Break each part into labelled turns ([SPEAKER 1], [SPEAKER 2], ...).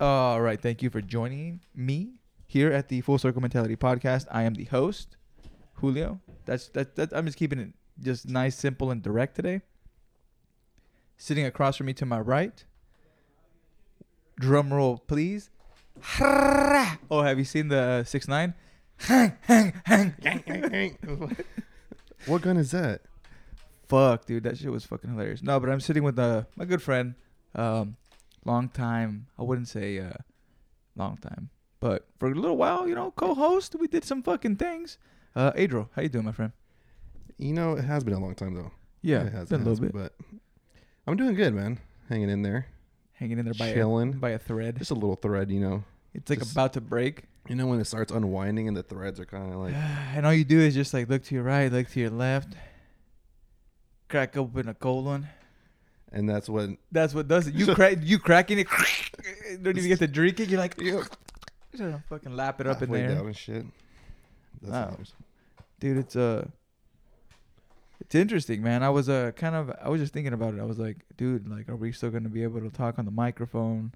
[SPEAKER 1] All right. Thank you for joining me here at the Full Circle Mentality Podcast. I am the host, Julio. That's that. that I'm just keeping it just nice, simple, and direct today. Sitting across from me to my right. Drum roll, please. Oh, have you seen the six nine?
[SPEAKER 2] What gun is that?
[SPEAKER 1] Fuck, dude, that shit was fucking hilarious. No, but I'm sitting with uh, my good friend, um, long time. I wouldn't say uh, long time, but for a little while, you know, co-host. We did some fucking things. Uh, Adro, how you doing, my friend?
[SPEAKER 2] You know, it has been a long time though.
[SPEAKER 1] Yeah,
[SPEAKER 2] it has
[SPEAKER 1] been a
[SPEAKER 2] it has
[SPEAKER 1] little bit
[SPEAKER 2] But I'm doing good, man. Hanging in there,
[SPEAKER 1] hanging in there by a,
[SPEAKER 2] chilling.
[SPEAKER 1] by a thread.
[SPEAKER 2] Just a little thread, you know.
[SPEAKER 1] It's like
[SPEAKER 2] just-
[SPEAKER 1] about to break,
[SPEAKER 2] You know when it starts unwinding and the threads are kind of like,
[SPEAKER 1] and all you do is just like look to your right, look to your left, crack open a cold one.
[SPEAKER 2] and that's when
[SPEAKER 1] That's what does it. You crack, you cracking it. Don't even get to drink it. You're like,
[SPEAKER 2] you
[SPEAKER 1] fucking lap it up in
[SPEAKER 2] halfway
[SPEAKER 1] there.
[SPEAKER 2] down and shit. That's
[SPEAKER 1] Wow.
[SPEAKER 2] what happens.
[SPEAKER 1] dude it's uh it's interesting man i was uh kind of i was just thinking about it i was like dude like are we still gonna be able to talk on the microphone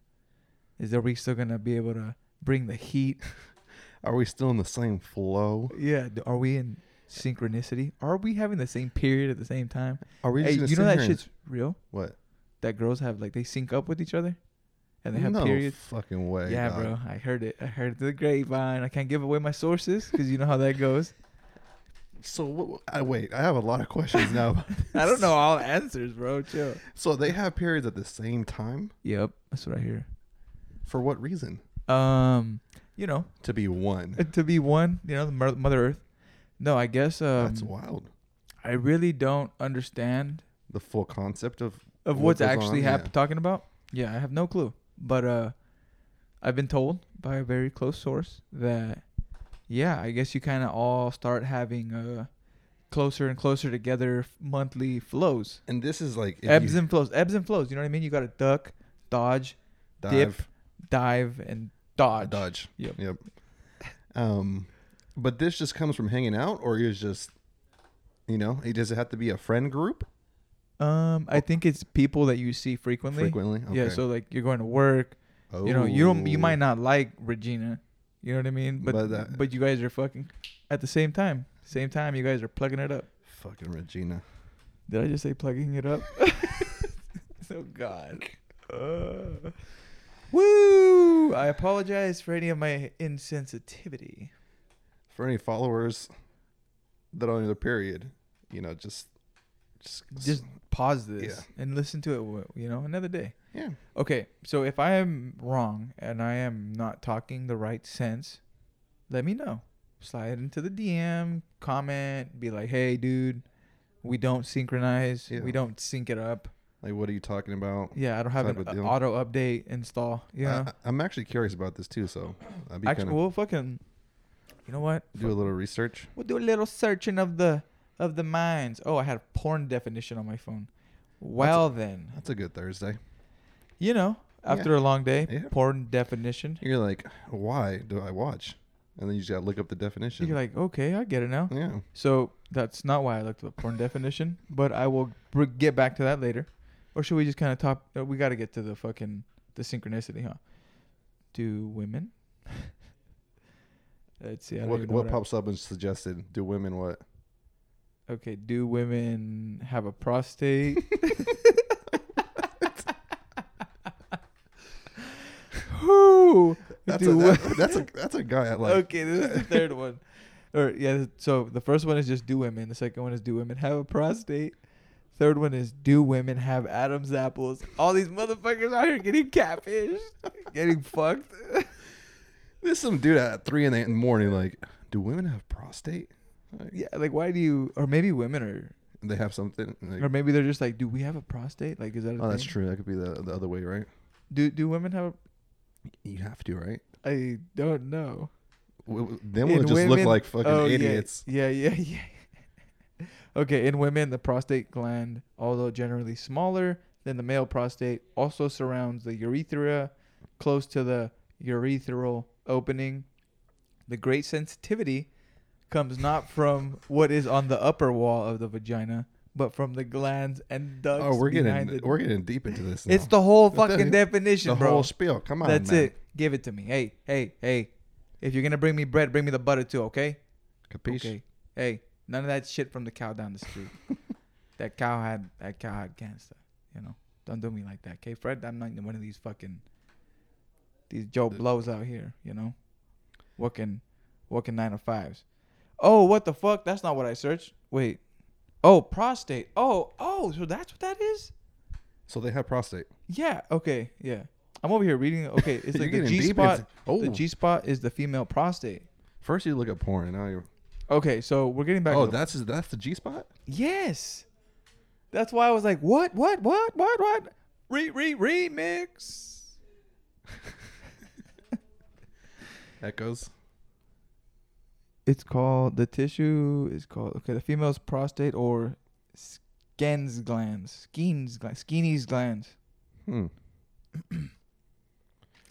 [SPEAKER 1] is are we still gonna be able to bring the heat
[SPEAKER 2] Are we still in the same flow?
[SPEAKER 1] yeah d- are we in synchronicity are we having the same period at the same time
[SPEAKER 2] Are we?
[SPEAKER 1] hey
[SPEAKER 2] just gonna
[SPEAKER 1] you know
[SPEAKER 2] sit
[SPEAKER 1] that
[SPEAKER 2] here and-
[SPEAKER 1] shit's real
[SPEAKER 2] what?
[SPEAKER 1] that girls have like they sync up with each other and they have
[SPEAKER 2] no
[SPEAKER 1] periods
[SPEAKER 2] fucking way.
[SPEAKER 1] yeah
[SPEAKER 2] dog.
[SPEAKER 1] bro i heard it i heard it through the grapevine i can't give away my sources because you know how that goes
[SPEAKER 2] So what, I wait. I have a lot of questions now.
[SPEAKER 1] i don't know all the answers bro chill
[SPEAKER 2] so they have periods at the same time
[SPEAKER 1] yep that's what i hear
[SPEAKER 2] for what reason?
[SPEAKER 1] um you know uh,
[SPEAKER 2] To be one.
[SPEAKER 1] to be one you know the Mer- mother earth no i guess um
[SPEAKER 2] That's wild.
[SPEAKER 1] i really don't understand
[SPEAKER 2] The full concept of
[SPEAKER 1] of
[SPEAKER 2] What
[SPEAKER 1] what's
[SPEAKER 2] goes
[SPEAKER 1] actually
[SPEAKER 2] on,
[SPEAKER 1] hap-
[SPEAKER 2] yeah.
[SPEAKER 1] talking about yeah i have no clue but uh i've been told by a very close source that yeah i guess you kind of all start having uh closer and closer together f- monthly flows
[SPEAKER 2] and this is like if you
[SPEAKER 1] ebbs and flows ebbs and flows you know what i mean you gotta duck dodge dip, dive and dodge
[SPEAKER 2] dodge.
[SPEAKER 1] Yep.
[SPEAKER 2] Yep. Um, but this just comes from hanging out, or is just, you know, it does it have to be a friend group
[SPEAKER 1] um i think it's people that you see frequently
[SPEAKER 2] frequently?
[SPEAKER 1] yeah so like you're going to work
[SPEAKER 2] oh.
[SPEAKER 1] You know, you don't. You might not like Regina. You know what I mean? But
[SPEAKER 2] But
[SPEAKER 1] but,
[SPEAKER 2] that-
[SPEAKER 1] you guys are fucking at the same time. Same time, you guys are plugging it up.
[SPEAKER 2] Fucking Regina.
[SPEAKER 1] Did I just say plugging it up? oh God. Uh. Woo! I apologize for any of my insensitivity.
[SPEAKER 2] For any followers that are in the period, you know, just, just,
[SPEAKER 1] Just pause this
[SPEAKER 2] Yeah.
[SPEAKER 1] and listen to it. w- You know, another day.
[SPEAKER 2] yeah.
[SPEAKER 1] Okay, so if I am wrong and I am not talking the right sense, let me know. Slide into the DM, comment, be like, "Hey, dude, we don't synchronize.
[SPEAKER 2] Yeah.
[SPEAKER 1] We don't sync it up.
[SPEAKER 2] Like, what are you talking about?
[SPEAKER 1] Yeah, I don't have
[SPEAKER 2] Type
[SPEAKER 1] an uh,
[SPEAKER 2] of deal.
[SPEAKER 1] auto update install. Yeah,
[SPEAKER 2] I, I'm actually curious about this too, so I'd be
[SPEAKER 1] actually,
[SPEAKER 2] kind of
[SPEAKER 1] we'll fucking. You know what?
[SPEAKER 2] do a little research.
[SPEAKER 1] We'll do a little searching of the of the minds. Oh, I had a porn definition on my phone. Well, then,
[SPEAKER 2] That's a good Thursday.
[SPEAKER 1] you know, after a long day,
[SPEAKER 2] Yeah.
[SPEAKER 1] porn definition.
[SPEAKER 2] You're like, why do I watch? And then you just gotta look up the definition.
[SPEAKER 1] You're like, okay, I get it now.
[SPEAKER 2] yeah.
[SPEAKER 1] So that's not why I looked up porn definition, but I will br- get back to that later. Or should we just kind of top? uh, We got to get to the fucking the synchronicity, huh? Do women? Let's see. I don't
[SPEAKER 2] what
[SPEAKER 1] even know
[SPEAKER 2] what
[SPEAKER 1] what, I-
[SPEAKER 2] pops up and suggested? Do women what?
[SPEAKER 1] okay. Do women have a prostate? Who?
[SPEAKER 2] That's
[SPEAKER 1] Do
[SPEAKER 2] a,
[SPEAKER 1] wo-
[SPEAKER 2] that- that's a that's a guy at like
[SPEAKER 1] okay, this is the third one. Or yeah, so the first one is just do women. The second one is do women have a prostate. Third one is do women have Adam's apples. All these motherfuckers out here getting catfish, getting fucked.
[SPEAKER 2] there's some dude at three in the morning like, do women have prostate? Like,
[SPEAKER 1] Yeah, like why do you? Or maybe women are,
[SPEAKER 2] They have something. Like,
[SPEAKER 1] or maybe they're just like, do we have a prostate? Like, is that? A
[SPEAKER 2] oh, that's
[SPEAKER 1] thing?
[SPEAKER 2] true. That could be the the other way, right?
[SPEAKER 1] Do do women have?
[SPEAKER 2] You have to, right?
[SPEAKER 1] A, I don't know.
[SPEAKER 2] W- w- Then we'll
[SPEAKER 1] In
[SPEAKER 2] just look
[SPEAKER 1] women-
[SPEAKER 2] like fucking
[SPEAKER 1] oh, yeah,
[SPEAKER 2] idiots.
[SPEAKER 1] Yeah, yeah, yeah. okay, in women, the prostate gland, although generally smaller than the male prostate, also surrounds the urethra close to the urethral opening. The great sensitivity comes not from what is on the upper wall of the vagina, but from the glands and ducts.
[SPEAKER 2] Oh, we're
[SPEAKER 1] behind
[SPEAKER 2] getting
[SPEAKER 1] the-
[SPEAKER 2] we're getting deep into this.
[SPEAKER 1] It's
[SPEAKER 2] now.
[SPEAKER 1] the whole
[SPEAKER 2] The
[SPEAKER 1] fucking
[SPEAKER 2] thing-
[SPEAKER 1] definition,
[SPEAKER 2] the
[SPEAKER 1] bro.
[SPEAKER 2] whole spiel. Come on,
[SPEAKER 1] That's
[SPEAKER 2] man.
[SPEAKER 1] it. Give it to me. Hey, hey, hey. If you're gonna bring me bread, bring me the butter too, okay?
[SPEAKER 2] Capiche?
[SPEAKER 1] Okay. Hey, none of that shit from the cow down the street. that cow had that cow had cancer. You know, don't do me like that, okay, Fred? I'm not one of these fucking these Joe blows out here. You know, working working nine to fives. Oh, what the fuck? That's not what I searched. Wait. Oh, prostate. Oh, oh, so that's what that is?
[SPEAKER 2] So they have prostate.
[SPEAKER 1] Yeah. Okay. Yeah. I'm over here reading. Okay, it's
[SPEAKER 2] You're
[SPEAKER 1] like the
[SPEAKER 2] getting
[SPEAKER 1] G
[SPEAKER 2] deep
[SPEAKER 1] spot.
[SPEAKER 2] into- Oh.
[SPEAKER 1] The G spot is the female prostate.
[SPEAKER 2] First you look at porn, and now you're.
[SPEAKER 1] Okay, so we're getting back.
[SPEAKER 2] Oh,
[SPEAKER 1] to the-
[SPEAKER 2] that's that's the G spot.
[SPEAKER 1] Yes. That's why I was like, what, what, what, what, what? Re, re, remix.
[SPEAKER 2] Echoes.
[SPEAKER 1] It's called, the tissue is called, okay, the female's prostate or skens glands, skenes glands, skene's glands.
[SPEAKER 2] Hmm.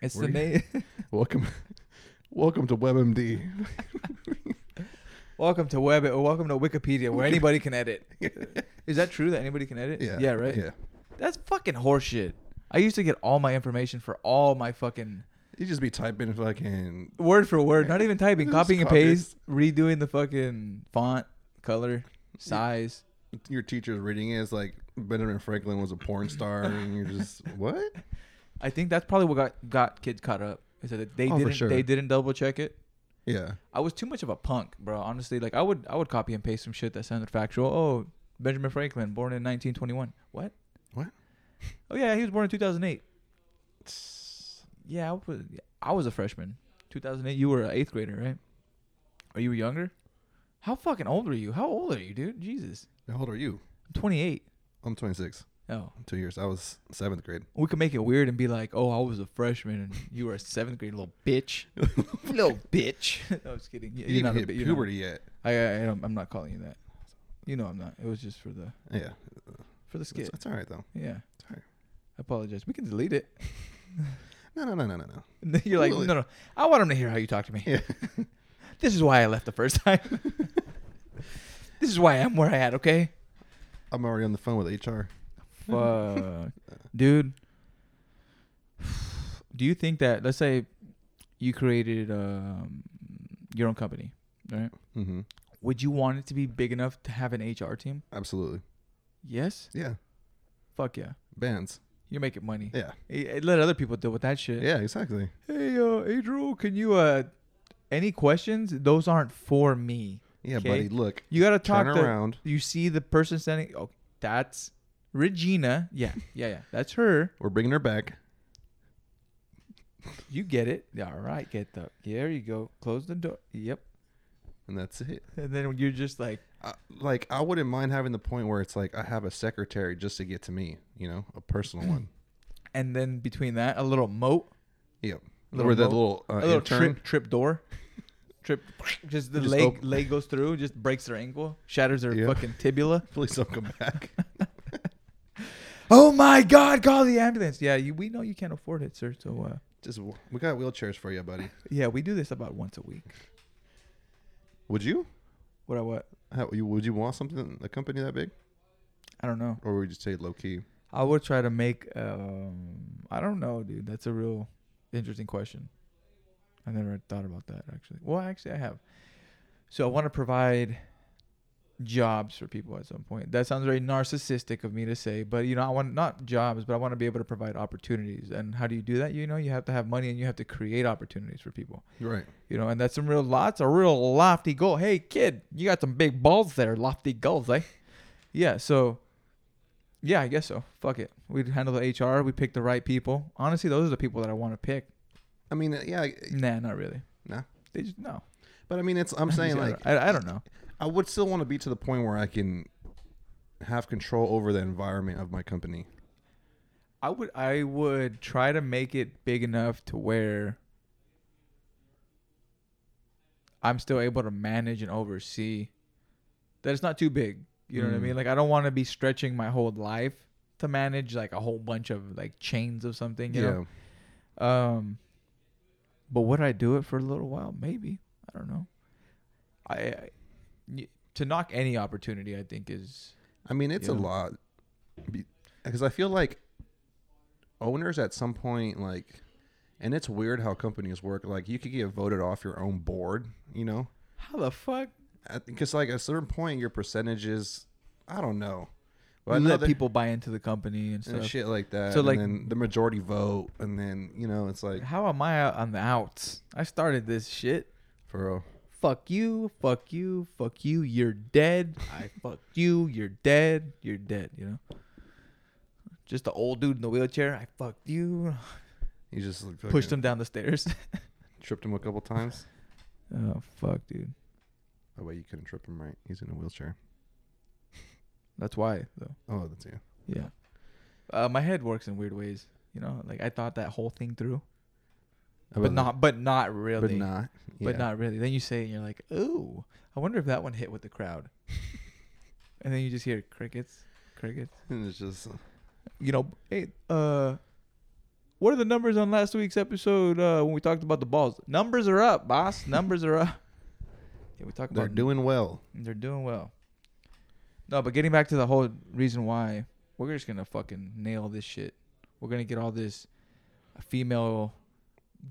[SPEAKER 1] It's
[SPEAKER 2] Were
[SPEAKER 1] the name.
[SPEAKER 2] Welcome, welcome to WebMD.
[SPEAKER 1] welcome to Web or welcome to Wikipedia where anybody can edit. is that true that anybody can edit?
[SPEAKER 2] Yeah.
[SPEAKER 1] Yeah, right?
[SPEAKER 2] Yeah.
[SPEAKER 1] That's fucking horseshit. I used to get all my information for all my fucking
[SPEAKER 2] You just be typing fucking.
[SPEAKER 1] word for word, not even typing,
[SPEAKER 2] Just
[SPEAKER 1] copying and
[SPEAKER 2] copy.
[SPEAKER 1] paste, redoing the fucking font, color, size.
[SPEAKER 2] Your teacher's reading it. It's like Benjamin Franklin was a porn star, and you're just what?
[SPEAKER 1] I think that's probably what got, got kids caught up. Is that they
[SPEAKER 2] Oh, for
[SPEAKER 1] didn't
[SPEAKER 2] sure.
[SPEAKER 1] they didn't double check it.
[SPEAKER 2] Yeah.
[SPEAKER 1] I was too much of a punk, bro. Honestly, like I would I would copy and paste some shit that sounded factual. Oh, Benjamin Franklin, born in 1921. What?
[SPEAKER 2] What?
[SPEAKER 1] Oh yeah, he was born in 2008. Yeah, I was I was a freshman. 2008. You were an eighth grader, right? Are you were younger? How fucking old are you? How old are you, dude? Jesus,
[SPEAKER 2] How old are you?
[SPEAKER 1] I'm 28.
[SPEAKER 2] I'm 26.
[SPEAKER 1] Oh,
[SPEAKER 2] Two years. I was seventh grade.
[SPEAKER 1] we could make it weird and be like, "Oh, I was a freshman and you were a seventh grade little bitch, little bitch." no, I was kidding. You-
[SPEAKER 2] You
[SPEAKER 1] You're not
[SPEAKER 2] didn't
[SPEAKER 1] a
[SPEAKER 2] hit
[SPEAKER 1] bi- you're not-
[SPEAKER 2] puberty yet.
[SPEAKER 1] I, I, I don't, I'm not calling you that. You know, I'm not. It was just for the
[SPEAKER 2] Yeah.
[SPEAKER 1] for the
[SPEAKER 2] It's,
[SPEAKER 1] skit.
[SPEAKER 2] it's all right though.
[SPEAKER 1] Yeah.
[SPEAKER 2] all right.
[SPEAKER 1] I apologize. We can delete it.
[SPEAKER 2] No, no, no, no, no, no.
[SPEAKER 1] And then You're like,
[SPEAKER 2] Really?
[SPEAKER 1] no, no. I want him to hear how you talk to me.
[SPEAKER 2] Yeah.
[SPEAKER 1] This is why I left the first time. this is why I'm where I at. Okay.
[SPEAKER 2] I'm already on the phone with HR.
[SPEAKER 1] Fuck. Dude. Do you think that let's say you created um, your own company, right?
[SPEAKER 2] Mm-hmm.
[SPEAKER 1] Would you want it to be big enough to have an HR team?
[SPEAKER 2] Absolutely.
[SPEAKER 1] Yes.
[SPEAKER 2] Yeah.
[SPEAKER 1] Fuck yeah.
[SPEAKER 2] Bands.
[SPEAKER 1] You're making money.
[SPEAKER 2] Yeah.
[SPEAKER 1] Eh, eh, Let other people deal with that shit.
[SPEAKER 2] Yeah. Exactly.
[SPEAKER 1] Hey, uh, Adriel, can you uh, any questions? Those aren't for me.
[SPEAKER 2] Yeah,
[SPEAKER 1] Okay.
[SPEAKER 2] buddy. Look.
[SPEAKER 1] You gotta talk
[SPEAKER 2] Turn
[SPEAKER 1] to.
[SPEAKER 2] around.
[SPEAKER 1] You see the person standing. Oh, that's Regina. Yeah, yeah, yeah. That's her.
[SPEAKER 2] We're bringing her back.
[SPEAKER 1] You get it. Yeah, All right, get the. There you go. Close the door. Yep.
[SPEAKER 2] And that's it.
[SPEAKER 1] And then you're just like,
[SPEAKER 2] I, like I wouldn't mind having the point where it's like I have a secretary just to get to me, you know, a personal
[SPEAKER 1] Hmm.
[SPEAKER 2] one.
[SPEAKER 1] and then between that, a little moat,
[SPEAKER 2] Yep.
[SPEAKER 1] Little
[SPEAKER 2] or that
[SPEAKER 1] mo-
[SPEAKER 2] little
[SPEAKER 1] a
[SPEAKER 2] uh,
[SPEAKER 1] little
[SPEAKER 2] intern.
[SPEAKER 1] trip, trip door, trip. Just the
[SPEAKER 2] Just
[SPEAKER 1] leg,
[SPEAKER 2] open-
[SPEAKER 1] leg goes through, just breaks their ankle, shatters their
[SPEAKER 2] Yeah.
[SPEAKER 1] fucking tibula.
[SPEAKER 2] Please don't come back.
[SPEAKER 1] Oh my God! Call the ambulance. Yeah, you, we know you can't afford it, sir. So. uh
[SPEAKER 2] just w- we got wheelchairs for you, buddy.
[SPEAKER 1] Yeah, we do this about once a week.
[SPEAKER 2] Would you?
[SPEAKER 1] What I what?
[SPEAKER 2] How, you would you want something a company that big,
[SPEAKER 1] I don't know.
[SPEAKER 2] or would you stay low key?
[SPEAKER 1] I would try to make. Um, I don't know, dude. That's a real interesting question. I never thought about that actually. Well, actually, I have. So I want to provide jobs for people at some point. That sounds very narcissistic of me to say, but you know, I want not jobs, but I want to be able to provide opportunities. And how do you do that? You know, you have to have money and you have to create opportunities for people.
[SPEAKER 2] Right.
[SPEAKER 1] You know, and that's some real lots a real lofty goal. Hey kid, you got some big balls there, lofty goals, eh? Yeah, so yeah, I guess so. Fuck it. We'd handle the HR, we pick the right people. Honestly, those are the people that I want to pick.
[SPEAKER 2] I mean, uh, yeah, I-
[SPEAKER 1] Nah, not really.
[SPEAKER 2] No?
[SPEAKER 1] They just no.
[SPEAKER 2] but I mean, it's I'm saying like
[SPEAKER 1] I, I don't know.
[SPEAKER 2] I would still want to be to the point where I can have control over the environment of my company.
[SPEAKER 1] I would I would try to make it big enough to where I'm still able to manage and oversee that it's not too big. You know what I
[SPEAKER 2] Mm.
[SPEAKER 1] mean? Like I don't want to be stretching my whole life to manage like a whole bunch of like chains of something, you know? Um but would I do it for a little while? Maybe. I don't know. I, I y- to knock any opportunity I think is
[SPEAKER 2] I mean, it's a
[SPEAKER 1] Yeah.
[SPEAKER 2] lot because I feel like owners at some point, like, and it's weird how companies work. Like, you could get voted off your own board, you know,
[SPEAKER 1] How the fuck?
[SPEAKER 2] because like at a certain point, your percentages, I don't know, but I
[SPEAKER 1] You
[SPEAKER 2] know
[SPEAKER 1] let
[SPEAKER 2] that-
[SPEAKER 1] people buy into the company and
[SPEAKER 2] and
[SPEAKER 1] stuff.
[SPEAKER 2] shit like that.
[SPEAKER 1] So,
[SPEAKER 2] So like
[SPEAKER 1] like-
[SPEAKER 2] then the majority vote, and then you know, it's like
[SPEAKER 1] How am I on the outs? I started this shit.
[SPEAKER 2] for real.
[SPEAKER 1] Fuck you, fuck you, fuck you. You're dead. I fucked you. You're dead. You're dead. You know. Just the old dude in the wheelchair. I fucked you.
[SPEAKER 2] You just like,
[SPEAKER 1] Pushed him down the stairs.
[SPEAKER 2] tripped him a couple times.
[SPEAKER 1] oh fuck, dude.
[SPEAKER 2] Oh wait, you couldn't trip him, right? He's in a wheelchair.
[SPEAKER 1] That's why though.
[SPEAKER 2] Oh, that's you.
[SPEAKER 1] Yeah. Uh, my head works in weird ways. You know, like I thought that whole thing through, but not, but not really,
[SPEAKER 2] but not,
[SPEAKER 1] But
[SPEAKER 2] Yeah.
[SPEAKER 1] not really. Then you say it and you're like, "Ooh, I wonder if that one hit with the crowd." and then you just hear crickets, crickets.
[SPEAKER 2] And it's just
[SPEAKER 1] You know, hey, uh, what are the numbers on last week's episode uh, when we talked about the balls? Numbers are up, boss. numbers are up. Yeah, we talked
[SPEAKER 2] they're
[SPEAKER 1] about
[SPEAKER 2] doing well.
[SPEAKER 1] They're doing well. No, but getting back to the whole reason why we're just gonna fucking nail this shit. We're gonna get all this female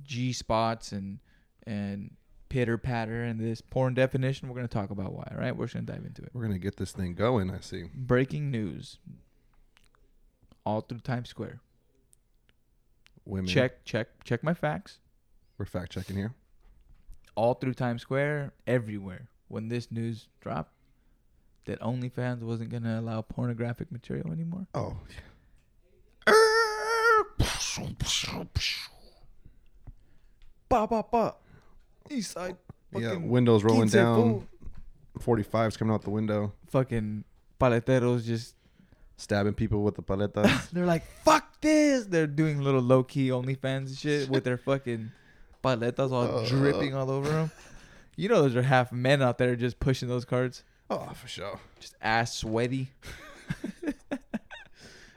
[SPEAKER 1] G spots and and pitter patter and this porn definition. We're gonna talk about why. Right? We're just gonna dive into it.
[SPEAKER 2] We're gonna get this thing going. I see.
[SPEAKER 1] Breaking news. All through Times Square.
[SPEAKER 2] Women.
[SPEAKER 1] Check, check, check my facts.
[SPEAKER 2] We're fact checking here.
[SPEAKER 1] all through Times Square, everywhere, when this news dropped that OnlyFans wasn't going to allow pornographic material anymore.
[SPEAKER 2] Oh,
[SPEAKER 1] Ba, ba, ba. East side.
[SPEAKER 2] yeah.
[SPEAKER 1] Fucking
[SPEAKER 2] Windows rolling
[SPEAKER 1] pizza,
[SPEAKER 2] down.
[SPEAKER 1] fool.
[SPEAKER 2] Forty fives coming out the window,
[SPEAKER 1] Fucking paleteros just,
[SPEAKER 2] stabbing people with the paletas.
[SPEAKER 1] they're like, fuck this. They're doing little low key OnlyFans shit with their fucking paletas all
[SPEAKER 2] Uh.
[SPEAKER 1] dripping all over them. You know, those are half men out there just pushing those cards,
[SPEAKER 2] oh, for sure.
[SPEAKER 1] just ass sweaty.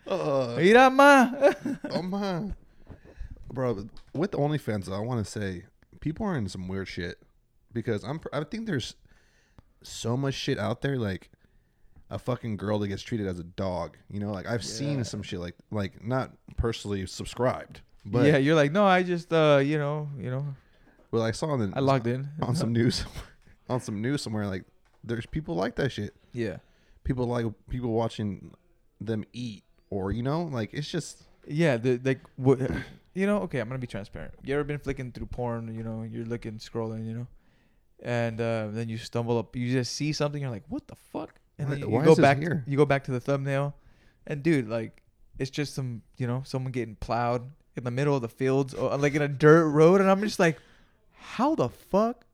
[SPEAKER 2] Uh,
[SPEAKER 1] Mira, ma.
[SPEAKER 2] oh my, bro. With OnlyFans, though, I want to say people are in some weird shit because I'm. pr- I think there's so much shit out there, like a fucking girl that gets treated as a dog. You know, like I've seen some shit, like like not personally subscribed, but
[SPEAKER 1] yeah, you're like, no, I just, uh, you know, you know,
[SPEAKER 2] but I saw in
[SPEAKER 1] I logged in
[SPEAKER 2] on some news on some news somewhere like there's people like that shit.
[SPEAKER 1] Yeah,
[SPEAKER 2] People like people watching them eat or you know like it's just
[SPEAKER 1] yeah. The like, what, you know? Okay, I'm gonna be transparent. You ever been flicking through porn? You know, you're looking, scrolling, you know, and uh, then you stumble up. You just see something. You're like, what the fuck? And
[SPEAKER 2] Why-
[SPEAKER 1] then you,
[SPEAKER 2] why
[SPEAKER 1] you go
[SPEAKER 2] is this
[SPEAKER 1] back.
[SPEAKER 2] here?
[SPEAKER 1] You go back to the thumbnail, and dude, like, it's just some, you know, someone getting plowed in the middle of the fields, or like in a dirt road, and I'm just like, how the fuck?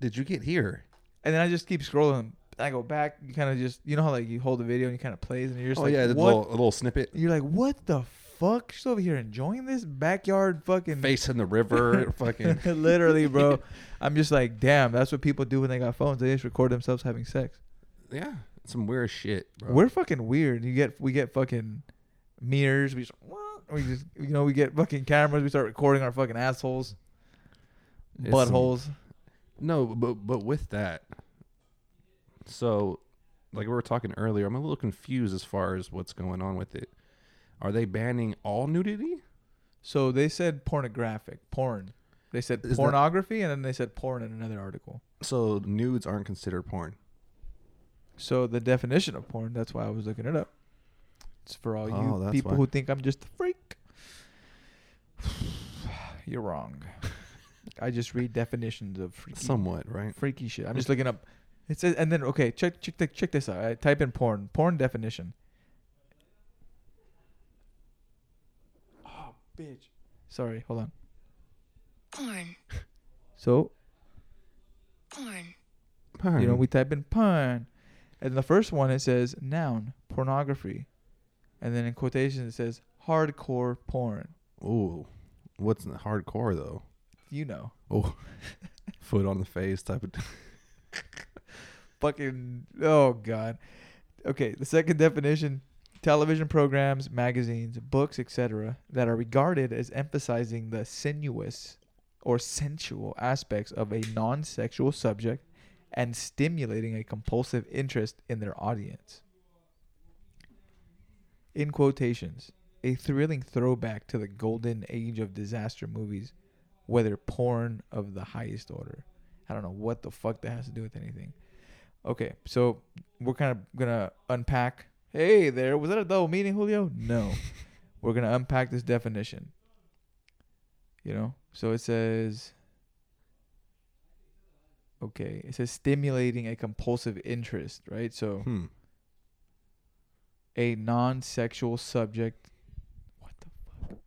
[SPEAKER 2] did you get here?
[SPEAKER 1] And then I just keep scrolling. I go back. You kind of just, you know how like you hold the video and you kind of plays, and you're just
[SPEAKER 2] oh
[SPEAKER 1] like,
[SPEAKER 2] yeah, the
[SPEAKER 1] what
[SPEAKER 2] little, a little snippet.
[SPEAKER 1] You're like, what the fuck? She's over here enjoying this backyard fucking.
[SPEAKER 2] Face in the river, fucking.
[SPEAKER 1] Literally, bro. I'm just like, damn, that's what people do when they got phones. They just record themselves having sex.
[SPEAKER 2] Yeah, some weird shit, bro.
[SPEAKER 1] We're fucking weird. You get we get fucking mirrors. We just we just you know we get fucking cameras. We start recording our fucking assholes,
[SPEAKER 2] It's some-
[SPEAKER 1] buttholes.
[SPEAKER 2] No, but but with that, so like we were talking earlier, I'm a little confused as far as what's going on with it. Are they banning all nudity?
[SPEAKER 1] So they said pornographic porn. They said
[SPEAKER 2] Is that-
[SPEAKER 1] pornography, and then they said porn in another article.
[SPEAKER 2] So nudes aren't considered porn.
[SPEAKER 1] So the definition of porn. That's why I was looking it up. It's for all
[SPEAKER 2] Oh,
[SPEAKER 1] you
[SPEAKER 2] that's
[SPEAKER 1] people
[SPEAKER 2] why.
[SPEAKER 1] who think I'm just a freak. You're wrong. I just read definitions of freaky,
[SPEAKER 2] Somewhat, right?
[SPEAKER 1] freaky shit. I'm just looking up. It says, and then okay, check check the, check this out. I type in porn. Porn definition. Oh, bitch. Sorry, hold on.
[SPEAKER 3] Porn.
[SPEAKER 1] So
[SPEAKER 3] Porn.
[SPEAKER 1] You know, we type in pun. And the first one it says noun, pornography. And then in quotations it says hardcore porn.
[SPEAKER 2] Ooh, what's in the hardcore though?
[SPEAKER 1] You know.
[SPEAKER 2] Oh, foot on the face type of.
[SPEAKER 1] Fucking oh god. Okay, the second definition television programs, magazines, books, etc. that are regarded as emphasizing the sinuous or sensual aspects of a non-sexual subject and stimulating a compulsive interest in their audience. in quotations, a thrilling throwback to the golden age of disaster movies, whether porn of the highest order. I don't know what the fuck that has to do with anything. Okay, so we're kind of gonna unpack. Hey there, was that a double meaning, Julio? No, we're gonna unpack this definition. You know, so it says. Okay, it says stimulating a compulsive interest, right? So
[SPEAKER 2] Hmm.
[SPEAKER 1] a non-sexual subject. What the fuck?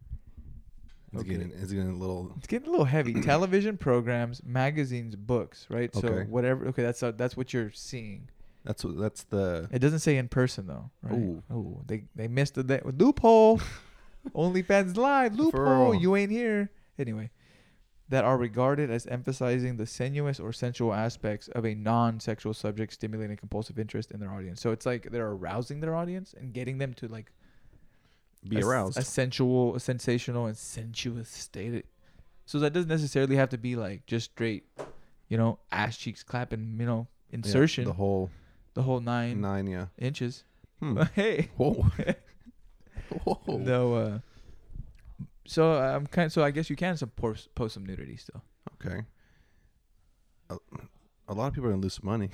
[SPEAKER 2] It's
[SPEAKER 1] Okay.
[SPEAKER 2] getting it's getting a little
[SPEAKER 1] It's getting a little heavy. Television programs, magazines, books, right? So
[SPEAKER 2] Okay.
[SPEAKER 1] whatever. Okay, that's uh, that's what you're seeing.
[SPEAKER 2] that's what that's the
[SPEAKER 1] It doesn't say in person though. Right?
[SPEAKER 2] Ooh.
[SPEAKER 1] Ooh, they they missed the day. loophole. OnlyFans live loophole.
[SPEAKER 2] real.
[SPEAKER 1] You ain't here anyway. That are regarded as emphasizing the sinuous or sensual aspects of a non-sexual subject, stimulating compulsive interest in their audience. So it's like they're arousing their audience and getting them to like
[SPEAKER 2] be
[SPEAKER 1] a s-
[SPEAKER 2] aroused.
[SPEAKER 1] A, sensual, a sensational, and sensuous state. So that doesn't necessarily have to be like just straight, you know, ass cheeks clapping, you know,
[SPEAKER 2] Yeah,
[SPEAKER 1] insertion,
[SPEAKER 2] the whole
[SPEAKER 1] the whole nine
[SPEAKER 2] nine, yeah.
[SPEAKER 1] inches.
[SPEAKER 2] Hmm.
[SPEAKER 1] hey,
[SPEAKER 2] Whoa. Whoa.
[SPEAKER 1] no. Uh, so I'm kind. So I guess you can some post, post some nudity still.
[SPEAKER 2] Okay. A, a lot of people are gonna lose some money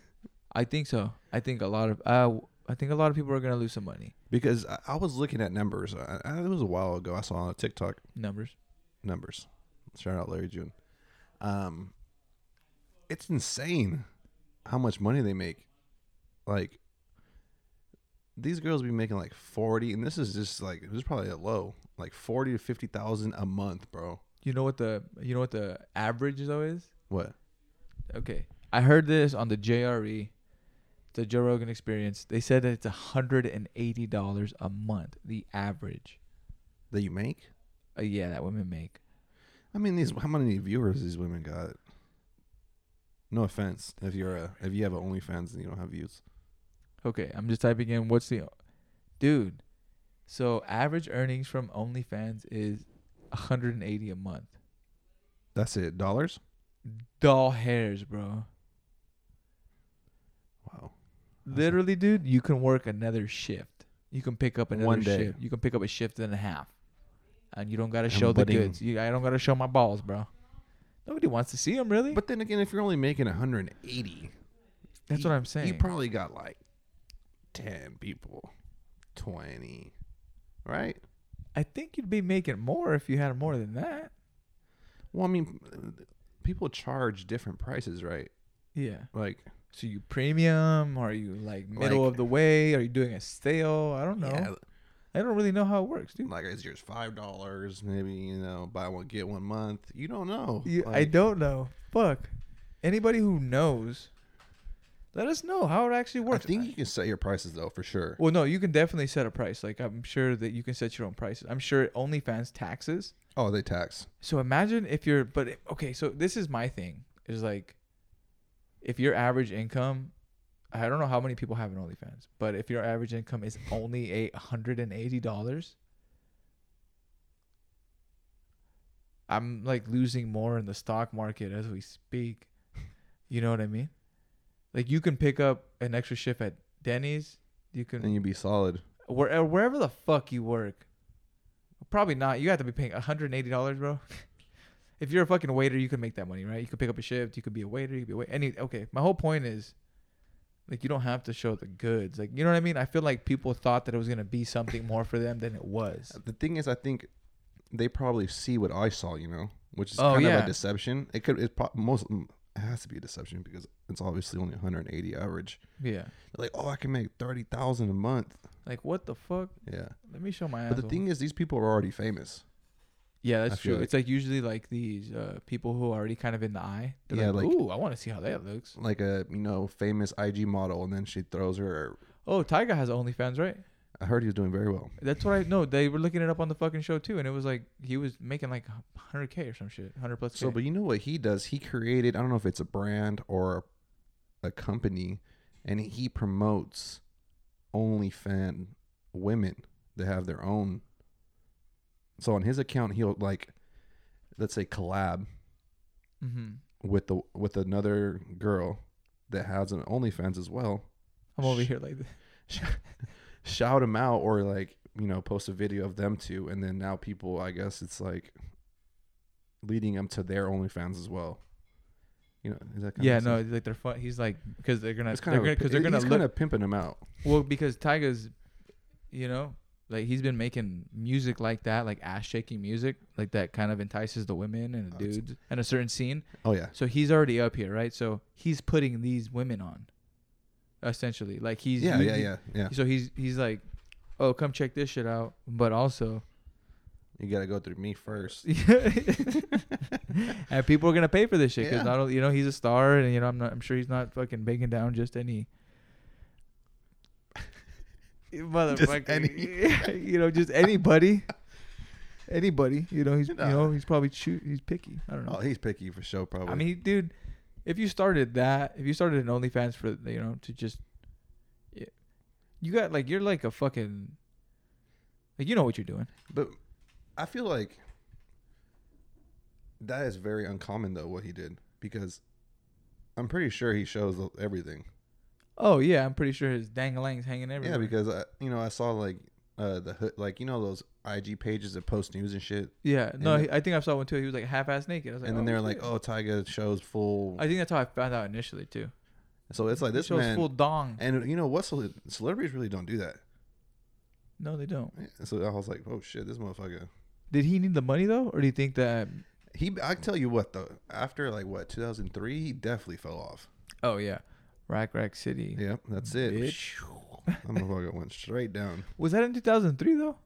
[SPEAKER 1] I think so. I think a lot of uh, I think a lot of people are gonna lose some money.
[SPEAKER 2] because I, I was looking at numbers. I, I, it was a while ago. I saw on TikTok
[SPEAKER 1] Numbers.
[SPEAKER 2] numbers. Shout out Larry June. Um, it's insane how much money they make. Like these girls be making like forty, and this is just like this is probably a low, like forty to fifty thousand a month, bro.
[SPEAKER 1] You know what the you know what the average though is?
[SPEAKER 2] What?
[SPEAKER 1] Okay. I heard this on the JRE, the Joe Rogan experience. They said that it's $180 a month, the average.
[SPEAKER 2] that you make?
[SPEAKER 1] Uh, yeah, that women make.
[SPEAKER 2] I mean, these how many viewers these women got? No offense, if you're a if you have an OnlyFans and you don't have views,
[SPEAKER 1] Okay, I'm just typing in what's the Dude. So, average earnings from OnlyFans is 180 a month.
[SPEAKER 2] that's it. Dollars?
[SPEAKER 1] Doll hairs, bro.
[SPEAKER 2] Wow. That's-
[SPEAKER 1] Literally, dude, you can work another shift. You can pick up another
[SPEAKER 2] One day.
[SPEAKER 1] shift. You can pick up a shift and a half. And you don't got to
[SPEAKER 2] I'm
[SPEAKER 1] show the
[SPEAKER 2] budding.
[SPEAKER 1] goods. You, I don't got to show my balls, bro. Nobody wants to see them, really.
[SPEAKER 2] But then again, if you're only making 180,
[SPEAKER 1] That's
[SPEAKER 2] you-
[SPEAKER 1] what I'm saying.
[SPEAKER 2] You probably got like 10 people, 20, right?
[SPEAKER 1] I think you'd be making more if you had more than that.
[SPEAKER 2] Well, I mean, people charge different prices, right?
[SPEAKER 1] Yeah.
[SPEAKER 2] Like,
[SPEAKER 1] So you premium? Are you like middle
[SPEAKER 2] Like-
[SPEAKER 1] of the way? Are you doing a sale? I don't know.
[SPEAKER 2] yeah,
[SPEAKER 1] I don't really know how it works, dude.
[SPEAKER 2] like is yours five dollars? Maybe you know, buy one get one month. You don't know.
[SPEAKER 1] You- I
[SPEAKER 2] Like,
[SPEAKER 1] don't know. Fuck. Anybody who knows, let us know how it actually
[SPEAKER 2] I
[SPEAKER 1] works.
[SPEAKER 2] think you can set your prices though for sure.
[SPEAKER 1] well, no, you can definitely set a price. Like I'm sure that you can set your own prices. I'm sure OnlyFans taxes.
[SPEAKER 2] Oh, they tax.
[SPEAKER 1] So imagine if you're, but it- okay, so this is my thing is like, if your average income, I don't know how many people have an OnlyFans, but if your average income is only eight hundred and eighty dollars, I'm like losing more in the stock market as we speak. You know what I mean? Like you can pick up an extra shift at Denny's. You can
[SPEAKER 2] and you'd be solid.
[SPEAKER 1] where, uh, wherever the fuck you work. Probably not. You have to be paying $180, bro. if you're a fucking waiter, you can make that money, right? You could pick up a shift, you could be a waiter, you could be a wait any okay. My whole point is like you don't have to show the goods. Like you know what I mean? I feel like people thought that it was gonna be something more for them than it was.
[SPEAKER 2] The thing is, I think they probably see what I saw, you know, which is
[SPEAKER 1] Oh,
[SPEAKER 2] kind of
[SPEAKER 1] yeah.
[SPEAKER 2] a deception. It could, it po- most mm, it has to be a deception because it's obviously only 180 average.
[SPEAKER 1] Yeah.
[SPEAKER 2] They're like, oh, I can make 30,000 a month.
[SPEAKER 1] Like what the fuck?
[SPEAKER 2] Yeah,
[SPEAKER 1] Let me show my ass.
[SPEAKER 2] but the thing is, these people are already famous.
[SPEAKER 1] Yeah,
[SPEAKER 2] I
[SPEAKER 1] that's
[SPEAKER 2] feel
[SPEAKER 1] true.
[SPEAKER 2] like-
[SPEAKER 1] It's like usually like these uh, people who are already kind of in the eye. They're
[SPEAKER 2] Yeah,
[SPEAKER 1] like,
[SPEAKER 2] like-
[SPEAKER 1] ooh, I wanna see how that looks.
[SPEAKER 2] Like a you know famous IG model, and then she throws her.
[SPEAKER 1] Oh, Tyga has OnlyFans, right?
[SPEAKER 2] I heard he was doing very well.
[SPEAKER 1] That's what I know. They were looking it up on the fucking show too, and it was like he was making like 100k or some shit, 100 plus. K.
[SPEAKER 2] So, but you know what he does? He created. I don't know if it's a brand or a company, and he promotes OnlyFan women that have their own. So on his account, he'll like, let's say, collab
[SPEAKER 1] hmm
[SPEAKER 2] with the with another girl that has an OnlyFans as well.
[SPEAKER 1] I'm over here like,
[SPEAKER 2] shout them out or like you know post a video of them too, and then now people, I guess it's like leading them to their OnlyFans as well. You know, is that kind
[SPEAKER 1] yeah,
[SPEAKER 2] of
[SPEAKER 1] no, like they're fun. He's like because they're gonna
[SPEAKER 2] it's kind
[SPEAKER 1] they're
[SPEAKER 2] of
[SPEAKER 1] because they're gonna look
[SPEAKER 2] kind of pimping them out.
[SPEAKER 1] well because Tyga's, you know, like he's been making music like that, like ass shaking music, like that kind of entices the women and the
[SPEAKER 2] Oh, it's-
[SPEAKER 1] dudes and a certain scene.
[SPEAKER 2] Oh yeah,
[SPEAKER 1] So he's already up here, right? So he's putting these women on, essentially. Like he's
[SPEAKER 2] yeah,
[SPEAKER 1] you-
[SPEAKER 2] yeah,
[SPEAKER 1] you-
[SPEAKER 2] yeah, yeah.
[SPEAKER 1] So he's he's like, oh, come check this shit out. But also,
[SPEAKER 2] You gotta go through me first.
[SPEAKER 1] and people are gonna pay for this shit because
[SPEAKER 2] Yeah.
[SPEAKER 1] not only you know he's a star, and you know I'm not I'm sure he's not fucking baking down just any. Motherfucker,
[SPEAKER 2] any.
[SPEAKER 1] you know, just anybody, anybody. You know, he's
[SPEAKER 2] Nah.
[SPEAKER 1] you know he's probably choo- he's picky. I don't know.
[SPEAKER 2] Oh, he's picky for sure, probably.
[SPEAKER 1] I mean, he- dude, if you started that, if you started an OnlyFans for you know to just, yeah, you got like you're like a fucking, like you know what you're doing.
[SPEAKER 2] but I feel like that is very uncommon though what he did because I'm pretty sure he shows everything.
[SPEAKER 1] Oh yeah, I'm pretty sure his dangling's hanging everywhere.
[SPEAKER 2] Yeah, because I, you know I saw like uh the hood like you know those IG pages that post news and shit,
[SPEAKER 1] yeah. No,
[SPEAKER 2] and
[SPEAKER 1] he, I think I saw one too. He was like half-ass naked. I was like,
[SPEAKER 2] and then they're
[SPEAKER 1] shit.
[SPEAKER 2] like, oh, Tyga shows full.
[SPEAKER 1] I think that's how I found out initially too.
[SPEAKER 2] so it's like
[SPEAKER 1] This
[SPEAKER 2] this
[SPEAKER 1] shows
[SPEAKER 2] man,
[SPEAKER 1] full dong.
[SPEAKER 2] and you know what? cele- Celebrities really don't do that.
[SPEAKER 1] No, they don't.
[SPEAKER 2] Yeah, So I was like, oh shit, this motherfucker.
[SPEAKER 1] Did he need the money though, or do you think that?
[SPEAKER 2] He, I can tell you what though, after like what 2003, he definitely fell off.
[SPEAKER 1] Oh yeah, Rack Rack City.
[SPEAKER 2] Yep, that's it.
[SPEAKER 1] Bitch.
[SPEAKER 2] That motherfucker went straight down.
[SPEAKER 1] Was that in 2003 though?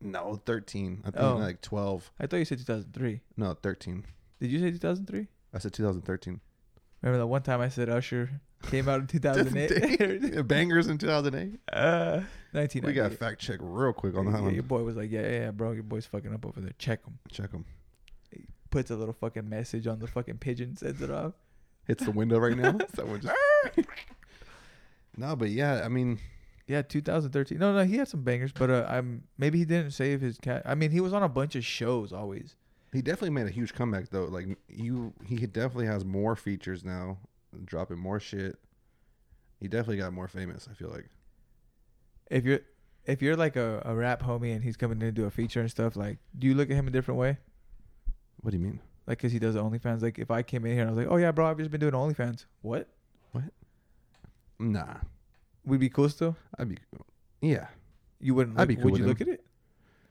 [SPEAKER 2] No, 13. I think
[SPEAKER 1] Oh.
[SPEAKER 2] like 12.
[SPEAKER 1] I thought you said 2003.
[SPEAKER 2] No, 13.
[SPEAKER 1] Did you say 2003?
[SPEAKER 2] I said 2013.
[SPEAKER 1] Remember that one time I said Usher came out in 2008?
[SPEAKER 2] Dang. Bangers in 2008.
[SPEAKER 1] uh, 1998.
[SPEAKER 2] We got to fact check real quick on that
[SPEAKER 1] Yeah, Your
[SPEAKER 2] one.
[SPEAKER 1] boy was like, yeah, yeah, yeah, bro, your boy's fucking up over there. Check him.
[SPEAKER 2] Check them.
[SPEAKER 1] Puts a little fucking message on the fucking pigeon, sends it off.
[SPEAKER 2] Hits the window right now. Someone just. no, but yeah, I mean,
[SPEAKER 1] Yeah, 2013. No, no, he had some bangers, but uh, I'm maybe he didn't save his cat. I mean, he was on a bunch of shows always.
[SPEAKER 2] he definitely made a huge comeback though. Like you, he definitely has more features now, dropping more shit. He definitely got more famous. I feel like.
[SPEAKER 1] If you're if you're like a, a rap homie and he's coming in to do a feature and stuff, like, do you look at him a different way?
[SPEAKER 2] What do you mean?
[SPEAKER 1] Like, cause he does the OnlyFans. Like, if I came in here and I was like, oh yeah, bro, I've just been doing OnlyFans. What?
[SPEAKER 2] Nah,
[SPEAKER 1] We'd be cool still.
[SPEAKER 2] I'd be. Yeah,
[SPEAKER 1] You wouldn't. Look,
[SPEAKER 2] I'd be cool
[SPEAKER 1] would
[SPEAKER 2] with
[SPEAKER 1] you
[SPEAKER 2] him.
[SPEAKER 1] look at it?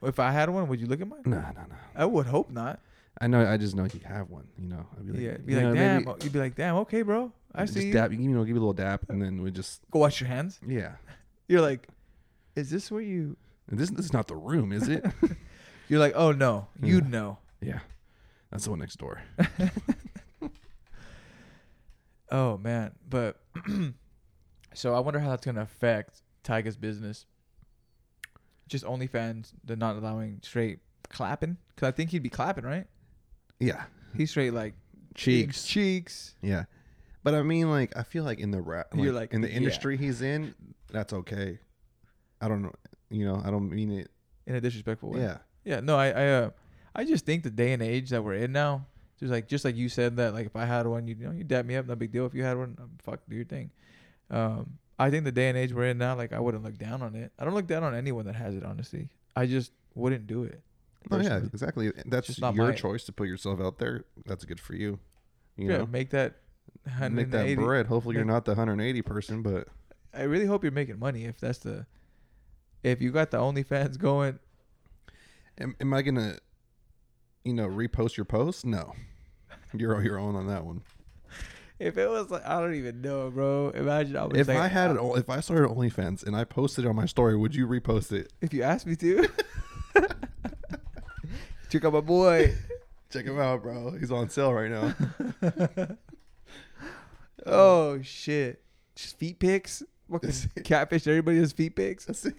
[SPEAKER 1] If I had one, would you look at mine?
[SPEAKER 2] nah, nah, nah.
[SPEAKER 1] I would hope not.
[SPEAKER 2] I know. I just know you have one. You know. I'd be like,
[SPEAKER 1] yeah, be
[SPEAKER 2] you
[SPEAKER 1] like,
[SPEAKER 2] know,
[SPEAKER 1] damn.
[SPEAKER 2] maybe
[SPEAKER 1] oh," you'd be like, damn. Okay, bro. I
[SPEAKER 2] just
[SPEAKER 1] see. You.
[SPEAKER 2] dap. You know, give you a little dap, and then we just
[SPEAKER 1] Go wash your hands.
[SPEAKER 2] yeah.
[SPEAKER 1] You're like, is this where you?
[SPEAKER 2] And this this is not the room, is it?
[SPEAKER 1] You're like, oh no,
[SPEAKER 2] Yeah.
[SPEAKER 1] you'd know.
[SPEAKER 2] yeah, that's the one next door.
[SPEAKER 1] Oh man, but so I wonder how that's gonna affect Tyga's business. Just OnlyFans, they're not allowing straight clapping because I think he'd be clapping, right?
[SPEAKER 2] Yeah,
[SPEAKER 1] He's straight like
[SPEAKER 2] cheeks.
[SPEAKER 1] cheeks.
[SPEAKER 2] Yeah, but I mean, like, I feel like in the rap,
[SPEAKER 1] You're like,
[SPEAKER 2] in the
[SPEAKER 1] yeah.
[SPEAKER 2] industry he's in, that's okay. I don't know. You know, I don't mean it.
[SPEAKER 1] in a disrespectful way.
[SPEAKER 2] Yeah,
[SPEAKER 1] Yeah, no, I, I, uh, I just think the day and age that we're in now, just like, just like you said that, like if I had one, you, you know, you dap me up, no big deal. If you had one, um, fuck, do your thing. Um, I think the day and age we're in now, like I wouldn't look down on it. I don't look down on anyone that has it, honestly. I just wouldn't do it.
[SPEAKER 2] oh yeah,
[SPEAKER 1] personally.
[SPEAKER 2] exactly. That's
[SPEAKER 1] just
[SPEAKER 2] just
[SPEAKER 1] not
[SPEAKER 2] your
[SPEAKER 1] my-
[SPEAKER 2] choice to put yourself out there. That's good for you. You
[SPEAKER 1] yeah,
[SPEAKER 2] know,
[SPEAKER 1] make that.
[SPEAKER 2] make that
[SPEAKER 1] 180.
[SPEAKER 2] bread. Hopefully, you're
[SPEAKER 1] make-
[SPEAKER 2] not the 180 person, but
[SPEAKER 1] I really hope you're making money. If that's the, if you got the OnlyFans going,
[SPEAKER 2] Am, am I gonna, you know, repost your post? No, you're on your own on that one.
[SPEAKER 1] if it was like I don't even know, bro. Imagine I was
[SPEAKER 2] If
[SPEAKER 1] like,
[SPEAKER 2] I had it, all, if I started OnlyFans and I posted it on my story, would you repost it?
[SPEAKER 1] if you asked me to, check out my boy.
[SPEAKER 2] Check him out, bro. He's on sale right now.
[SPEAKER 1] Oh shit! Just feet pics. Fucking catfish everybody has feet pics.
[SPEAKER 2] That's it.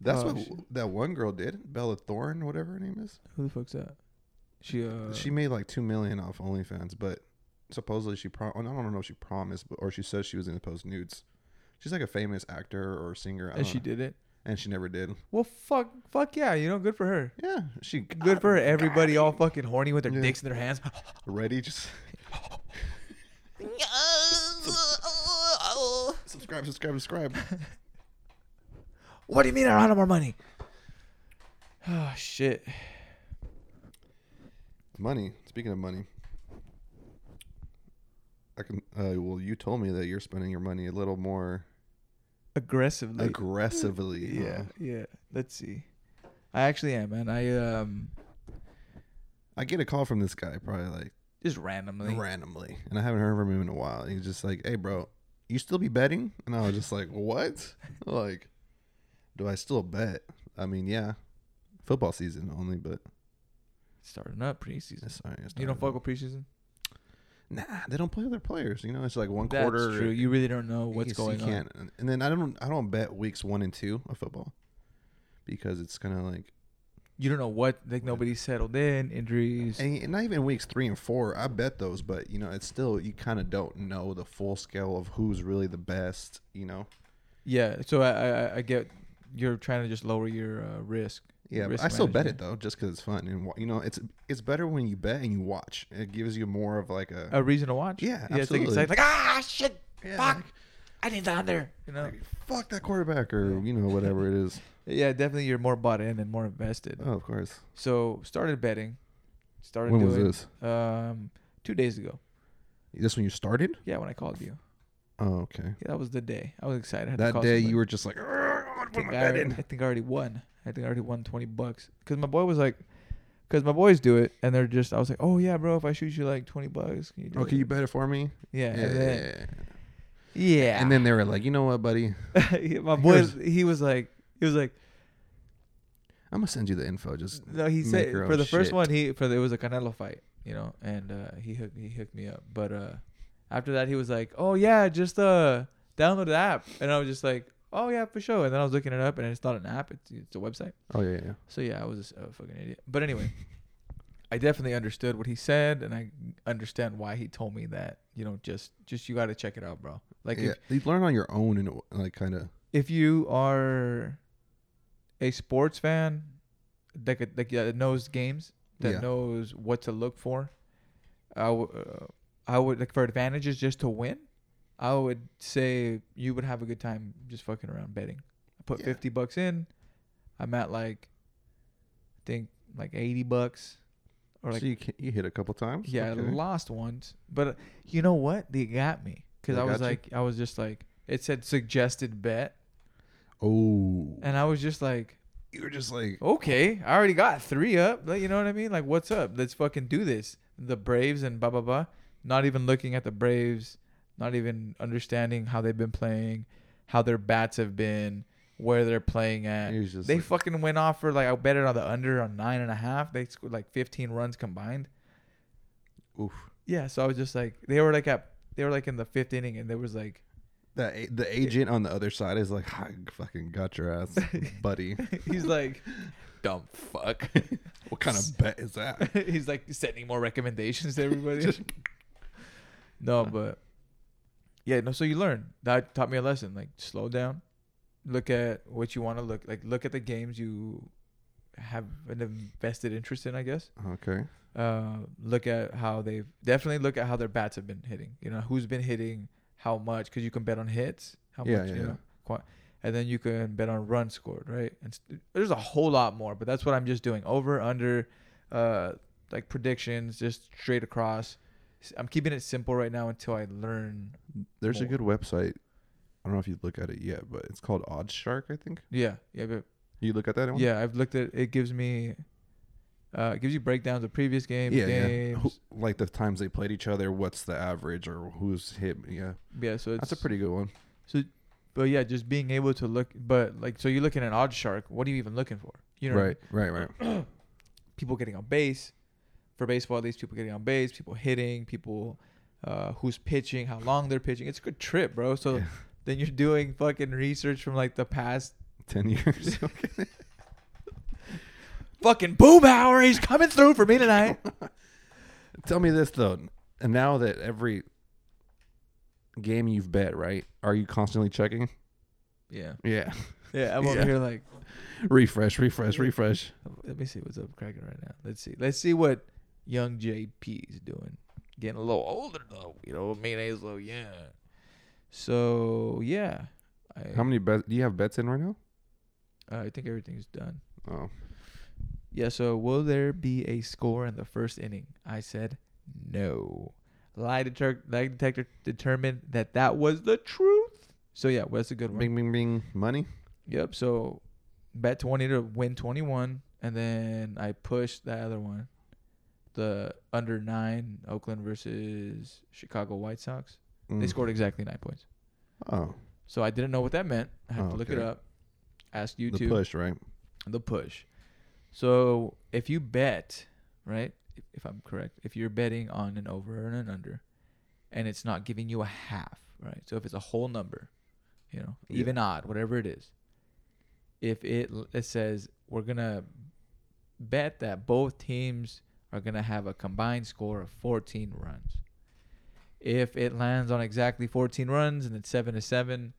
[SPEAKER 2] That's
[SPEAKER 1] Oh,
[SPEAKER 2] what
[SPEAKER 1] shit.
[SPEAKER 2] that one girl did, Bella Thorne, whatever her name is.
[SPEAKER 1] Who the fuck's that? She uh.
[SPEAKER 2] she made like two million off OnlyFans, but supposedly she prom. I don't know if she promised, but, or she says she was gonna post nudes. She's like a famous actor or singer, I
[SPEAKER 1] and
[SPEAKER 2] don't
[SPEAKER 1] she
[SPEAKER 2] know.
[SPEAKER 1] did it.
[SPEAKER 2] and she never did.
[SPEAKER 1] Well, fuck, fuck yeah, you know, good for her.
[SPEAKER 2] Yeah, she
[SPEAKER 1] Good for her. Everybody all fucking horny with their
[SPEAKER 2] Yeah.
[SPEAKER 1] dicks in their hands.
[SPEAKER 2] ready. Just subscribe, subscribe, subscribe.
[SPEAKER 1] What do you mean I don't have more money? Oh shit.
[SPEAKER 2] Money. Speaking of money, I can. Uh, well, you told me that you're spending your money a little more
[SPEAKER 1] Aggressively.
[SPEAKER 2] aggressively.
[SPEAKER 1] yeah,
[SPEAKER 2] huh?
[SPEAKER 1] yeah. Let's see. I actually am, man. I um
[SPEAKER 2] I get a call from this guy probably like
[SPEAKER 1] just randomly.
[SPEAKER 2] randomly, and I haven't heard from him in a while. He's just like, "Hey, bro, you still be betting?" And I was just like, "What? like, do I still bet?" I mean, yeah, football season only, but
[SPEAKER 1] Starting up preseason.
[SPEAKER 2] sorry, it's
[SPEAKER 1] You don't
[SPEAKER 2] not-
[SPEAKER 1] fuck with preseason.
[SPEAKER 2] Nah, they don't play their players. You know, it's like one
[SPEAKER 1] That's
[SPEAKER 2] quarter.
[SPEAKER 1] true. You really don't know
[SPEAKER 2] you
[SPEAKER 1] what's
[SPEAKER 2] just- you
[SPEAKER 1] going on.
[SPEAKER 2] can't- And then I don't, I don't bet weeks one and two of football because it's kind of like,
[SPEAKER 1] You don't know what. Like nobody's settled in. Injuries.
[SPEAKER 2] and and not even weeks three and four. I bet those, but you know, it's still you kind of don't know the full scale of who's really the best. You know.
[SPEAKER 1] Yeah. So I, I I- I get you're trying to just lower your uh, risk.
[SPEAKER 2] Yeah, but
[SPEAKER 1] risk
[SPEAKER 2] I still bet it
[SPEAKER 1] management.
[SPEAKER 2] though, just because it's fun and wa- you know it's it's better when you bet and you watch. It gives you more of like a
[SPEAKER 1] A reason to watch.
[SPEAKER 2] Yeah,
[SPEAKER 1] Yeah. It's like,
[SPEAKER 2] absolutely.
[SPEAKER 1] it's like, like ah shit.
[SPEAKER 2] Yeah,
[SPEAKER 1] fuck.
[SPEAKER 2] like-
[SPEAKER 1] I need the under. You know.
[SPEAKER 2] like, fuck that quarterback or you know whatever it is.
[SPEAKER 1] Yeah. Definitely, you're more bought in and more invested.
[SPEAKER 2] Oh, of course.
[SPEAKER 1] So started betting. Started
[SPEAKER 2] When was
[SPEAKER 1] doing
[SPEAKER 2] this?
[SPEAKER 1] um two days ago.
[SPEAKER 2] This when you started?
[SPEAKER 1] Yeah, when I called you.
[SPEAKER 2] Oh, okay.
[SPEAKER 1] Yeah, that was the day. I was excited. I had to
[SPEAKER 2] That
[SPEAKER 1] call
[SPEAKER 2] day
[SPEAKER 1] somebody.
[SPEAKER 2] you were just like, "Argh, I wanna
[SPEAKER 1] I
[SPEAKER 2] put
[SPEAKER 1] think I,
[SPEAKER 2] my bet
[SPEAKER 1] already,
[SPEAKER 2] in.
[SPEAKER 1] I think I already won. I think I already won twenty bucks. Cause my boy was like, cause my boys do it, and they're just. I was like, oh yeah, bro, if I shoot you like twenty bucks, can you do it?
[SPEAKER 2] Okay, Oh, you bet it for me.
[SPEAKER 1] Yeah,
[SPEAKER 2] Yeah.
[SPEAKER 1] and then,
[SPEAKER 2] yeah.
[SPEAKER 1] yeah.
[SPEAKER 2] And then they were like, you know what, buddy?
[SPEAKER 1] then my boy, he was like, he was like,
[SPEAKER 2] I'm gonna send you the info. Just
[SPEAKER 1] no, he
[SPEAKER 2] make
[SPEAKER 1] said
[SPEAKER 2] your own
[SPEAKER 1] for the first
[SPEAKER 2] shit."
[SPEAKER 1] one, he for the, it was a Canelo fight, you know, and uh, he hooked he hooked me up. But uh, after that, he was like, oh yeah, just uh, download the app, and I was just like, oh yeah, for sure. And then I was looking it up, and it's not an app; it's, it's a website.
[SPEAKER 2] Oh yeah, yeah.
[SPEAKER 1] So yeah, I was a fucking idiot. But anyway, I definitely understood what he said, and I understand why he told me that. You know, just just you got to check it out, bro. Like
[SPEAKER 2] yeah.
[SPEAKER 1] if,
[SPEAKER 2] You learn on your own and it w- like kind of.
[SPEAKER 1] if you are a sports fan, that could, like yeah, that knows games, that
[SPEAKER 2] Yeah.
[SPEAKER 1] knows what to look for. I w- uh, I would like for advantages just to win. I would say you would have a good time just fucking around betting. I put
[SPEAKER 2] Yeah.
[SPEAKER 1] fifty bucks in. I'm at like, I think like eighty bucks, or like
[SPEAKER 2] so you can, you hit a couple times.
[SPEAKER 1] yeah,
[SPEAKER 2] Okay.
[SPEAKER 1] I lost once, but uh, you know what? They got me because
[SPEAKER 2] They
[SPEAKER 1] I was
[SPEAKER 2] got you?
[SPEAKER 1] like, I was just like, it said suggested bet,
[SPEAKER 2] Oh.
[SPEAKER 1] and I was just like,
[SPEAKER 2] You were just like,
[SPEAKER 1] okay, I already got three up. Like, you know what I mean? Like, what's up? Let's fucking do this. The Braves and blah blah blah. Not even looking at the Braves. Not even understanding how they've been playing, how their bats have been, where they're playing at.
[SPEAKER 2] He was just
[SPEAKER 1] they
[SPEAKER 2] like-
[SPEAKER 1] fucking went off for like I bet it on the under on nine and a half. They scored like fifteen runs combined.
[SPEAKER 2] oof.
[SPEAKER 1] Yeah, so I was just like, they were like at, they were like in the fifth inning, and there was like,
[SPEAKER 2] The a- the agent on the other side is like, I fucking got your ass, buddy.
[SPEAKER 1] he's like, dumb fuck.
[SPEAKER 2] what kind of bet is that?
[SPEAKER 1] he's like sending more recommendations to everybody. no, but yeah, no. So you learn that taught me a lesson. Like slow down, look at what you want to look like. Look at the games you have an invested interest in. I guess.
[SPEAKER 2] Okay.
[SPEAKER 1] Uh, look at how they've definitely look at how their bats have been hitting. You know who's been hitting how much because you can bet on hits. How
[SPEAKER 2] Yeah,
[SPEAKER 1] much
[SPEAKER 2] yeah,
[SPEAKER 1] you
[SPEAKER 2] yeah.
[SPEAKER 1] know. Quite, and then you can bet on runs scored, right? And s- there's a whole lot more, but that's what I'm just doing over under, uh, like predictions, just straight across. S- I'm keeping it simple right now until I learn.
[SPEAKER 2] There's a
[SPEAKER 1] More.
[SPEAKER 2] good website. I don't know if you look at it yet, but it's called Odd Shark, I think.
[SPEAKER 1] Yeah, yeah, but
[SPEAKER 2] You look at that one?
[SPEAKER 1] yeah. I've looked at it. Gives me, uh, it gives you breakdowns of previous games,
[SPEAKER 2] Yeah, yeah.
[SPEAKER 1] games.
[SPEAKER 2] Who, like the times they played each other, what's the average or who's hit? Yeah.
[SPEAKER 1] Yeah, so it's
[SPEAKER 2] That's a pretty good one.
[SPEAKER 1] But yeah, just being able to look. But like, so you're looking at odd shark. What are you even looking for? You know,
[SPEAKER 2] right, right, right.
[SPEAKER 1] people getting on base for baseball. These people getting on base, people hitting, people uh, who's pitching, how long they're pitching. It's a good trip, bro. So
[SPEAKER 2] Yeah.
[SPEAKER 1] then you're doing fucking research from like the past.
[SPEAKER 2] 10 years.
[SPEAKER 1] Fucking Boomhauer, he's coming through for me tonight.
[SPEAKER 2] Tell me this, though. And now that every game you've bet, right? Are you constantly checking?
[SPEAKER 1] yeah,
[SPEAKER 2] Yeah.
[SPEAKER 1] yeah. I'm over
[SPEAKER 2] Yeah.
[SPEAKER 1] here like,
[SPEAKER 2] refresh, refresh, refresh.
[SPEAKER 1] let me see what's up cracking right now. Let's see. Let's see what young JP is doing. Getting a little older though. You know what I mean? He's like, yeah. So yeah. I,
[SPEAKER 2] How many bets do you have bets in right now?
[SPEAKER 1] Uh, I think everything's done.
[SPEAKER 2] Oh,
[SPEAKER 1] Yeah, so will there be a score in the first inning? I said no. Lie, deter- lie detector determined that that was the truth. So yeah, well, that's a good one.
[SPEAKER 2] bing, bing, bing, money.
[SPEAKER 1] Yep. So bet 20 to win 21. And then I pushed that other one, the under nine Oakland versus Chicago White Sox. They
[SPEAKER 2] Mm.
[SPEAKER 1] scored exactly nine points.
[SPEAKER 2] Oh,
[SPEAKER 1] So I didn't know what that meant. I had
[SPEAKER 2] Oh,
[SPEAKER 1] to look it
[SPEAKER 2] okay.
[SPEAKER 1] up. Ask you
[SPEAKER 2] the
[SPEAKER 1] to
[SPEAKER 2] push, right?
[SPEAKER 1] the push. So if you bet, right? If, if I'm correct, if you're betting on an over and an under, and it's not giving you a half, right? So if it's a whole number, you know,
[SPEAKER 2] Yeah.
[SPEAKER 1] even odd, whatever it is, if it l- it says we're gonna bet that both teams are gonna have a combined score of 14 runs. If it lands on exactly 14 runs and it's seven to seven,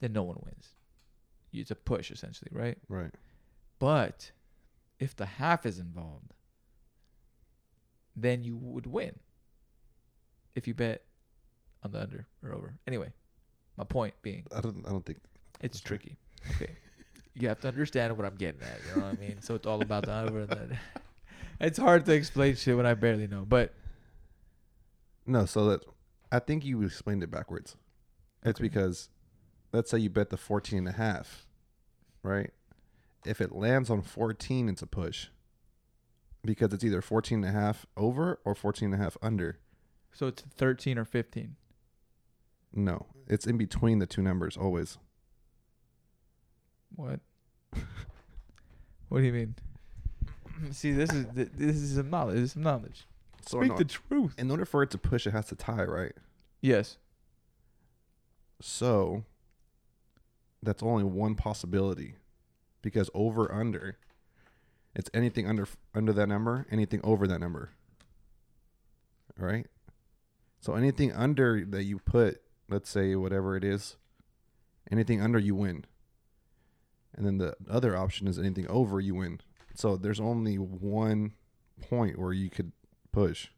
[SPEAKER 1] then no one wins. It's a push essentially, right?
[SPEAKER 2] Right.
[SPEAKER 1] But if the half is involved, then you would win if you bet on the under or over. Anyway, my point being,
[SPEAKER 2] I don't. I don't think.
[SPEAKER 1] it's
[SPEAKER 2] Okay.
[SPEAKER 1] tricky. Okay. You have to understand what I'm getting at. You know what I mean? So it's all about the over and the. It's hard to explain shit when I barely know. But
[SPEAKER 2] No. So that I think you explained it backwards. It's
[SPEAKER 1] Okay.
[SPEAKER 2] because let's say you bet the 14 and a half, right? If it lands on 14, it's a push because it's either 14 and a half over or 14 and a half under.
[SPEAKER 1] so it's 13 or 15.
[SPEAKER 2] No, it's in between the two numbers always.
[SPEAKER 1] What? what do you mean? See, this is th- this is some knowledge. This is some knowledge.
[SPEAKER 2] So in,
[SPEAKER 1] Speak
[SPEAKER 2] or-
[SPEAKER 1] the truth.
[SPEAKER 2] in order for it to push, it has to tie, right?
[SPEAKER 1] Yes.
[SPEAKER 2] So that's only one possibility because over under it's anything under under that number, anything over that number. All right? So anything under that you put, let's say whatever it is, anything under you win. And then the other option is anything over you win. So there's only one point where you could push.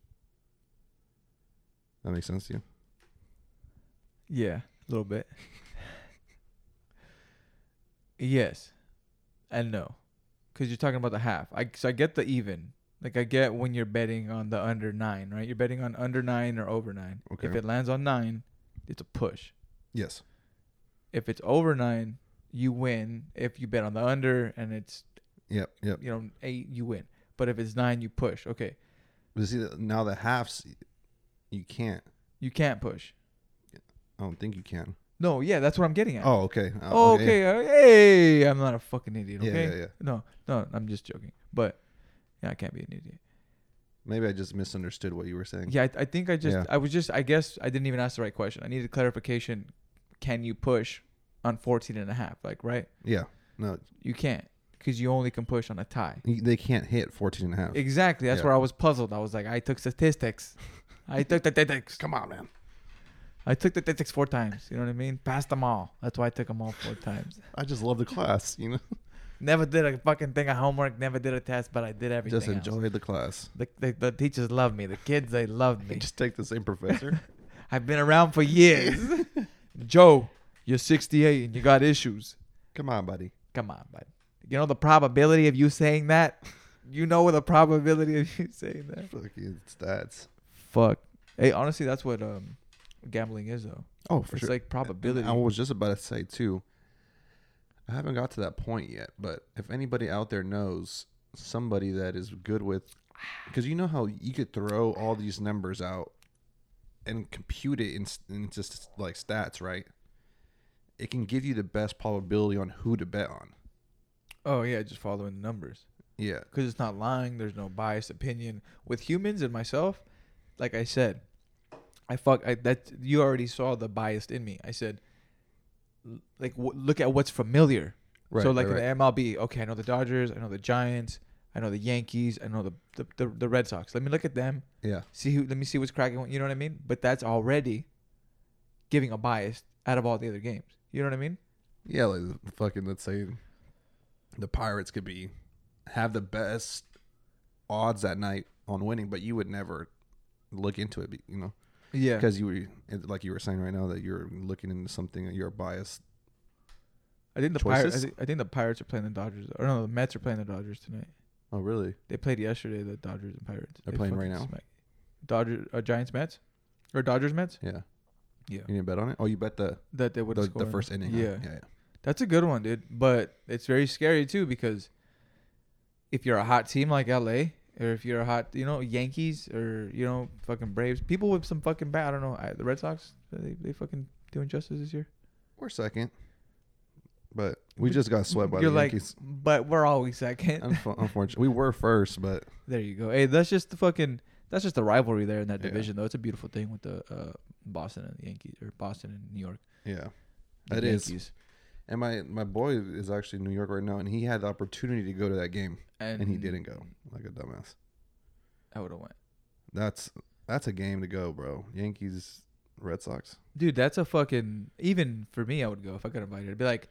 [SPEAKER 2] That makes sense to you?
[SPEAKER 1] Yeah, a little bit. yes, and no, because you're talking about the half. I so I get the even. Like I get when you're betting on the under nine, right? You're betting on under nine or over nine. If
[SPEAKER 2] Okay.
[SPEAKER 1] it lands on nine, it's a push.
[SPEAKER 2] Yes.
[SPEAKER 1] If it's over nine, you win. If you bet on the under and it's
[SPEAKER 2] Yep, yep.
[SPEAKER 1] you know eight, you win. But if it's nine, you push. Okay,
[SPEAKER 2] But see, now the halves, you can't.
[SPEAKER 1] you can't push.
[SPEAKER 2] I don't think you can.
[SPEAKER 1] No, yeah, that's what I'm getting at.
[SPEAKER 2] Oh, okay.
[SPEAKER 1] Oh, okay. uh, Hey, I'm not a fucking idiot.
[SPEAKER 2] Yeah,
[SPEAKER 1] Okay.
[SPEAKER 2] yeah, yeah.
[SPEAKER 1] No, no, I'm just joking. But yeah, I can't be an idiot.
[SPEAKER 2] Maybe I just misunderstood what you were saying.
[SPEAKER 1] Yeah, I, I think I just,
[SPEAKER 2] Yeah.
[SPEAKER 1] I was just, I guess I didn't even ask the right question. I needed clarification. Can you push on 14 and a half? Like, right?
[SPEAKER 2] Yeah. No,
[SPEAKER 1] You can't because you only can push on a tie.
[SPEAKER 2] you- they can't hit 14 and a half.
[SPEAKER 1] Exactly. That's
[SPEAKER 2] Yeah.
[SPEAKER 1] where I was puzzled. I was like, I took statistics. I took statistics.
[SPEAKER 2] Come on, man.
[SPEAKER 1] I took statistics four times. You know what I mean? Passed them all. That's why I took them all four times.
[SPEAKER 2] I just love the class, you know?
[SPEAKER 1] Never did a fucking thing of homework. Never did a test, but I did everything.
[SPEAKER 2] just
[SPEAKER 1] else.
[SPEAKER 2] enjoy the class.
[SPEAKER 1] The, the, the teachers love me. The kids, they love me.
[SPEAKER 2] Just take the same professor.
[SPEAKER 1] I've been around for years. Joe, you're 68 and you got issues.
[SPEAKER 2] Come on, buddy.
[SPEAKER 1] Come on, bud. You know the probability of you saying that? You know the probability of you saying that?
[SPEAKER 2] Fucking stats.
[SPEAKER 1] Fuck. Hey, honestly, that's what um, gambling is, though.
[SPEAKER 2] Oh, for
[SPEAKER 1] it's
[SPEAKER 2] sure.
[SPEAKER 1] like probability.
[SPEAKER 2] I was just about to say too. I haven't got to that point yet, but if anybody out there knows somebody that is good with, because you know how you could throw all these numbers out and compute it in, in just like stats, right? It can give you the best probability on who to bet on.
[SPEAKER 1] oh, yeah, just following the numbers.
[SPEAKER 2] Yeah,
[SPEAKER 1] Because it's not lying. There's no biased opinion. With humans and myself, like I said, I fuck. I, that you already saw the biased in me. I said, l- like, w- look at what's familiar.
[SPEAKER 2] right.
[SPEAKER 1] so like
[SPEAKER 2] right, right.
[SPEAKER 1] in the MLB, okay, I know the Dodgers, I know the Giants, I know the Yankees, I know the the, the, the Red Sox. Let me look at them,
[SPEAKER 2] yeah,
[SPEAKER 1] see who, let me see what's cracking. You know what I mean? But that's already giving a bias out of all the other games. You know what I mean?
[SPEAKER 2] yeah, like the fucking let's say the Pirates could be have the best odds that night on winning, but you would never look into it, be- you know.
[SPEAKER 1] Yeah.
[SPEAKER 2] because you were it- like you were saying right now that you're looking into something that you're biased
[SPEAKER 1] I think the Pirates. I
[SPEAKER 2] Choices?
[SPEAKER 1] think, I think the Pirates are playing the Dodgers. Or no, the Mets are playing the Dodgers tonight.
[SPEAKER 2] Oh, really?
[SPEAKER 1] They played yesterday. The Dodgers and Pirates.
[SPEAKER 2] They're
[SPEAKER 1] They
[SPEAKER 2] playing right
[SPEAKER 1] fucking
[SPEAKER 2] now?
[SPEAKER 1] smacked- Dodger uh, Giants Mets, or Dodgers Mets.
[SPEAKER 2] Yeah.
[SPEAKER 1] Yeah,
[SPEAKER 2] You didn't bet on it? Oh, you bet the
[SPEAKER 1] that they would
[SPEAKER 2] the, the first inning. huh?
[SPEAKER 1] Yeah.
[SPEAKER 2] yeah, yeah.
[SPEAKER 1] that's a good one, dude. But it's very scary too because if you're a hot team like LA, or if you're a hot, you know, Yankees, or you know, fucking Braves, people with some fucking bad. I don't know. I, the Red Sox, they they fucking doing justice this year.
[SPEAKER 2] We're second, but we just got swept by
[SPEAKER 1] You're
[SPEAKER 2] the
[SPEAKER 1] like,
[SPEAKER 2] Yankees.
[SPEAKER 1] but we're always second.
[SPEAKER 2] Unf- unfortunately, we were first, but
[SPEAKER 1] There you go. Hey, that's just the fucking that's just the rivalry there in that
[SPEAKER 2] Yeah.
[SPEAKER 1] division though. It's a beautiful thing with the uh, Boston and the Yankees or Boston and New York.
[SPEAKER 2] yeah,
[SPEAKER 1] The
[SPEAKER 2] It is.
[SPEAKER 1] Yankees.
[SPEAKER 2] And my my boy is actually in New York right now, and he had the opportunity to go to that game,
[SPEAKER 1] And,
[SPEAKER 2] and he didn't go, like a dumbass.
[SPEAKER 1] I would have went.
[SPEAKER 2] That's that's a game to go, bro. Yankees, Red Sox.
[SPEAKER 1] Dude, that's a fucking even for me I would go if I got invited. It'd be like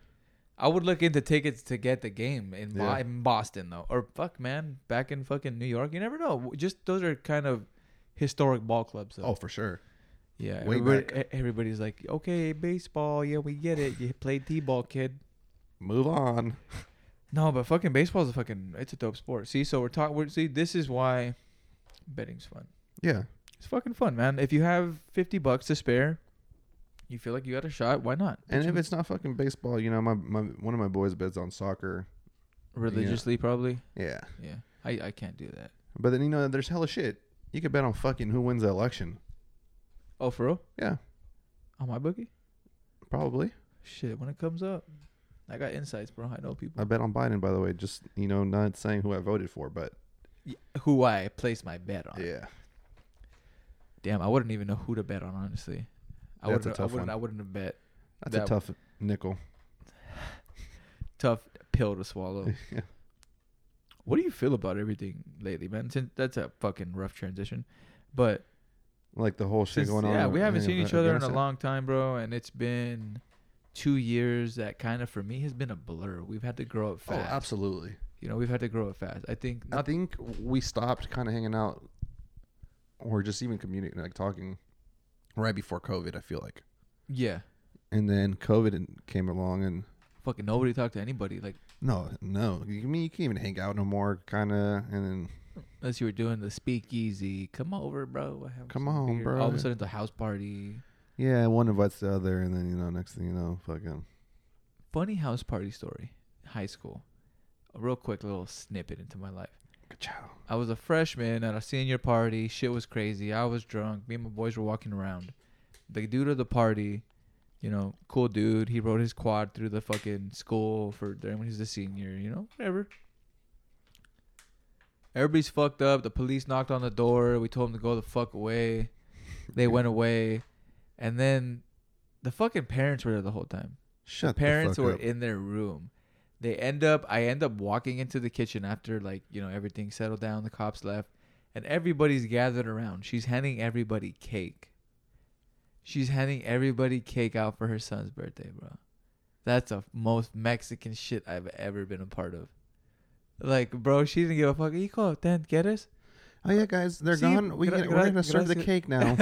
[SPEAKER 1] I would look into tickets to get the game in, Bo-
[SPEAKER 2] Yeah.
[SPEAKER 1] in Boston though. Or fuck man, back in fucking New York. You never know. Just those are kind of historic ball clubs though.
[SPEAKER 2] Oh, for sure.
[SPEAKER 1] yeah.
[SPEAKER 2] way
[SPEAKER 1] everybody-
[SPEAKER 2] back.
[SPEAKER 1] e- everybody's like, "Okay, baseball, yeah, we get it. You played T-ball, kid."
[SPEAKER 2] Move on.
[SPEAKER 1] No, but fucking baseball's a fucking it's a dope sport. See, so we're talking. We're, see, this is why betting's fun.
[SPEAKER 2] Yeah,
[SPEAKER 1] It's fucking fun, man. If you have fifty bucks to spare, you feel like you got a shot. Why not?
[SPEAKER 2] and if it's not fucking baseball, you know, my, my one of my boys bets on soccer.
[SPEAKER 1] religiously, probably.
[SPEAKER 2] Yeah,
[SPEAKER 1] Yeah, I I can't do that.
[SPEAKER 2] but then you know, there's hella shit. You could bet on fucking who wins the election.
[SPEAKER 1] Oh, for real?
[SPEAKER 2] Yeah,
[SPEAKER 1] On my bookie?
[SPEAKER 2] probably.
[SPEAKER 1] Shit, when it comes up, I got insights, bro. I know people
[SPEAKER 2] I bet on Biden, by the way. Just you know, not saying who I voted for, but
[SPEAKER 1] who I place my bet on.
[SPEAKER 2] yeah,
[SPEAKER 1] Damn, I wouldn't even know who to bet on, honestly. I
[SPEAKER 2] That's a
[SPEAKER 1] wouldn't. I
[SPEAKER 2] tough
[SPEAKER 1] wouldn't.
[SPEAKER 2] one.
[SPEAKER 1] I wouldn't have bet.
[SPEAKER 2] that's a
[SPEAKER 1] That-
[SPEAKER 2] tough nickel.
[SPEAKER 1] Tough pill to swallow.
[SPEAKER 2] yeah.
[SPEAKER 1] What do you feel about everything lately, man? Since that's a fucking rough transition, but
[SPEAKER 2] like the whole shit
[SPEAKER 1] since-
[SPEAKER 2] going on.
[SPEAKER 1] yeah, we
[SPEAKER 2] in
[SPEAKER 1] haven't seen each
[SPEAKER 2] Afghanistan.
[SPEAKER 1] other in a long time, bro, and it's been two years that kind of for me has been a blur. We've had to grow up
[SPEAKER 2] Oh,
[SPEAKER 1] fast.
[SPEAKER 2] absolutely.
[SPEAKER 1] You know, we've had to grow up fast. I think
[SPEAKER 2] I
[SPEAKER 1] not.
[SPEAKER 2] think we stopped kind of hanging out, or just even communicating, like talking, right before COVID. I feel like,
[SPEAKER 1] yeah,
[SPEAKER 2] and then COVID and- came along, and
[SPEAKER 1] fucking nobody talked to anybody. Like
[SPEAKER 2] no, no, you mean you can't even hang out no more, kind of, and then
[SPEAKER 1] unless you were doing the speakeasy, come over, bro. I have
[SPEAKER 2] Come
[SPEAKER 1] some
[SPEAKER 2] on,
[SPEAKER 1] beer."
[SPEAKER 2] bro.
[SPEAKER 1] All of a sudden, it's a house party.
[SPEAKER 2] yeah, one invites the other, and then you know, next thing you know, fucking
[SPEAKER 1] Funny house party story. High school. A real quick little snippet into my life.
[SPEAKER 2] ka-chow.
[SPEAKER 1] I was a freshman at a senior party. Shit was crazy. I was drunk. Me and my boys were walking around. The dude of the party, you know, cool dude. He rode his quad through the fucking school for during when he was a senior. You know, whatever. Everybody's fucked up. The police knocked on the door. We told them to go the fuck away. They went away, and then the fucking parents were there the whole time
[SPEAKER 2] Shut
[SPEAKER 1] parents
[SPEAKER 2] the fuck
[SPEAKER 1] were
[SPEAKER 2] up.
[SPEAKER 1] in their room. They end up I end up walking into the kitchen after like, you know, everything settled down, the cops left, and everybody's gathered around. She's handing everybody cake. She's handing everybody cake out for her son's birthday, bro. That's the most Mexican shit I've ever been a part of. Like, bro, she didn't give a fuck. Hijo, ten, quieres?
[SPEAKER 2] Oh yeah, guys, they're
[SPEAKER 1] See,
[SPEAKER 2] gone. We
[SPEAKER 1] gra-
[SPEAKER 2] can,
[SPEAKER 1] gra-
[SPEAKER 2] we're gonna serve the
[SPEAKER 1] gracias.
[SPEAKER 2] cake now.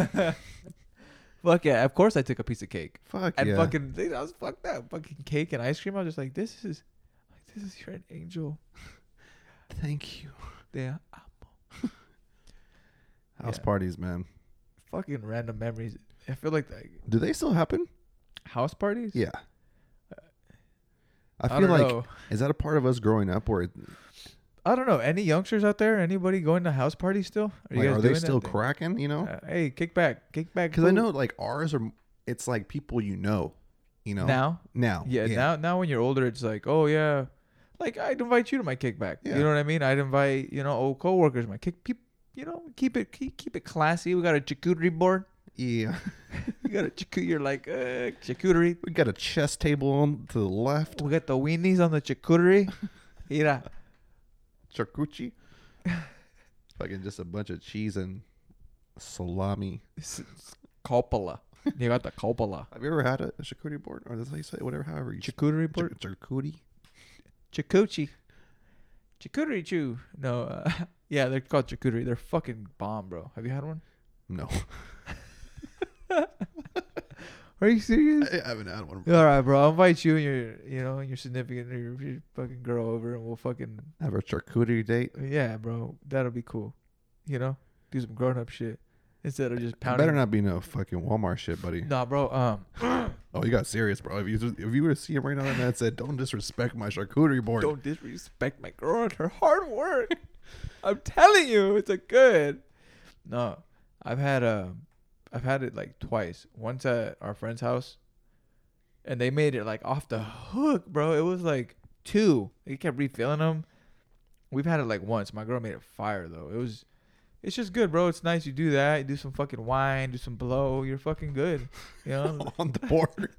[SPEAKER 1] Fuck yeah, of course I took a piece of cake.
[SPEAKER 2] Fuck
[SPEAKER 1] and
[SPEAKER 2] yeah.
[SPEAKER 1] fucking dude, I was fucked up. Fucking cake and ice cream. I was just like, this is, like, this is you're an angel.
[SPEAKER 2] Thank you.
[SPEAKER 1] Yeah,
[SPEAKER 2] House
[SPEAKER 1] Yeah.
[SPEAKER 2] parties, man.
[SPEAKER 1] fucking random memories. I feel like the
[SPEAKER 2] Do they still happen?
[SPEAKER 1] house parties.
[SPEAKER 2] Yeah. I
[SPEAKER 1] I,
[SPEAKER 2] feel
[SPEAKER 1] don't
[SPEAKER 2] like
[SPEAKER 1] know.
[SPEAKER 2] is that a part of us growing up, or
[SPEAKER 1] I don't know. Any youngsters out there? Anybody going to house parties still? Are
[SPEAKER 2] like, are they
[SPEAKER 1] doing that
[SPEAKER 2] still
[SPEAKER 1] thing?
[SPEAKER 2] cracking? You know,
[SPEAKER 1] Uh, hey, kick back, kick back.
[SPEAKER 2] because I
[SPEAKER 1] fool.
[SPEAKER 2] know like ours are. It's like people you know, you know
[SPEAKER 1] now.
[SPEAKER 2] now.
[SPEAKER 1] Yeah, now now when you're older, it's like, oh yeah, like I'd invite you to my kickback.
[SPEAKER 2] Yeah.
[SPEAKER 1] You know what I mean? I'd invite you know old coworkers my kick. Keep, you know, keep it keep, keep it classy. We got a charcuterie board.
[SPEAKER 2] yeah.
[SPEAKER 1] You got a charcuterie. You're like uh, charcuterie.
[SPEAKER 2] We got a chess table on to the left,
[SPEAKER 1] We got the weenies on the charcuterie. Yeah.
[SPEAKER 2] charcuterie, fucking just a bunch of cheese and salami.
[SPEAKER 1] S- s- Coppola. You got the Coppola.
[SPEAKER 2] Have you ever had a, a charcuterie board, or that's how you say it? Whatever, however you
[SPEAKER 1] Charcuterie
[SPEAKER 2] char-
[SPEAKER 1] board?
[SPEAKER 2] charcuterie.
[SPEAKER 1] Chakuchi. Charcuterie chew. No, uh, yeah, they're called charcuterie. They're fucking bomb, bro. Have you had one?
[SPEAKER 2] No,
[SPEAKER 1] Are you serious?
[SPEAKER 2] I, I mean, I don't want to.
[SPEAKER 1] All right, bro. I'll invite you and your, you know, and your significant or your, your fucking girl over, and we'll fucking
[SPEAKER 2] Have a charcuterie date.
[SPEAKER 1] yeah, bro. That'll be cool. You know, do some grown up shit instead of just
[SPEAKER 2] It
[SPEAKER 1] pounding.
[SPEAKER 2] better not be no fucking Walmart shit, buddy.
[SPEAKER 1] Nah, bro. Um,
[SPEAKER 2] Oh, you got serious, bro. If you if you were to see him right now, and that said, "Don't disrespect my charcuterie board."
[SPEAKER 1] don't disrespect my girl and her hard work. I'm telling you, it's a good. No, I've had um, I've had it like twice. Once at our friend's house, and they made it like off the hook, bro. It was like two. They kept refilling them. We've had it like once. My girl made it fire though. It was, it's just good, bro. It's nice. You do that. You do some fucking wine. Do some blow. You're fucking good. You know.
[SPEAKER 2] on the board.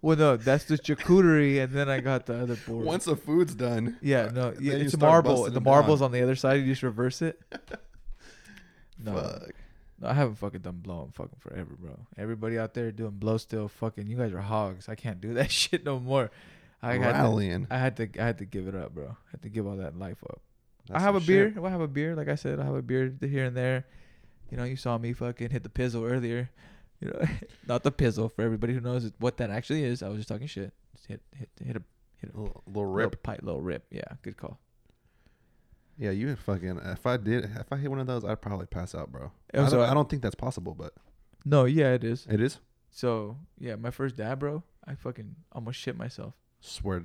[SPEAKER 1] well, no, that's the charcuterie, and then I got the other board.
[SPEAKER 2] Once the food's done.
[SPEAKER 1] Yeah,
[SPEAKER 2] uh,
[SPEAKER 1] no,
[SPEAKER 2] then
[SPEAKER 1] yeah,
[SPEAKER 2] you
[SPEAKER 1] it's a
[SPEAKER 2] start
[SPEAKER 1] marble.
[SPEAKER 2] busting
[SPEAKER 1] The
[SPEAKER 2] it
[SPEAKER 1] marble's
[SPEAKER 2] down.
[SPEAKER 1] on the other side. You just reverse it. No,
[SPEAKER 2] Fuck.
[SPEAKER 1] no, I haven't fucking done blow in fucking forever, bro. Everybody out there doing blow still, fucking, you guys are hogs. I can't do that shit no more. I had to,
[SPEAKER 2] Rallying.
[SPEAKER 1] I had to, I had to give it up, bro. I had to give all that life up.
[SPEAKER 2] That's
[SPEAKER 1] I have
[SPEAKER 2] some
[SPEAKER 1] a
[SPEAKER 2] shit.
[SPEAKER 1] beer. I have a beer. Like I said, I have a beer here and there. You know, you saw me fucking hit the pizzle earlier. You know, not the pizzle for everybody who knows what that actually is. I was just talking shit. Just hit, hit, hit a
[SPEAKER 2] Little, little
[SPEAKER 1] rip,
[SPEAKER 2] rip.
[SPEAKER 1] little, pipe, little rip. Yeah, good call.
[SPEAKER 2] Yeah, you fucking. If I did, if I hit one of those, I'd probably pass out, bro. I
[SPEAKER 1] Oh,
[SPEAKER 2] don't,
[SPEAKER 1] so I-
[SPEAKER 2] I don't think that's possible, but
[SPEAKER 1] No, yeah, it is.
[SPEAKER 2] it is.
[SPEAKER 1] So yeah, my first dad, bro, I fucking almost shit myself.
[SPEAKER 2] Swear,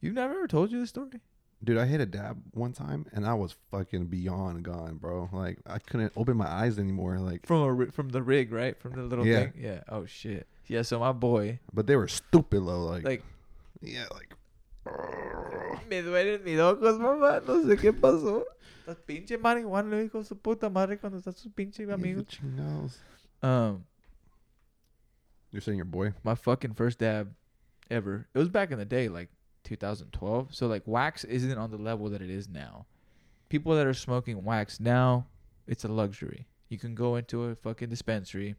[SPEAKER 1] You've never ever told you this story?
[SPEAKER 2] dude. I hit a dab one time, and I was fucking beyond gone, bro. Like I couldn't open my eyes anymore. Like,
[SPEAKER 1] From a ri- from the rig, right? From the little
[SPEAKER 2] Yeah.
[SPEAKER 1] thing. Yeah. Oh shit. Yeah. So my boy,
[SPEAKER 2] but they were stupid low. Like,
[SPEAKER 1] like,
[SPEAKER 2] yeah, like.
[SPEAKER 1] me duelen mis ojos, mamá. No sé qué pasó. Los pinches marihuana le dijo su puta madre cuando está su pinche amigo.
[SPEAKER 2] Chingados.
[SPEAKER 1] Um,
[SPEAKER 2] You're saying your boy?
[SPEAKER 1] my fucking first dab ever. It was back in the day, like 2012. So like wax isn't on the level that it is now. People that are smoking wax now, it's a luxury. You can go into a fucking dispensary.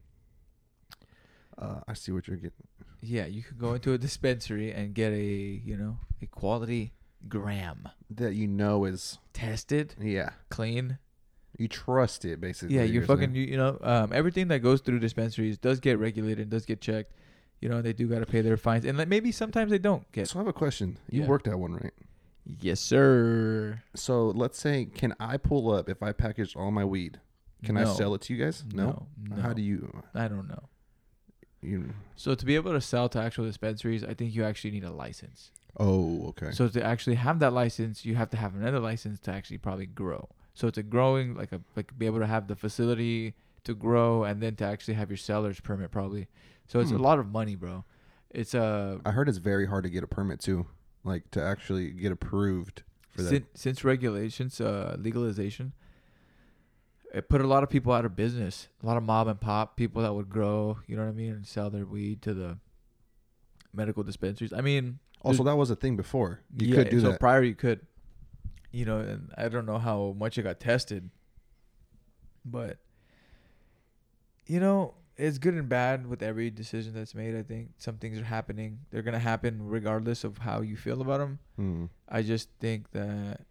[SPEAKER 2] Uh, I see what you're getting.
[SPEAKER 1] Yeah, you can go into a dispensary and get a you know a quality gram
[SPEAKER 2] That you know is
[SPEAKER 1] tested,
[SPEAKER 2] yeah.
[SPEAKER 1] clean.
[SPEAKER 2] You trust it basically.
[SPEAKER 1] Yeah, you're
[SPEAKER 2] saying.
[SPEAKER 1] fucking you, you know um, everything that goes through dispensaries does get regulated and does get checked. You know they do got to pay their fines and like, maybe sometimes they don't get.
[SPEAKER 2] So I have a question. You
[SPEAKER 1] Yeah.
[SPEAKER 2] worked at one, right?
[SPEAKER 1] Yes, sir.
[SPEAKER 2] So let's say, can I pull up if I packaged all my weed? Can I
[SPEAKER 1] No.
[SPEAKER 2] sell it to you guys? No.
[SPEAKER 1] No.
[SPEAKER 2] How
[SPEAKER 1] no.
[SPEAKER 2] do you?
[SPEAKER 1] I don't know.
[SPEAKER 2] You.
[SPEAKER 1] So to be able to sell to actual dispensaries, I think you actually need a license.
[SPEAKER 2] Oh, okay.
[SPEAKER 1] So to actually have that license, you have to have another license to actually probably grow. So it's a growing like a like be able to have the facility to grow and then to actually have your seller's permit probably. So it's a
[SPEAKER 2] Hmm.
[SPEAKER 1] lot of money, bro. It's a
[SPEAKER 2] I heard it's very hard to get a permit too, like to actually get approved for that.
[SPEAKER 1] since, since regulations uh legalization it put a lot of people out of business. A lot of mob and pop people that would grow, you know what I mean, and sell their weed to the medical dispensaries. I mean,
[SPEAKER 2] also, that was a thing before. You
[SPEAKER 1] yeah,
[SPEAKER 2] could do
[SPEAKER 1] so
[SPEAKER 2] that.
[SPEAKER 1] prior you could, you know, and I don't know how much it got tested, but you know, it's good and bad with every decision that's made. I think some things are happening; they're gonna happen regardless of how you feel about them.
[SPEAKER 2] Hmm.
[SPEAKER 1] I just think that,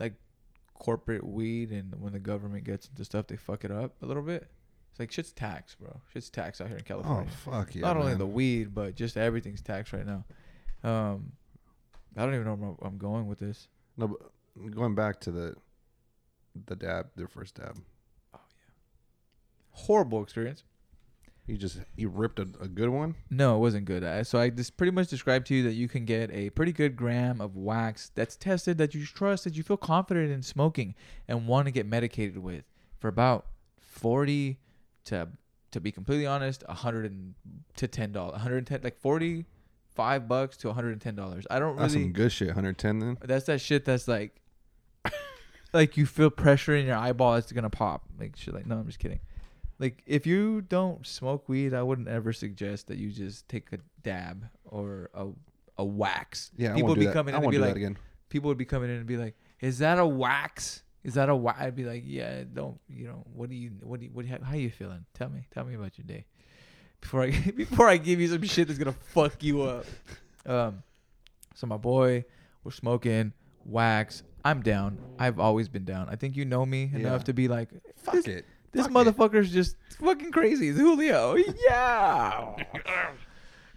[SPEAKER 1] like, corporate weed and when the government gets into stuff, they fuck it up a little bit. It's like shit's taxed, bro. Shit's taxed out here in
[SPEAKER 2] Oh
[SPEAKER 1] California
[SPEAKER 2] fuck yeah!
[SPEAKER 1] not only
[SPEAKER 2] man.
[SPEAKER 1] the weed, but just everything's taxed right now. Um, I don't even know where I'm going with this.
[SPEAKER 2] no, but going back to the the dab, their first dab.
[SPEAKER 1] Horrible experience.
[SPEAKER 2] You just you ripped a, a good one.
[SPEAKER 1] No, it wasn't good. I, so I just pretty much described to you that you can get a pretty good gram of wax that's tested, that you trust, that you feel confident in smoking, and want to get medicated with for about forty to to be completely honest, a hundred and to ten dollars, one hundred and ten like forty five bucks to one hundred and ten dollars. I don't
[SPEAKER 2] That's
[SPEAKER 1] really
[SPEAKER 2] some good shit. 110 then.
[SPEAKER 1] That's that shit that's like like you feel pressure in your eyeball it's gonna pop. Like shit like no, I'm just kidding. Like if you don't smoke weed, I wouldn't ever suggest that you just take a dab or a a wax.
[SPEAKER 2] Yeah, I
[SPEAKER 1] people
[SPEAKER 2] won't do
[SPEAKER 1] be
[SPEAKER 2] that.
[SPEAKER 1] coming
[SPEAKER 2] I
[SPEAKER 1] in and
[SPEAKER 2] won't
[SPEAKER 1] be
[SPEAKER 2] do
[SPEAKER 1] like
[SPEAKER 2] that again.
[SPEAKER 1] people would be coming in and be like, Is that a wax? Is that a wax? I'd be like, Yeah, don't you know, what do you what do you what do you, how you feeling? Tell me. Tell me about your day. Before I before I give you some shit that's gonna fuck you up. Um, so my boy, we're smoking wax. I'm down. I've always been down. I think you know me enough
[SPEAKER 2] Yeah.
[SPEAKER 1] to be like,
[SPEAKER 2] Fuck
[SPEAKER 1] this,
[SPEAKER 2] it.
[SPEAKER 1] This
[SPEAKER 2] Fuck it.
[SPEAKER 1] motherfucker's just fucking crazy. It's Julio. Yeah.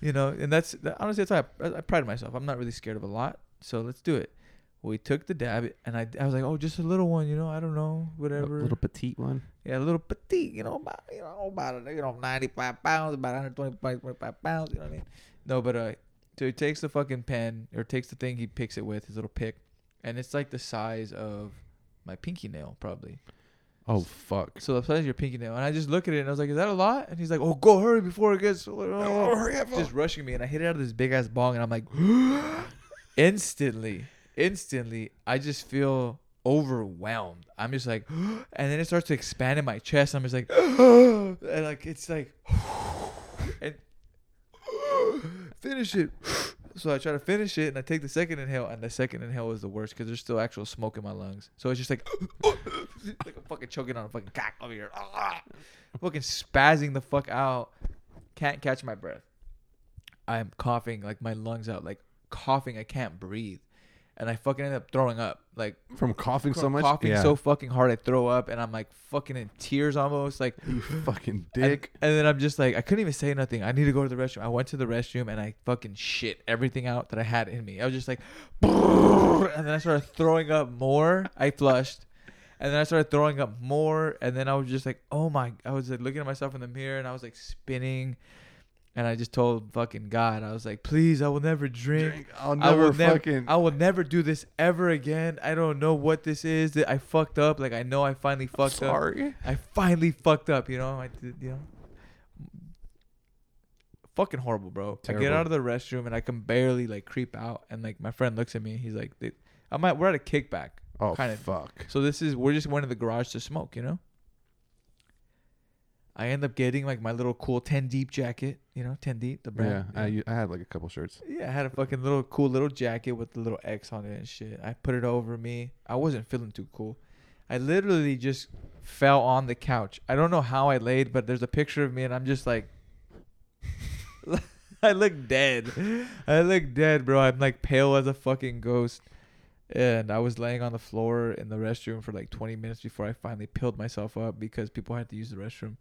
[SPEAKER 1] you know, and that's that, honestly, that's why I, I pride myself. I'm not really scared of a lot, so let's do it. We took the dab, and I, I was like, oh, just a little one, you know. I don't know,
[SPEAKER 4] A
[SPEAKER 1] whatever.
[SPEAKER 4] little petite one.
[SPEAKER 1] Yeah, a little petite, you know, about you know, about you know, ninety five pounds, about 120, 25 pounds, you know what I mean? No, but uh so he takes the fucking pen or takes the thing he picks it with, his little pick, and it's like the size of my pinky nail, probably.
[SPEAKER 4] Oh fuck.
[SPEAKER 1] So the size of your pinky nail. And I just look at it and I was like, Is that a lot? And he's like, Oh go hurry before it gets oh,
[SPEAKER 2] hurry up. oh."
[SPEAKER 1] just rushing me and I hit it out of this big ass bong and I'm like instantly, instantly, I just feel overwhelmed. I'm just like, and then it starts to expand in my chest. I'm just like, and like it's like, and finish it. So I try to finish it, and I take the second inhale, and the second inhale was the worst because there's still actual smoke in my lungs. So it's just like, like I'm fucking choking on a fucking cock over here, fucking spazzing the fuck out. Can't catch my breath. I'm coughing like my lungs out, like coughing. I can't breathe, and I fucking end up throwing up. Like
[SPEAKER 2] From coughing so
[SPEAKER 1] cro-
[SPEAKER 2] much.
[SPEAKER 1] coughing
[SPEAKER 2] yeah.
[SPEAKER 1] so fucking hard, I throw up, and I'm like fucking in tears almost. Like
[SPEAKER 2] you fucking
[SPEAKER 1] and-
[SPEAKER 2] dick.
[SPEAKER 1] And, then I'm just like, I couldn't even say nothing. I need to go to the restroom. I went to the restroom and I fucking shit everything out that I had in me. I was just like, and then I started throwing up more. I flushed. And then I started throwing up more. And then I was just like, oh my. I was like looking at myself in the mirror and I was like spinning. And I just told fucking God, I was like, please, I will never drink.
[SPEAKER 2] I'll
[SPEAKER 1] I
[SPEAKER 2] never
[SPEAKER 1] will never
[SPEAKER 2] fucking.
[SPEAKER 1] I will never do this ever again. I don't know what this is that I fucked up. Like I know I finally fucked up.
[SPEAKER 4] Sorry.
[SPEAKER 1] I finally fucked up, you know. I did, you know. Fucking horrible, bro. I get
[SPEAKER 4] Terrible.
[SPEAKER 1] out of the restroom and I can barely like creep out, and like my friend looks at me. He's like, "Dude, "I'm at, we're at a kickback,
[SPEAKER 2] oh
[SPEAKER 1] kinda-
[SPEAKER 2] fuck.
[SPEAKER 1] so this is we're just going to the garage to smoke, you know." I end up getting like my little cool ten deep jacket, you know, ten deep, the brand.
[SPEAKER 2] Yeah,
[SPEAKER 1] you know?
[SPEAKER 2] I, u- I had like a couple shirts.
[SPEAKER 1] Yeah, I had a fucking little cool little jacket with the little X on it and shit. I put it over me. I wasn't feeling too cool. I literally just fell on the couch. I don't know how I laid, but there's a picture of me and I'm just like I look dead. I look dead, bro. I'm like pale as a fucking ghost. And I was laying on the floor in the restroom for like 20 minutes before I finally peeled myself up because people had to use the restroom.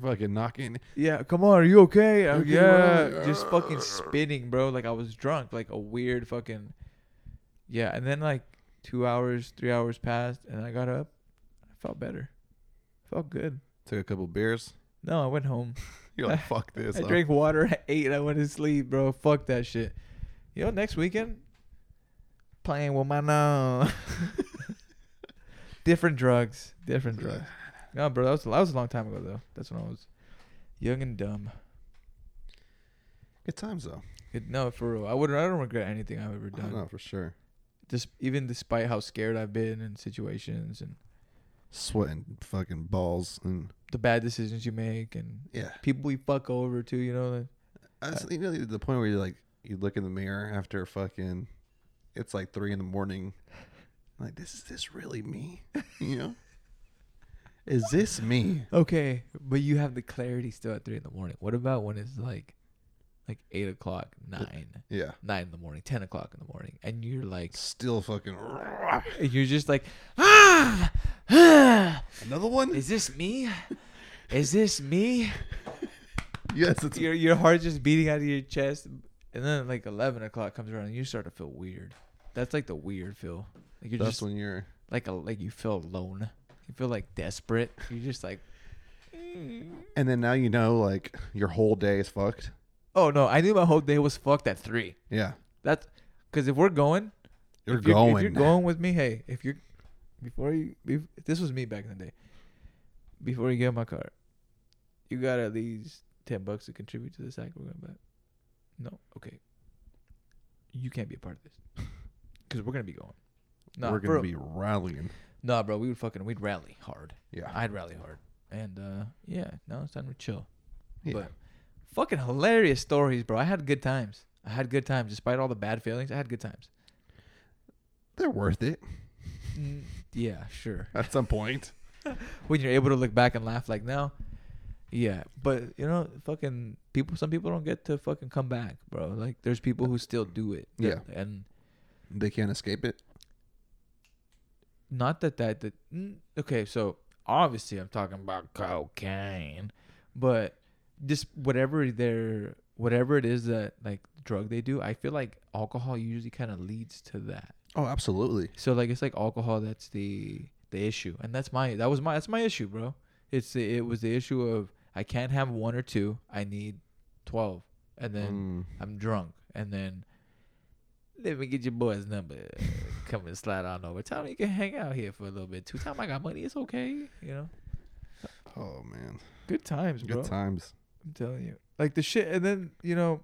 [SPEAKER 2] Fucking knocking.
[SPEAKER 1] Yeah, come on, are you okay? Uh,
[SPEAKER 2] Okay,
[SPEAKER 1] yeah,
[SPEAKER 2] well,
[SPEAKER 1] just fucking
[SPEAKER 2] uh,
[SPEAKER 1] spinning, bro. Like I was drunk, like a weird fucking. Yeah, and then like two hours, three hours passed, and I got up. I felt better. felt good.
[SPEAKER 2] Took a couple beers.
[SPEAKER 1] No, I went home.
[SPEAKER 2] You're like, fuck this. Oh,
[SPEAKER 1] I
[SPEAKER 2] I'm-
[SPEAKER 1] drank water. I ate. and I went to sleep, bro. Fuck that shit. You know, next weekend, playing with my no. different drugs, different drugs. No, bro, that was that was a long time ago though. That's when I was young and dumb.
[SPEAKER 2] Good times though.
[SPEAKER 1] It, no, for real. I would. I don't regret anything I've ever
[SPEAKER 2] I don't
[SPEAKER 1] done.
[SPEAKER 2] know for sure.
[SPEAKER 1] Just even despite how scared I've been in situations and
[SPEAKER 2] Sweating fucking balls and
[SPEAKER 1] the bad decisions you make and
[SPEAKER 2] yeah.
[SPEAKER 1] people we fuck over too. You know, like, Uh,
[SPEAKER 2] That's, you know the point where you like you look in the mirror after fucking, it's like three in the morning. Like this is this really me? You know? is this me?
[SPEAKER 1] okay, but you have the clarity still at three in the morning. What about when it's like, like eight o'clock, nine,
[SPEAKER 2] Yeah.
[SPEAKER 1] nine in the morning, ten o'clock in the morning, and you're like,
[SPEAKER 2] Still fucking.
[SPEAKER 1] you're just like, ah, ah
[SPEAKER 2] Another one?
[SPEAKER 1] is this me? Is this me?
[SPEAKER 2] yes, it's
[SPEAKER 1] your your heart just beating out of your chest, and then like eleven o'clock comes around and you start to feel weird. That's like the weird feel. Like you're
[SPEAKER 2] that's
[SPEAKER 1] just
[SPEAKER 2] when you're.
[SPEAKER 1] like a like you feel alone. You feel like desperate. You're just like,
[SPEAKER 2] And then now you know like your whole day is fucked.
[SPEAKER 1] oh no, I knew my whole day was fucked at three.
[SPEAKER 2] Yeah.
[SPEAKER 1] That's because if we're going,
[SPEAKER 2] You're
[SPEAKER 1] if you're,
[SPEAKER 2] going.
[SPEAKER 1] If you're going with me, hey, if you're before you, if, this was me back in the day. Before you get in my car, you got at least ten bucks to contribute to the sack we're gonna buy. No, okay. You can't be a part of this because we're gonna be going. Nah,
[SPEAKER 2] We're
[SPEAKER 1] for
[SPEAKER 2] gonna
[SPEAKER 1] real.
[SPEAKER 2] be rallying.
[SPEAKER 1] Nah, bro, we would fucking we'd rally hard.
[SPEAKER 2] Yeah.
[SPEAKER 1] I'd rally hard, and uh yeah, now it's time to chill.
[SPEAKER 2] Yeah.
[SPEAKER 1] But fucking hilarious stories, bro. I had good times. I had good times despite all the bad feelings. I had good times.
[SPEAKER 2] They're worth it
[SPEAKER 1] Mm, yeah, sure.
[SPEAKER 2] at some point.
[SPEAKER 1] when you're able to look back and laugh like now. Yeah, but you know, fucking people. Some people don't get to fucking come back, bro. Like, there's people who still do it.
[SPEAKER 2] Yeah.
[SPEAKER 1] and
[SPEAKER 2] They can't escape it.
[SPEAKER 1] not that that that. mm, Okay, so obviously I'm talking about cocaine, but just whatever their whatever it is that like drug they do, I feel like alcohol usually kind of leads to that.
[SPEAKER 2] Oh, absolutely.
[SPEAKER 1] So like it's like alcohol that's the the issue, and that's my that was my that's my issue, bro. It's the, it was the issue of I can't have one or two. I need twelve, and then
[SPEAKER 4] Mm.
[SPEAKER 1] I'm drunk, and then let me get your boy's number. Come and slide on over. Tell him you can hang out here for a little bit too. Tell him I got money. It's okay, you know.
[SPEAKER 2] Oh man,
[SPEAKER 1] Good times, bro.
[SPEAKER 2] good times.
[SPEAKER 1] I'm telling you, like the shit, and then you know,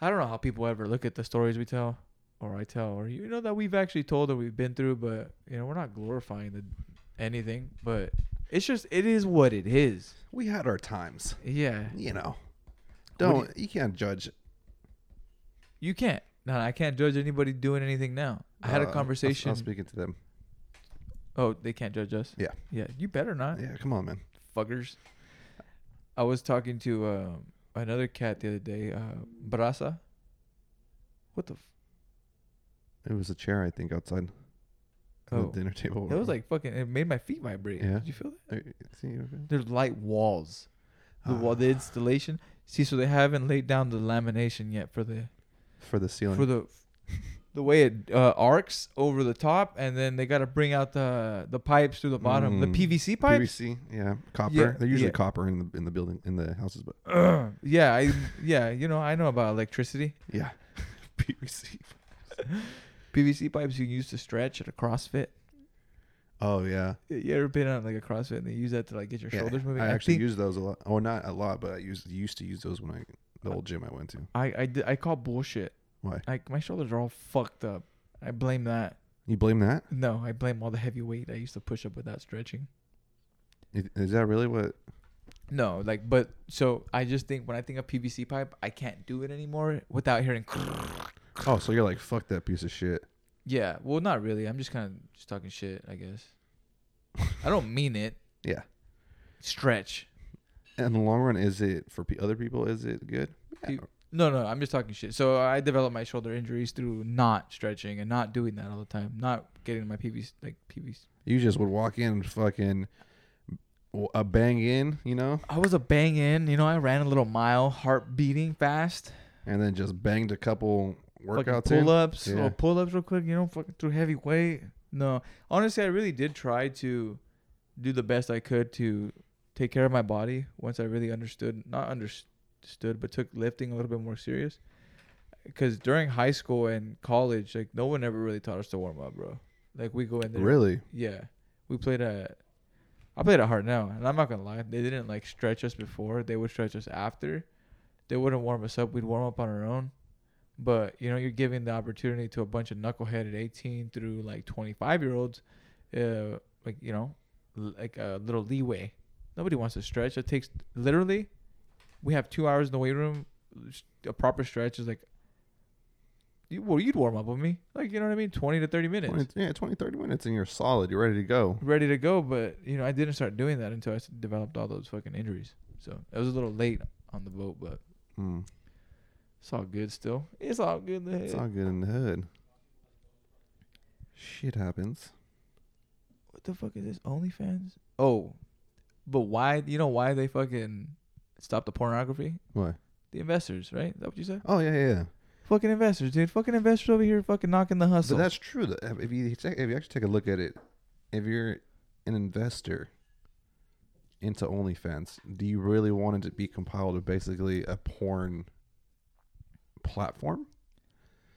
[SPEAKER 1] I don't know how people ever look at the stories we tell, or I tell, or you know that we've actually told or we've been through, but you know we're not glorifying the anything, but it's just it is what it is.
[SPEAKER 2] We had our times.
[SPEAKER 1] Yeah,
[SPEAKER 2] You know,
[SPEAKER 1] do
[SPEAKER 2] don't you, can't judge.
[SPEAKER 1] you can't. No, I can't judge anybody doing anything now. I had
[SPEAKER 2] uh,
[SPEAKER 1] a conversation.
[SPEAKER 2] I was, I was speaking to them.
[SPEAKER 1] Oh, they can't judge us.
[SPEAKER 2] Yeah.
[SPEAKER 1] Yeah, you better not,
[SPEAKER 2] Yeah, come on, man.
[SPEAKER 1] fuckers. I was talking to um, another cat the other day, uh, Brasa. What the? F-
[SPEAKER 2] It was a chair, I think, outside on
[SPEAKER 1] oh,
[SPEAKER 2] the dinner table.
[SPEAKER 1] that was like fucking. It made my feet vibrate.
[SPEAKER 2] Yeah.
[SPEAKER 1] Did you feel that?
[SPEAKER 2] Uh, see, okay.
[SPEAKER 1] There's light walls. The wall,
[SPEAKER 2] Ah.
[SPEAKER 1] the installation. See, so they haven't laid down the lamination yet for the
[SPEAKER 2] for the ceiling.
[SPEAKER 1] for the the way it uh, arcs over the top, and then they got to bring out the the pipes through the bottom,
[SPEAKER 2] Mm.
[SPEAKER 1] the PVC pipes.
[SPEAKER 2] PVC, yeah, copper.
[SPEAKER 1] Yeah,
[SPEAKER 2] They're usually
[SPEAKER 1] yeah.
[SPEAKER 2] copper in the in the building in the houses, but
[SPEAKER 1] Ugh. yeah, I yeah, you know, I know about electricity.
[SPEAKER 2] yeah, PVC.
[SPEAKER 1] PVC pipes you use to stretch at a CrossFit.
[SPEAKER 2] Oh yeah,
[SPEAKER 1] You ever been on like a CrossFit and they use that to like get your
[SPEAKER 2] Yeah,
[SPEAKER 1] shoulders moving?
[SPEAKER 2] I, actually
[SPEAKER 1] think-
[SPEAKER 2] use those a lot. Oh, not a lot, but I used used to use those when I the old gym I went to.
[SPEAKER 1] I I, did, I call bullshit.
[SPEAKER 2] Why?
[SPEAKER 1] Like my shoulders are all fucked up. I blame that.
[SPEAKER 2] You blame that?
[SPEAKER 1] No, I blame all the heavy weight I used to push up without stretching.
[SPEAKER 2] Is is that really what?
[SPEAKER 1] No, like, but so I just think when I think of PVC pipe, I can't do it anymore without hearing.
[SPEAKER 2] Oh, so you're like fuck that piece of shit.
[SPEAKER 1] Yeah, well, not really. I'm just kind of just talking shit, I guess. I don't mean it.
[SPEAKER 2] Yeah.
[SPEAKER 1] Stretch.
[SPEAKER 2] In the long run, is it for pe other people? Is it good? Yeah.
[SPEAKER 1] Pe- No, no, I'm just talking shit. So I developed my shoulder injuries through not stretching and not doing that all the time, not getting my PVC like PVC.
[SPEAKER 2] You just would walk in and fucking w- a bang in, you know,
[SPEAKER 1] I was a bang in, you know. I ran a little mile, heart beating fast.
[SPEAKER 2] and then just banged a couple
[SPEAKER 1] fucking
[SPEAKER 2] workouts in.
[SPEAKER 1] pull ups,
[SPEAKER 2] Yeah.
[SPEAKER 1] or pull ups real quick. You know, fucking through heavy weight. No, honestly, I really did try to do the best I could to take care of my body. Once I really understood, not understood, but took lifting a little bit more serious. Because during high school and college, like no one ever really taught us to warm up, bro. Like we go in there,
[SPEAKER 2] Really?
[SPEAKER 1] yeah. We played a. I played at hard now, and I'm not gonna lie. They didn't like stretch us before. They would stretch us after. They wouldn't warm us up. We'd warm up on our own. But you know, you're giving the opportunity to a bunch of knuckleheaded 18 through like 25 year olds, uh, like you know, l- like a little leeway. Nobody wants to stretch. It takes literally. We have two hours in the weight room. A proper stretch is like. You, well, you'd warm up with me, like you know what I mean, 20 to 30 minutes
[SPEAKER 2] 20, yeah, 20, 30 minutes, and you're solid. You're ready to go.
[SPEAKER 1] ready to go, but you know, I didn't start doing that until I s- developed all those fucking injuries. So I was a little late on the boat, but
[SPEAKER 2] Hmm.
[SPEAKER 1] it's all good still. It's all good. In the
[SPEAKER 2] It's
[SPEAKER 1] head.
[SPEAKER 2] all good in the hood. Shit happens.
[SPEAKER 1] what the fuck is this? OnlyFans? Oh, but why? You know why they fucking stopped the pornography?
[SPEAKER 2] Why?
[SPEAKER 1] The investors, right? Is that what you said?
[SPEAKER 2] Oh yeah, yeah. yeah.
[SPEAKER 1] Fucking investors, dude. Fucking investors over here, fucking knocking the
[SPEAKER 2] But
[SPEAKER 1] hustle.
[SPEAKER 2] that's true. though. If if you take- if you actually take a look at it, if you're an investor into OnlyFans, do you really want it to be compiled of basically a porn platform?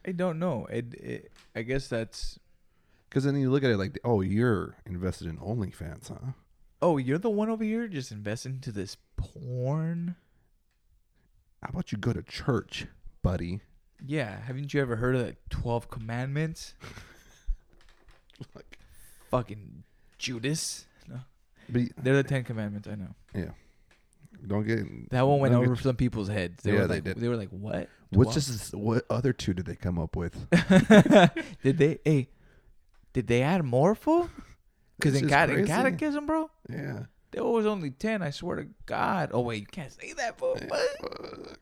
[SPEAKER 1] I don't know. It, it. I guess that's.
[SPEAKER 2] Because then you look at it like, oh, you're invested in OnlyFans, huh?
[SPEAKER 1] Oh, you're the one over here just investing into this porn.
[SPEAKER 2] How about you go to church, buddy?
[SPEAKER 1] Yeah, haven't you ever heard of the Twelve Commandments?
[SPEAKER 2] Like-
[SPEAKER 1] Fucking Judas. No.
[SPEAKER 2] But
[SPEAKER 1] They're the Ten Commandments. I know
[SPEAKER 2] don't get
[SPEAKER 1] that one went
[SPEAKER 2] don't get-
[SPEAKER 1] over some people's heads. They
[SPEAKER 2] Yeah,
[SPEAKER 1] were
[SPEAKER 2] they
[SPEAKER 1] like,
[SPEAKER 2] did.
[SPEAKER 1] were like, what?
[SPEAKER 2] What's this? What other two did they come up with?
[SPEAKER 1] Twelve? did they? Hey, did they add more fool? Because
[SPEAKER 2] It's
[SPEAKER 1] in,
[SPEAKER 2] just
[SPEAKER 1] God, in
[SPEAKER 2] crazy.
[SPEAKER 1] catechism, bro,
[SPEAKER 2] Yeah.
[SPEAKER 1] there was only ten. I swear to God. Oh wait, you can't say that, fool. What?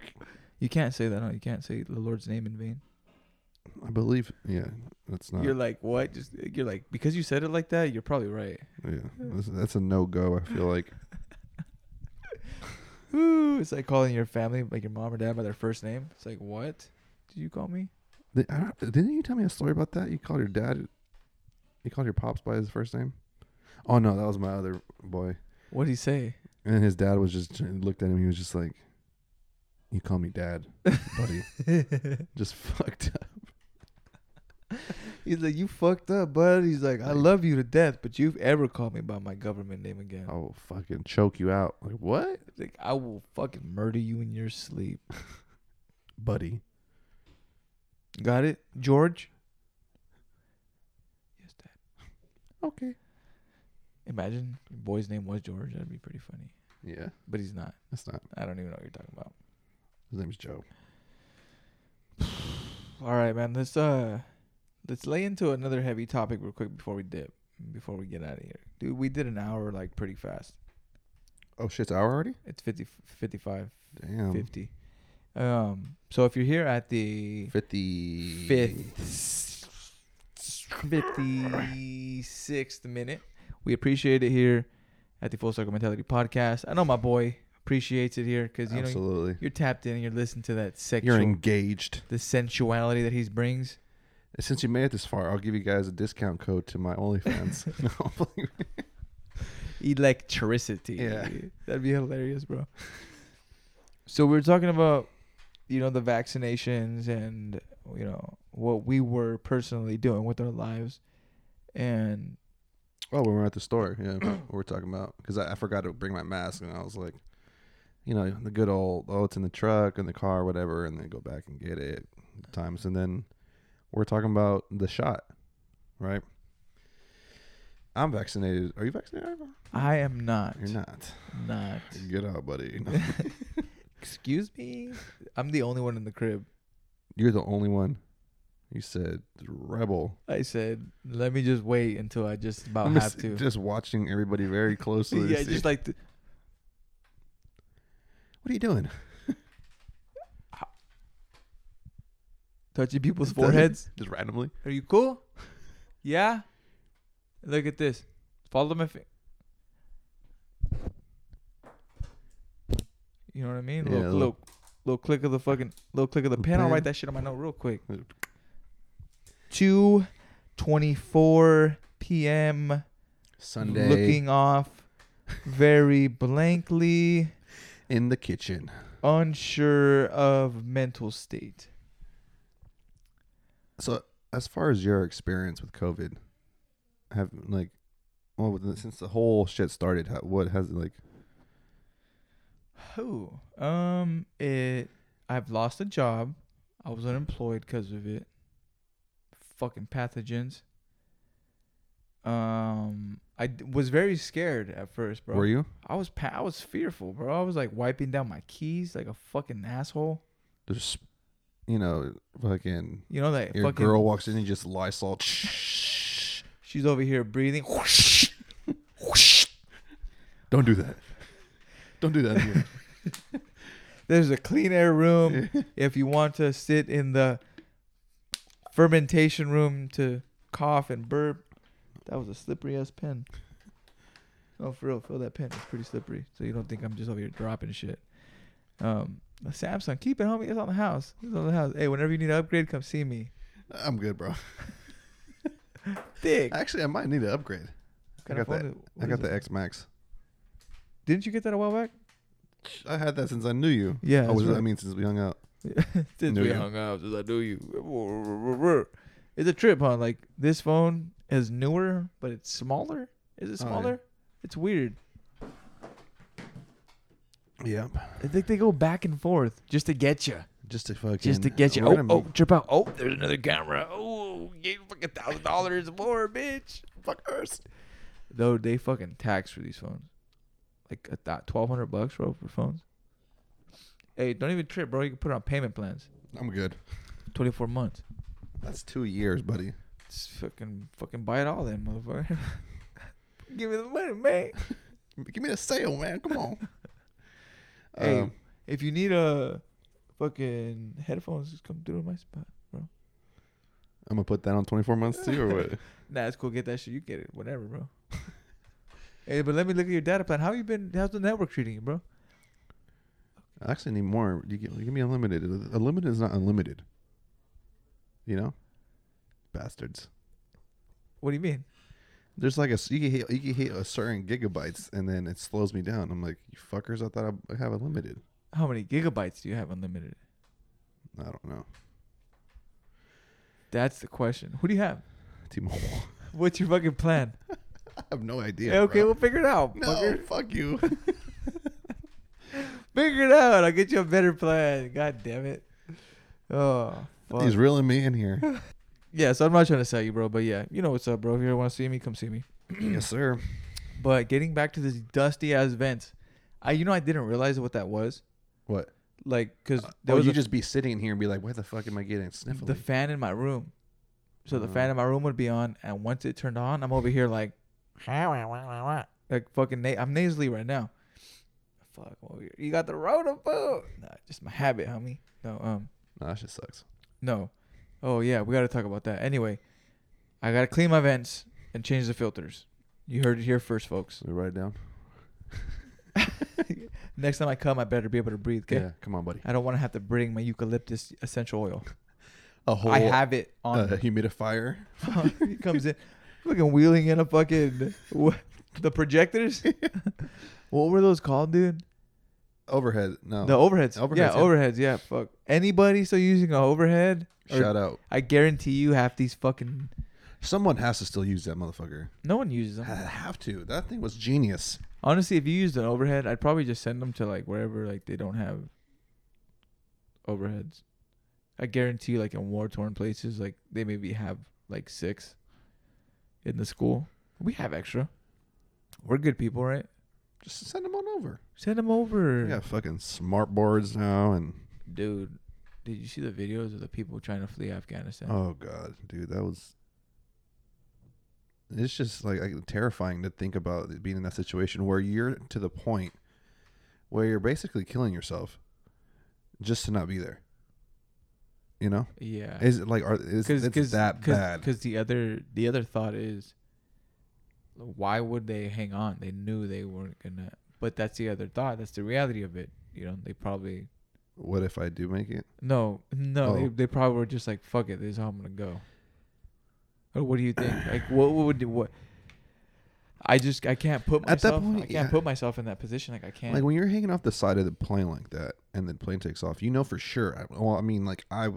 [SPEAKER 1] You can't say that. No, you can't say the Lord's name in vain.
[SPEAKER 2] I believe. Yeah, that's not.
[SPEAKER 1] You're like, what? Just you're like, because you said it like that, you're probably right.
[SPEAKER 2] yeah, that's, that's a no go. I feel like.
[SPEAKER 1] Ooh, it's like calling your family, like your mom or dad, by their first name. It's like, what? Did you call me?
[SPEAKER 2] Th- I don't- Didn't you tell me a story about that? You called your dad. You called your pops by his first name. Oh no, that was my other boy.
[SPEAKER 1] What did he say?
[SPEAKER 2] And his dad was just looked at him. He was just like, "You call me dad, buddy." just fucked up.
[SPEAKER 1] He's like, you fucked up, bud. He's like, I love you to death, but you've ever called me by my government name again.
[SPEAKER 2] I will fucking choke you out. Like what,
[SPEAKER 1] Like, I will fucking murder you in your sleep.
[SPEAKER 2] buddy?
[SPEAKER 1] Got it, George? Yes, Dad.
[SPEAKER 2] Okay.
[SPEAKER 1] Imagine your boy's name was George. That'd be pretty funny.
[SPEAKER 2] Yeah,
[SPEAKER 1] But he's not.
[SPEAKER 2] that's not.
[SPEAKER 1] I don't even know what you're talking about.
[SPEAKER 2] His name's Joe.
[SPEAKER 1] All right, man. Let's uh, let's lay into another heavy topic real quick before we dip, before we get out of here, dude. We did an hour like pretty fast.
[SPEAKER 2] Oh shit, it's hour already.
[SPEAKER 1] It's 50, 55,
[SPEAKER 2] Damn.
[SPEAKER 1] 50. Um, so if you're here at the
[SPEAKER 2] Fifty.
[SPEAKER 1] fifth, fifty sixth minute, we appreciate it here at the Full Circle Mentality Podcast. I know my boy appreciates it here because you know
[SPEAKER 2] Absolutely.
[SPEAKER 1] you're tapped in and you're listening to that sexual,
[SPEAKER 2] You're engaged.
[SPEAKER 1] the sensuality that he brings.
[SPEAKER 2] Since you made it this far, I'll give you guys a discount code to my OnlyFans. no, I'm playing.
[SPEAKER 1] electricity.
[SPEAKER 2] Yeah.
[SPEAKER 1] That'd be hilarious, bro. So we were talking about, you know, the vaccinations and, you know, what we were personally doing with our lives. And
[SPEAKER 2] Oh, when we were at the store, yeah, what we're talking about because I, I forgot to bring my mask, and I was like, you know, the good old oh, it's in the truck in the car, whatever, and then go back and get it times, and then we're talking about the shot, right? I'm vaccinated. Are you vaccinated? Ivor?
[SPEAKER 1] I am not.
[SPEAKER 2] You're not.
[SPEAKER 1] Not.
[SPEAKER 2] Get out, buddy.
[SPEAKER 1] Excuse me? I'm the only one in the crib.
[SPEAKER 2] You're the only one. You said rebel.
[SPEAKER 1] I said, let me just wait until I just about
[SPEAKER 2] I'm
[SPEAKER 1] have
[SPEAKER 2] just,
[SPEAKER 1] to.
[SPEAKER 2] just watching everybody very closely. to
[SPEAKER 1] yeah,
[SPEAKER 2] see-
[SPEAKER 1] just like, th-
[SPEAKER 2] what are you doing?
[SPEAKER 1] touching people's foreheads.
[SPEAKER 2] just randomly.
[SPEAKER 1] Are you cool? Yeah. Look at this. Follow my fi- You know what I mean?
[SPEAKER 2] Yeah,
[SPEAKER 1] little,
[SPEAKER 2] little-
[SPEAKER 1] little, little click of the fucking little click of the
[SPEAKER 2] The
[SPEAKER 1] pen. I'll
[SPEAKER 2] pen.
[SPEAKER 1] write that shit on my note real quick. Two twenty-four p.m.
[SPEAKER 2] Sunday.
[SPEAKER 1] Looking off very blankly,
[SPEAKER 2] in the kitchen.
[SPEAKER 1] unsure of mental state.
[SPEAKER 2] So, as far as your experience with COVID, have like, well, with the- since the whole shit started, ha- what has like?
[SPEAKER 1] Who? Um, it. I've lost a job. I was unemployed because of it. Fucking pathogens. Um, I d- was very scared at first, bro.
[SPEAKER 2] Were you
[SPEAKER 1] I was pa- I was fearful, bro. I was like wiping down my keys like a fucking asshole.
[SPEAKER 2] just, you know, fucking
[SPEAKER 1] You know that
[SPEAKER 2] your
[SPEAKER 1] fucking
[SPEAKER 2] girl walks in and just Lysol.
[SPEAKER 1] She's over here breathing.
[SPEAKER 2] Don't do that. Don't do that. Again.
[SPEAKER 1] There's a clean air room if you want to sit in the fermentation room to cough and burp. That was a slippery ass pen. No, for real, feel that pen. It's pretty slippery. So you don't think I'm just over here dropping shit. Um, the Samsung, keep it, homie. It's on the house. It's on the house. Hey, whenever you need an upgrade, come see me.
[SPEAKER 2] I'm good, bro.
[SPEAKER 1] Thick.
[SPEAKER 2] Actually, I might need to upgrade. I
[SPEAKER 1] Kinda
[SPEAKER 2] got that.
[SPEAKER 1] phone is-
[SPEAKER 2] I
[SPEAKER 1] what
[SPEAKER 2] got
[SPEAKER 1] is it?
[SPEAKER 2] the X Max.
[SPEAKER 1] Didn't you get that a while back?
[SPEAKER 2] I had that since I knew you.
[SPEAKER 1] Yeah.
[SPEAKER 2] oh,
[SPEAKER 1] that's
[SPEAKER 2] was it- I
[SPEAKER 1] right.
[SPEAKER 2] mean, since we hung out.
[SPEAKER 1] Since
[SPEAKER 2] Knew
[SPEAKER 1] we
[SPEAKER 2] you.
[SPEAKER 1] hung out, since I knew you. It's a trip, huh? Like this phone is newer, but it's smaller. Is it
[SPEAKER 2] Oh, yeah.
[SPEAKER 1] smaller? It's weird.
[SPEAKER 2] Yep.
[SPEAKER 1] I think they go back and forth just to get you,
[SPEAKER 2] Just to fucking.
[SPEAKER 1] just to get you.
[SPEAKER 2] we're
[SPEAKER 1] Oh,
[SPEAKER 2] gonna-
[SPEAKER 1] oh, trip out. Oh, there's another camera. Oh, gave fucking thousand dollars more, bitch. Fuckers. Though they fucking tax for these phones, like a th- twelve hundred bucks, bro, for phones. Hey, don't even trip, bro. You can put it on payment plans,
[SPEAKER 2] I'm good.
[SPEAKER 1] twenty four months.
[SPEAKER 2] That's two years, buddy.
[SPEAKER 1] Just fucking fucking buy it all then, motherfucker. Give me the money, man.
[SPEAKER 2] Give me the sale, man. Come on.
[SPEAKER 1] Hey,
[SPEAKER 2] Um,
[SPEAKER 1] if you need a fucking headphones, just come through my spot, bro.
[SPEAKER 2] I'm gonna put that on 24 months too, or what?
[SPEAKER 1] Nah, it's cool. Get that shit. You get it. Whatever, bro. hey, but let me look at your data plan. How you been? How's the network treating you, bro?
[SPEAKER 2] I actually need more. You give, you give me unlimited. Unlimited is not unlimited. You know, bastards.
[SPEAKER 1] What do you mean?
[SPEAKER 2] There's like a s- you can hit, you can hit a certain gigabytes, and then it slows me down. I'm like, you fuckers! I thought I have unlimited.
[SPEAKER 1] How many gigabytes do you have unlimited?
[SPEAKER 2] I don't know.
[SPEAKER 1] That's the question. Who do you have?
[SPEAKER 2] T-Mobile.
[SPEAKER 1] What's your fucking plan?
[SPEAKER 2] I have no idea.
[SPEAKER 1] Hey, okay,
[SPEAKER 2] bro.
[SPEAKER 1] we'll figure it out.
[SPEAKER 2] no,
[SPEAKER 1] fucker.
[SPEAKER 2] fuck you.
[SPEAKER 1] Figure it out. I'll get you a better plan. God damn it. Oh, fuck.
[SPEAKER 2] He's reeling me in here.
[SPEAKER 1] yeah, so I'm not trying to sell you, bro, but yeah, you know what's up, bro. If you ever want to see me, come see me.
[SPEAKER 2] yes, sir.
[SPEAKER 1] But getting back to this dusty ass vents, I you know I didn't realize what that was.
[SPEAKER 2] What?
[SPEAKER 1] Like, cause there
[SPEAKER 2] Oh,
[SPEAKER 1] was
[SPEAKER 2] you
[SPEAKER 1] a-
[SPEAKER 2] just be sitting in here and be like, why the fuck am I getting sniffling?
[SPEAKER 1] the fan in my room. So the
[SPEAKER 2] Uh-huh.
[SPEAKER 1] fan in my room would be on, and once it turned on, I'm over here like, like fucking, na- I'm nasally right now. Fuck, I'm over here. you got the rota, boo. Nah, just my habit, homie. No, um,
[SPEAKER 2] nah, that shit sucks.
[SPEAKER 1] no. Oh yeah, we gotta talk about that. Anyway, I gotta clean my vents and change the filters. You heard it here first, folks.
[SPEAKER 2] So we write it down.
[SPEAKER 1] Next time I come, I better be able to breathe. Okay.
[SPEAKER 2] Yeah, come on, buddy.
[SPEAKER 1] I don't want to have to bring my eucalyptus essential oil.
[SPEAKER 2] A whole
[SPEAKER 1] I have it on.
[SPEAKER 2] uh, humidifier.
[SPEAKER 1] he comes in, fucking wheeling in a fucking what, the projectors. what were those called, dude?
[SPEAKER 2] Overhead. No.
[SPEAKER 1] The overheads.
[SPEAKER 2] Oh. Overheads,
[SPEAKER 1] yeah,
[SPEAKER 2] yeah.
[SPEAKER 1] overheads. Yeah, fuck. Anybody still using an overhead? Or-
[SPEAKER 2] Shout out.
[SPEAKER 1] I guarantee you, half these fucking
[SPEAKER 2] Someone has to still use that motherfucker.
[SPEAKER 1] no one uses
[SPEAKER 2] I
[SPEAKER 1] them.
[SPEAKER 2] have to. That thing was genius.
[SPEAKER 1] Honestly, if you used an overhead, I'd probably just send them to like wherever like they don't have overheads. I guarantee, like in war torn places, like they maybe have like six in the school. We have extra. We're good people, right?
[SPEAKER 2] Just send them on over.
[SPEAKER 1] Send them over.
[SPEAKER 2] We got fucking smart boards now, and
[SPEAKER 1] Dude, did you see the videos of the people trying to flee Afghanistan?
[SPEAKER 2] oh god, dude, that was. It's just like, like terrifying to think about it being in that situation where you're to the point where you're basically killing yourself just to not be there. You know,
[SPEAKER 1] yeah.
[SPEAKER 2] is it like are is it's that bad?
[SPEAKER 1] Because the other the other thought is, why would they hang on? They knew they weren't gonna. But that's the other thought. That's the reality of it. You know, they probably
[SPEAKER 2] what if I do make it?
[SPEAKER 1] no no. They,
[SPEAKER 2] Oh.
[SPEAKER 1] they probably were just like fuck it. This is how I'm gonna go. Or what do you think? like what, what would what? I just I can't put
[SPEAKER 2] At that
[SPEAKER 1] myself. I
[SPEAKER 2] point,
[SPEAKER 1] can't
[SPEAKER 2] yeah.
[SPEAKER 1] put myself in that position. Like I can't.
[SPEAKER 2] Like when you're hanging off the side of the plane like that, and the plane takes off, you know for sure. I- Well, I mean, like I,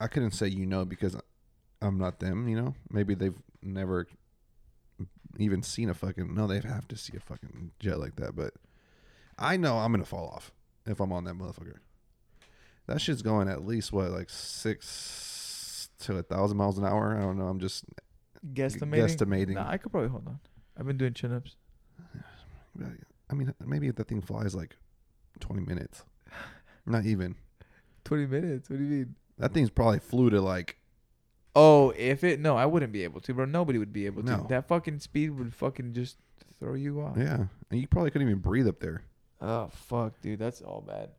[SPEAKER 2] I couldn't say you know because I'm not them. You know, maybe they've never even seen a fucking. No, they have to see a fucking jet like that. But I know I'm gonna fall off if I'm on that motherfucker. That shit's going at least what like six to a thousand miles an hour. I don't know. I'm just
[SPEAKER 1] guesstimating.
[SPEAKER 2] guesstimating.
[SPEAKER 1] Nah, I could probably hold on. I've been doing chin ups.
[SPEAKER 2] I mean, maybe if that thing flies like 20 minutes, not even.
[SPEAKER 1] Twenty minutes. What do you mean?
[SPEAKER 2] That thing's probably flew to like
[SPEAKER 1] Oh, if it no, I wouldn't be able to, bro. Nobody would be able to.
[SPEAKER 2] No.
[SPEAKER 1] That fucking speed would fucking just throw you off.
[SPEAKER 2] yeah, and you probably couldn't even breathe up there.
[SPEAKER 1] Oh fuck, dude, that's all bad.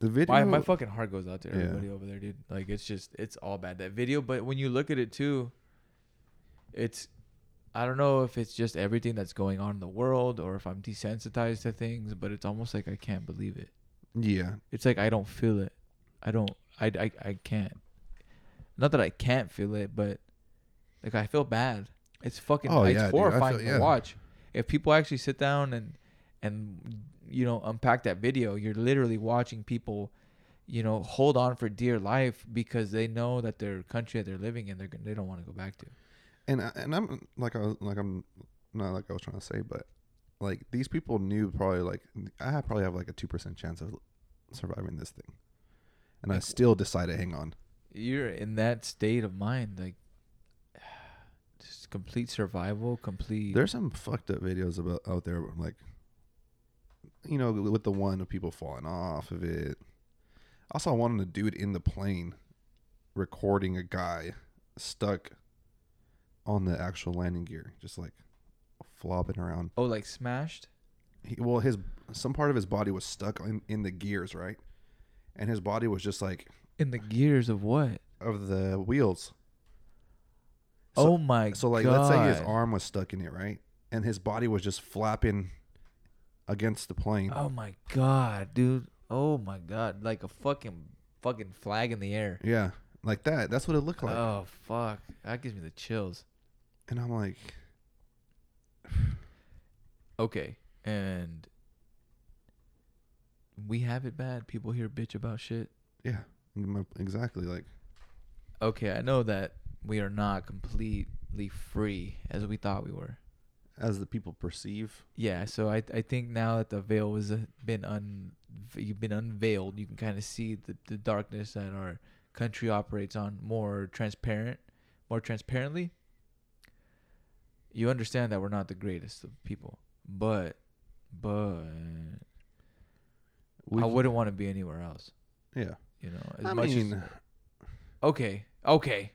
[SPEAKER 2] The video,
[SPEAKER 1] My my fucking heart goes out to
[SPEAKER 2] Yeah.
[SPEAKER 1] everybody over there, dude. Like it's just it's all bad that video. But when you look at it too, it's I don't know if it's just everything that's going on in the world or if I'm desensitized to things, but it's almost like I can't believe it.
[SPEAKER 2] yeah,
[SPEAKER 1] It's like I don't feel it. I don't. I I I can't. Not that I can't feel it, but like I feel bad. It's fucking.
[SPEAKER 2] Oh,
[SPEAKER 1] it's
[SPEAKER 2] yeah, dude. I feel-
[SPEAKER 1] horrifying
[SPEAKER 2] yeah.
[SPEAKER 1] to watch. If people actually sit down and and you know unpack that video, you're literally watching people, you know, hold on for dear life because they know that their country that they're living in, they're gon- they don't want to go back to.
[SPEAKER 2] and I, and I'm like I was like I'm not like I was trying to say, but like these people knew probably like I have- probably have like a two percent chance of surviving this thing, and I still decide to hang on.
[SPEAKER 1] You're in that state of mind, like just complete survival, complete.
[SPEAKER 2] There's some fucked up videos about out there like, you know, with the one of people falling off of it. I saw one of the dude in the plane recording a guy stuck on the actual landing gear, just like flopping around.
[SPEAKER 1] oh, like smashed.
[SPEAKER 2] He, well, his some part of his body was stuck in, in the gears, right? And his body was just like
[SPEAKER 1] In the gears of what?
[SPEAKER 2] of the wheels.
[SPEAKER 1] oh my god.
[SPEAKER 2] So like, let's say his arm was stuck in it, right? And his body was just flapping against the plane.
[SPEAKER 1] Oh my god, dude. Oh my god, like a fucking fucking flag in the air.
[SPEAKER 2] Yeah, like that. That's what it looked like.
[SPEAKER 1] Oh fuck, that gives me the chills.
[SPEAKER 2] and I'm like,
[SPEAKER 1] Okay, and we have it bad. People hear bitch about shit.
[SPEAKER 2] yeah, m- exactly. Like,
[SPEAKER 1] Okay, I know that we are not completely free as we thought we were.
[SPEAKER 2] as the people perceive.
[SPEAKER 1] Yeah, so I I think now that the veil has been un you've been unveiled, you can kind of see the, the darkness that our country operates on more transparent, more transparently. You understand that we're not the greatest of people, but but
[SPEAKER 2] we've-
[SPEAKER 1] I wouldn't want to be anywhere else.
[SPEAKER 2] Yeah.
[SPEAKER 1] You know, as
[SPEAKER 2] I
[SPEAKER 1] much
[SPEAKER 2] mean, uh,
[SPEAKER 1] as okay, okay,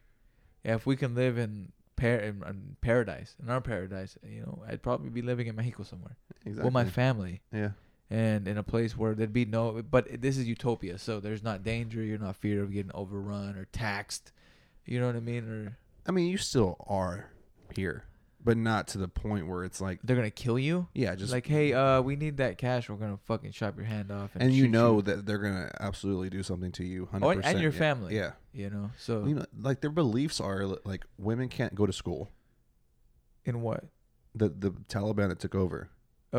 [SPEAKER 1] yeah, if we can live in par in, in paradise, in our paradise, you know, I'd probably be living in Mexico somewhere
[SPEAKER 2] exactly.
[SPEAKER 1] with my family.
[SPEAKER 2] yeah.
[SPEAKER 1] and in a place where there'd be no but this is utopia so there's not danger you're not fear of getting overrun or taxed you know what i mean or
[SPEAKER 2] I mean, you still are here, but not to the point where it's like,
[SPEAKER 1] they're gonna kill you
[SPEAKER 2] yeah,
[SPEAKER 1] just
[SPEAKER 2] just
[SPEAKER 1] like hey uh we need that cash we're gonna fucking chop your hand off and,
[SPEAKER 2] and you
[SPEAKER 1] shoot
[SPEAKER 2] know that they're gonna absolutely do something to you, hundred
[SPEAKER 1] Oh, and
[SPEAKER 2] percent,
[SPEAKER 1] your
[SPEAKER 2] yeah.
[SPEAKER 1] family.
[SPEAKER 2] Yeah,
[SPEAKER 1] you know so
[SPEAKER 2] you know, like their beliefs are li- like women can't go to school.
[SPEAKER 1] in what
[SPEAKER 2] The the Taliban that took over.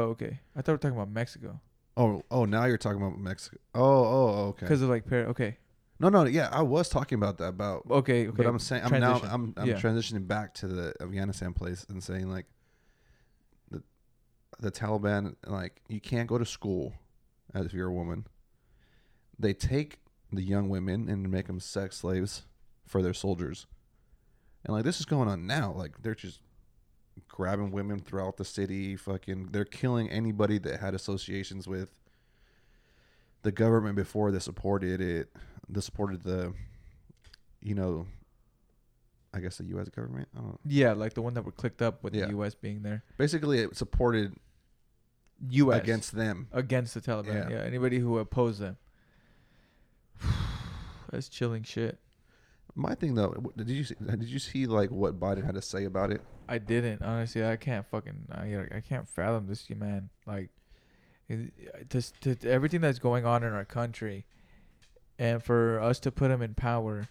[SPEAKER 1] oh okay i thought we were talking about mexico
[SPEAKER 2] Oh, oh, now you're talking about Mexico. Oh, oh, oh, okay.
[SPEAKER 1] because of like par- okay
[SPEAKER 2] No, no, yeah, I was talking about that about,
[SPEAKER 1] okay okay
[SPEAKER 2] but I'm saying I'm now
[SPEAKER 1] transition.
[SPEAKER 2] I'm I'm
[SPEAKER 1] Yeah.
[SPEAKER 2] transitioning back to the Afghanistan place and saying like the the Taliban like you can't go to school as if you're a woman. They take the young women and make them sex slaves for their soldiers, and like this is going on now. Like they're just grabbing women throughout the city. Fucking, they're killing anybody that had associations with the government before that supported it. That supported the, you know, I guess the U.S. government. I don't know.
[SPEAKER 1] yeah like the one that were clicked up with
[SPEAKER 2] Yeah.
[SPEAKER 1] the us being there
[SPEAKER 2] Basically, it supported
[SPEAKER 1] us
[SPEAKER 2] against them.
[SPEAKER 1] against the taliban
[SPEAKER 2] Yeah.
[SPEAKER 1] yeah anybody who opposed them that's chilling shit
[SPEAKER 2] My thing though, w- did you see, did you see like what Biden had to say about it?
[SPEAKER 1] I didn't honestly. I can't fucking. I I can't fathom this, you man. Like, it- just to, to everything that's going on in our country, and for us to put him in power,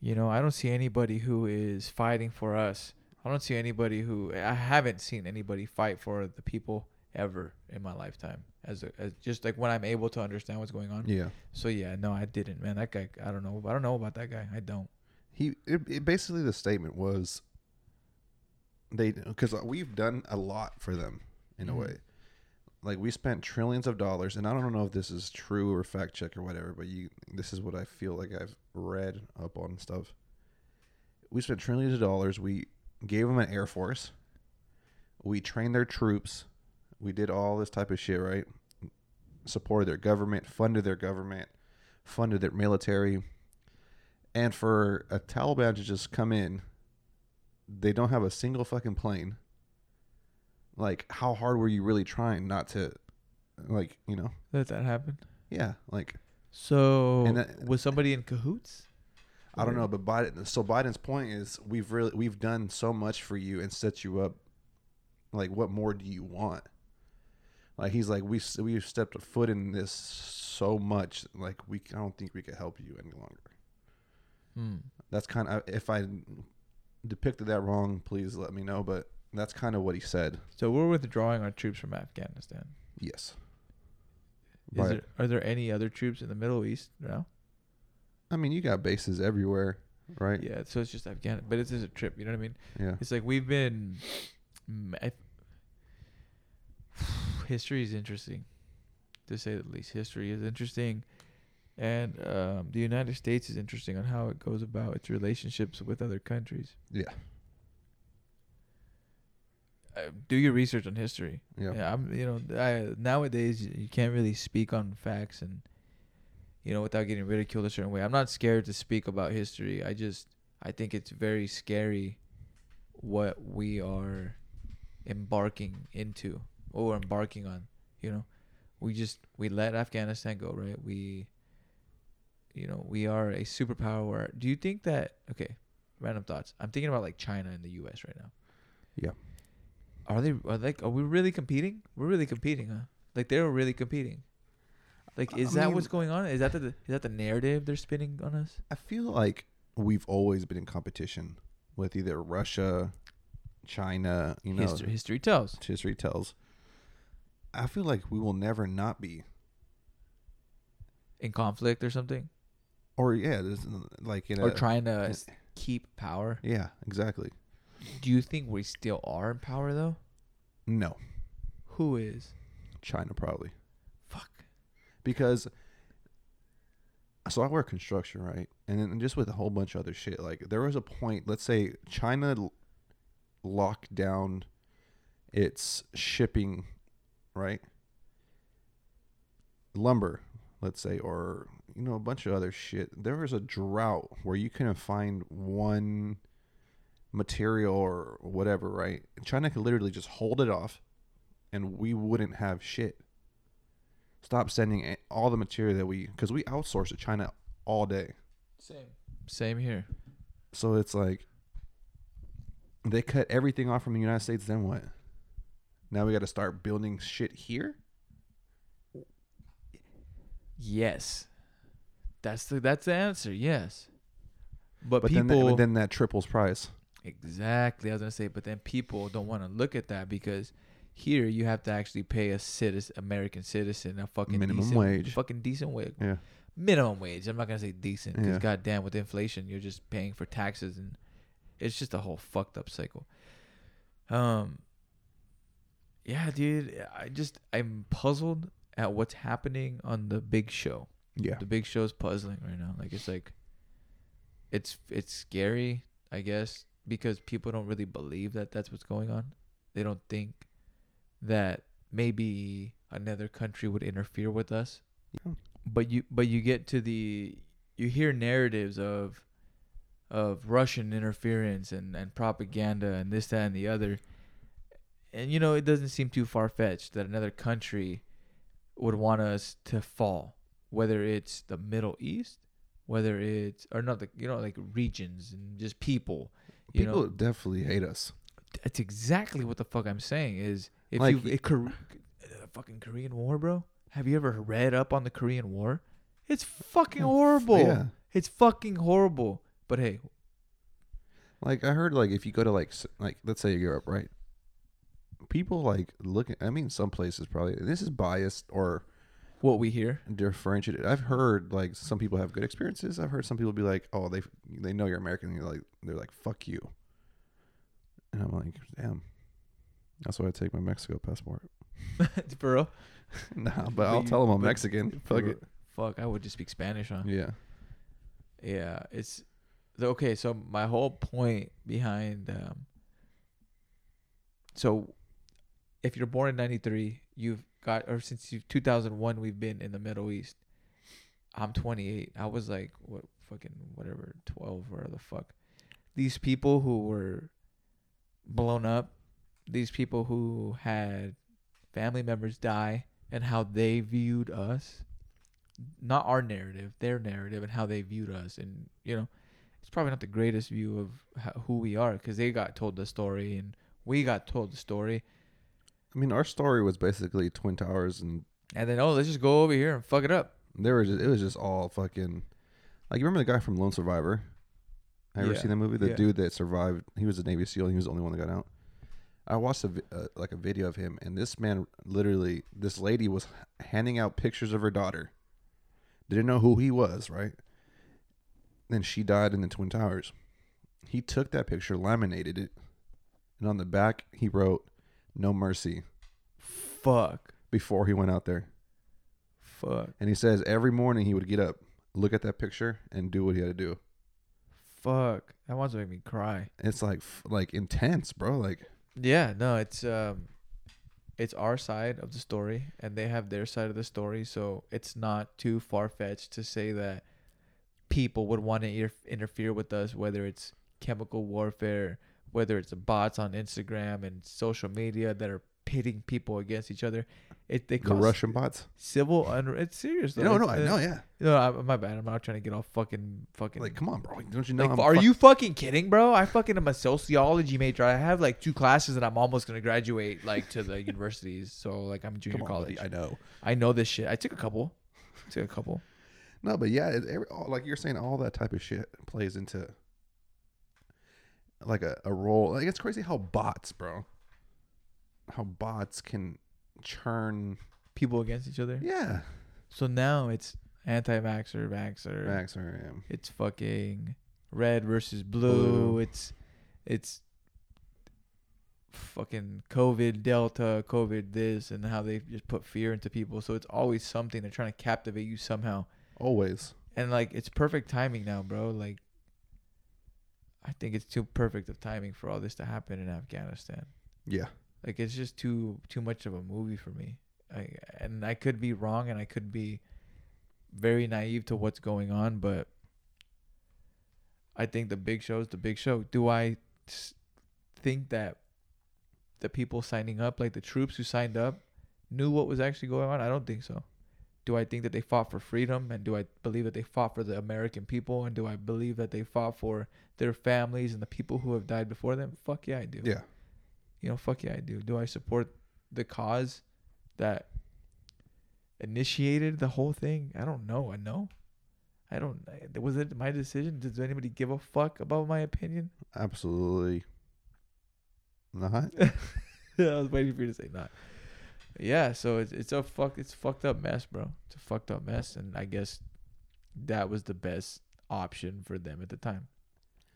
[SPEAKER 1] you know, I don't see anybody who is fighting for us. I don't see anybody who I haven't seen anybody fight for the people ever in my lifetime. As, a, as just like when I'm able to understand what's going on.
[SPEAKER 2] Yeah,
[SPEAKER 1] So yeah, no, I didn't, man. That guy, I don't know. I don't know about that guy. I don't.
[SPEAKER 2] he it, it basically the statement was they because we've done a lot for them in
[SPEAKER 1] Mhm.
[SPEAKER 2] a way like we spent trillions of dollars and i don't know if this is true or fact check or whatever but you this is what i feel like i've read up on stuff we spent trillions of dollars we gave them an air force we trained their troops we did all this type of shit right supported their government funded their government funded their military and for a Taliban to just come in, they don't have a single fucking plane. Like, how hard were you really trying not to, like, you know,
[SPEAKER 1] Let that happen.
[SPEAKER 2] yeah, like
[SPEAKER 1] So
[SPEAKER 2] And that-
[SPEAKER 1] was somebody in cahoots?
[SPEAKER 2] I don't know, but Biden. So Biden's point is, we've really we've done so much for you and set you up. Like, what more do you want? Like he's like we s- we've stepped a foot in this so much. Like we I don't think we could help you any longer.
[SPEAKER 1] Hmm.
[SPEAKER 2] that's kind of if I depicted that wrong, please let me know. But that's kind of what he said.
[SPEAKER 1] So we're withdrawing our troops from Afghanistan.
[SPEAKER 2] Yes.
[SPEAKER 1] Is
[SPEAKER 2] Right.
[SPEAKER 1] there, are there any other troops in the Middle East now?
[SPEAKER 2] I mean, you got bases everywhere, right?
[SPEAKER 1] Yeah, so it's just Afghanistan, but it's just a trip. You know what I mean?
[SPEAKER 2] Yeah.
[SPEAKER 1] It's like we've been. mm, I, history is interesting, to say the least. History is interesting, and um, the United States is interesting on how it goes about its relationships with other countries.
[SPEAKER 2] Yeah.
[SPEAKER 1] Uh, do your research on history.
[SPEAKER 2] Yeah.
[SPEAKER 1] Yeah, I'm. You know, I, nowadays you can't really speak on facts and, you know, without getting ridiculed a certain way. I'm not scared to speak about history. I just I think it's very scary, what we are, embarking into, what we're embarking on. You know, we just we let Afghanistan go, right? We, you know, we are a superpower. Where, do you think that? Okay, random thoughts. I'm thinking about like China and the U.S. right now.
[SPEAKER 4] Yeah.
[SPEAKER 1] Are they are like are we really competing? We're really competing, huh? Like they're really competing. Like
[SPEAKER 2] I
[SPEAKER 1] is that
[SPEAKER 2] mean-
[SPEAKER 1] what's going on? Is that the is that the narrative they're spinning on us?
[SPEAKER 2] I feel like we've always been in competition with either Russia, China, you know,
[SPEAKER 1] history, history tells.
[SPEAKER 2] history tells. I feel like we will never not be.
[SPEAKER 1] In conflict or something,
[SPEAKER 2] Or yeah, there's like you know
[SPEAKER 1] or trying to s- keep power.
[SPEAKER 2] Yeah, exactly.
[SPEAKER 1] Do you think we still are in power though?
[SPEAKER 2] No,
[SPEAKER 1] Who is?
[SPEAKER 2] China probably.
[SPEAKER 1] Fuck.
[SPEAKER 2] because so I work construction, right? And then just with a whole bunch of other shit. Like there was a point, let's say China l- locked down its shipping, right? Lumber, let's say, or you know, a bunch of other shit. There was a drought where you couldn't find one material or whatever, right? China could literally just hold it off and we wouldn't have shit stop sending a- all the material that we because we outsource to China all day.
[SPEAKER 1] Same. Same here.
[SPEAKER 2] So it's like they cut everything off from the United States. Then what? Now we got to start building shit here.
[SPEAKER 1] Yes. That's the that's the answer. Yes. But,
[SPEAKER 2] But
[SPEAKER 1] people
[SPEAKER 2] then, that, but then that triples price.
[SPEAKER 1] Exactly. I was gonna say, but then people don't want to look at that because here you have to actually pay a citizen, American citizen, a fucking
[SPEAKER 2] Minimum
[SPEAKER 1] decent,
[SPEAKER 2] wage.
[SPEAKER 1] fucking decent wage,
[SPEAKER 2] Yeah,
[SPEAKER 1] minimum wage. I'm not gonna say decent because
[SPEAKER 2] Yeah.
[SPEAKER 1] goddamn, with inflation, you're just paying for taxes and it's just a whole fucked up cycle. Um. Yeah, dude. I just I'm puzzled at what's happening on the Big Show
[SPEAKER 2] yeah.
[SPEAKER 1] the big show's puzzling right now like it's like it's it's scary i guess because people don't really believe that that's what's going on they don't think that maybe another country would interfere with us
[SPEAKER 2] Yeah.
[SPEAKER 1] but you but you get to the you hear narratives of of russian interference and and propaganda and this that and the other and you know it doesn't seem too far fetched that another country would want us to fall whether it's the Middle East, whether it's or not the you know like regions and just people, you
[SPEAKER 2] People
[SPEAKER 1] know,
[SPEAKER 2] definitely hate us.
[SPEAKER 1] that's exactly what the fuck I'm saying is if
[SPEAKER 2] Like-
[SPEAKER 1] you it, Kor- uh, fucking Korean War, bro. Have you ever read up on the Korean War? It's fucking horrible.
[SPEAKER 2] Oh, Yeah.
[SPEAKER 1] It's fucking horrible. But hey,
[SPEAKER 2] Like I heard, like if you go to like s- like let's say Europe, right? People like look at I mean, some places probably this is biased or
[SPEAKER 1] what we hear,
[SPEAKER 2] differentiate it. I've heard like some people have good experiences. I've heard some people be like, "Oh, they they know you're American." And you're like they're like, "Fuck you," and I'm like, "Damn." That's why I take my Mexico passport.
[SPEAKER 1] bro.
[SPEAKER 2] nah, but, I'll
[SPEAKER 1] you-
[SPEAKER 2] tell them I'm
[SPEAKER 1] but-
[SPEAKER 2] Mexican. Fuck it.
[SPEAKER 1] Fuck, I would just speak Spanish, huh?
[SPEAKER 2] Yeah.
[SPEAKER 1] Yeah, it's the- okay. So my whole point behind um, so if you're born in '93, you've got or since you 2001, we've been in the Middle East. I'm 28. I was like what fucking whatever 12 or the fuck. These people who were blown up, these people who had family members die, and how they viewed us not our narrative, their narrative, and how they viewed us. And you know, it's probably not the greatest view of ho- who we are because they got told the story and we got told the story.
[SPEAKER 2] I mean, our story was basically Twin Towers, and
[SPEAKER 1] And then oh, let's just go over here and fuck it up.
[SPEAKER 2] there was just, it was just all fucking. Like you remember the guy from Lone Survivor? Have you ever
[SPEAKER 1] Yeah.
[SPEAKER 2] seen that movie? The
[SPEAKER 1] Yeah.
[SPEAKER 2] dude that survived. He was a Navy SEAL. And he was the only one that got out. I watched a, vi- uh, like a video of him, and this man literally, this lady was h- handing out pictures of her daughter. Didn't know who he was, right? Then she died in the Twin Towers. He took that picture, laminated it, and on the back he wrote "No mercy"
[SPEAKER 1] Fuck,
[SPEAKER 2] before he went out there.
[SPEAKER 1] fuck,
[SPEAKER 2] And he says every morning he would get up, look at that picture, and do what he had to do.
[SPEAKER 1] fuck. That wants to make me cry.
[SPEAKER 2] It's like f- like intense, bro. Like
[SPEAKER 1] Yeah, no, it's um, it's our side of the story, and they have their side of the story, so it's not too far fetched to say that people would want to inter- interfere with us, whether it's chemical warfare, whether it's bots on Instagram and social media that are pitting people against each other. It they
[SPEAKER 2] The
[SPEAKER 1] call
[SPEAKER 2] Russian bots.
[SPEAKER 1] civil unrest. It's serious though.
[SPEAKER 2] No, no,
[SPEAKER 1] It's,
[SPEAKER 2] I
[SPEAKER 1] uh,
[SPEAKER 2] know, yeah.
[SPEAKER 1] No, I, my bad. I'm not trying to get all fucking fucking.
[SPEAKER 2] Like, come on, bro. Don't you know?
[SPEAKER 1] Like,
[SPEAKER 2] I'm
[SPEAKER 1] are
[SPEAKER 2] fuck-
[SPEAKER 1] you fucking kidding, bro? I fucking am a sociology major. I have like two classes and I'm almost gonna graduate like to the universities. So like I'm junior
[SPEAKER 2] Come on,
[SPEAKER 1] college.
[SPEAKER 2] buddy, I know.
[SPEAKER 1] I, know this shit. I took a couple. I took a couple.
[SPEAKER 2] No, but yeah, it, every, all, like you're saying, all that type of shit plays into like a, a role. Like it's crazy how bots, bro, how bots can churn.
[SPEAKER 1] People against each other.
[SPEAKER 2] Yeah,
[SPEAKER 1] So now it's anti-vaxxer, vaxxer.
[SPEAKER 2] Max, I am.
[SPEAKER 1] It's fucking red versus blue.
[SPEAKER 2] Blue.
[SPEAKER 1] It's it's fucking COVID Delta, COVID this, and how they just put fear into people. So it's always something. They're trying to captivate you somehow.
[SPEAKER 2] Always.
[SPEAKER 1] And like it's perfect timing now, bro. Like I think it's too perfect of timing for all this to happen in Afghanistan.
[SPEAKER 2] Yeah.
[SPEAKER 1] Like it's just too too much of a movie for me. I and I could be wrong and I could be very naive to what's going on, but I think the big show is the big show. Do I s- think that the people signing up, like the troops who signed up, knew what was actually going on? I don't think so. Do I think that they fought for freedom? And do I believe that they fought for the American people? And do I believe that they fought for their families and the people who have died before them? Fuck yeah, I do
[SPEAKER 2] Yeah.
[SPEAKER 1] you know, fuck yeah, I do. Do I support the cause that initiated the whole thing? I don't know. I know. I don't. I- Was it my decision? Does anybody give a fuck about my opinion?
[SPEAKER 2] Absolutely. Not.
[SPEAKER 1] I was waiting for you to say not. Yeah. So it's it's a fuck. It's fucked up mess, bro. It's a fucked up mess, and I guess that was the best option for them at the time.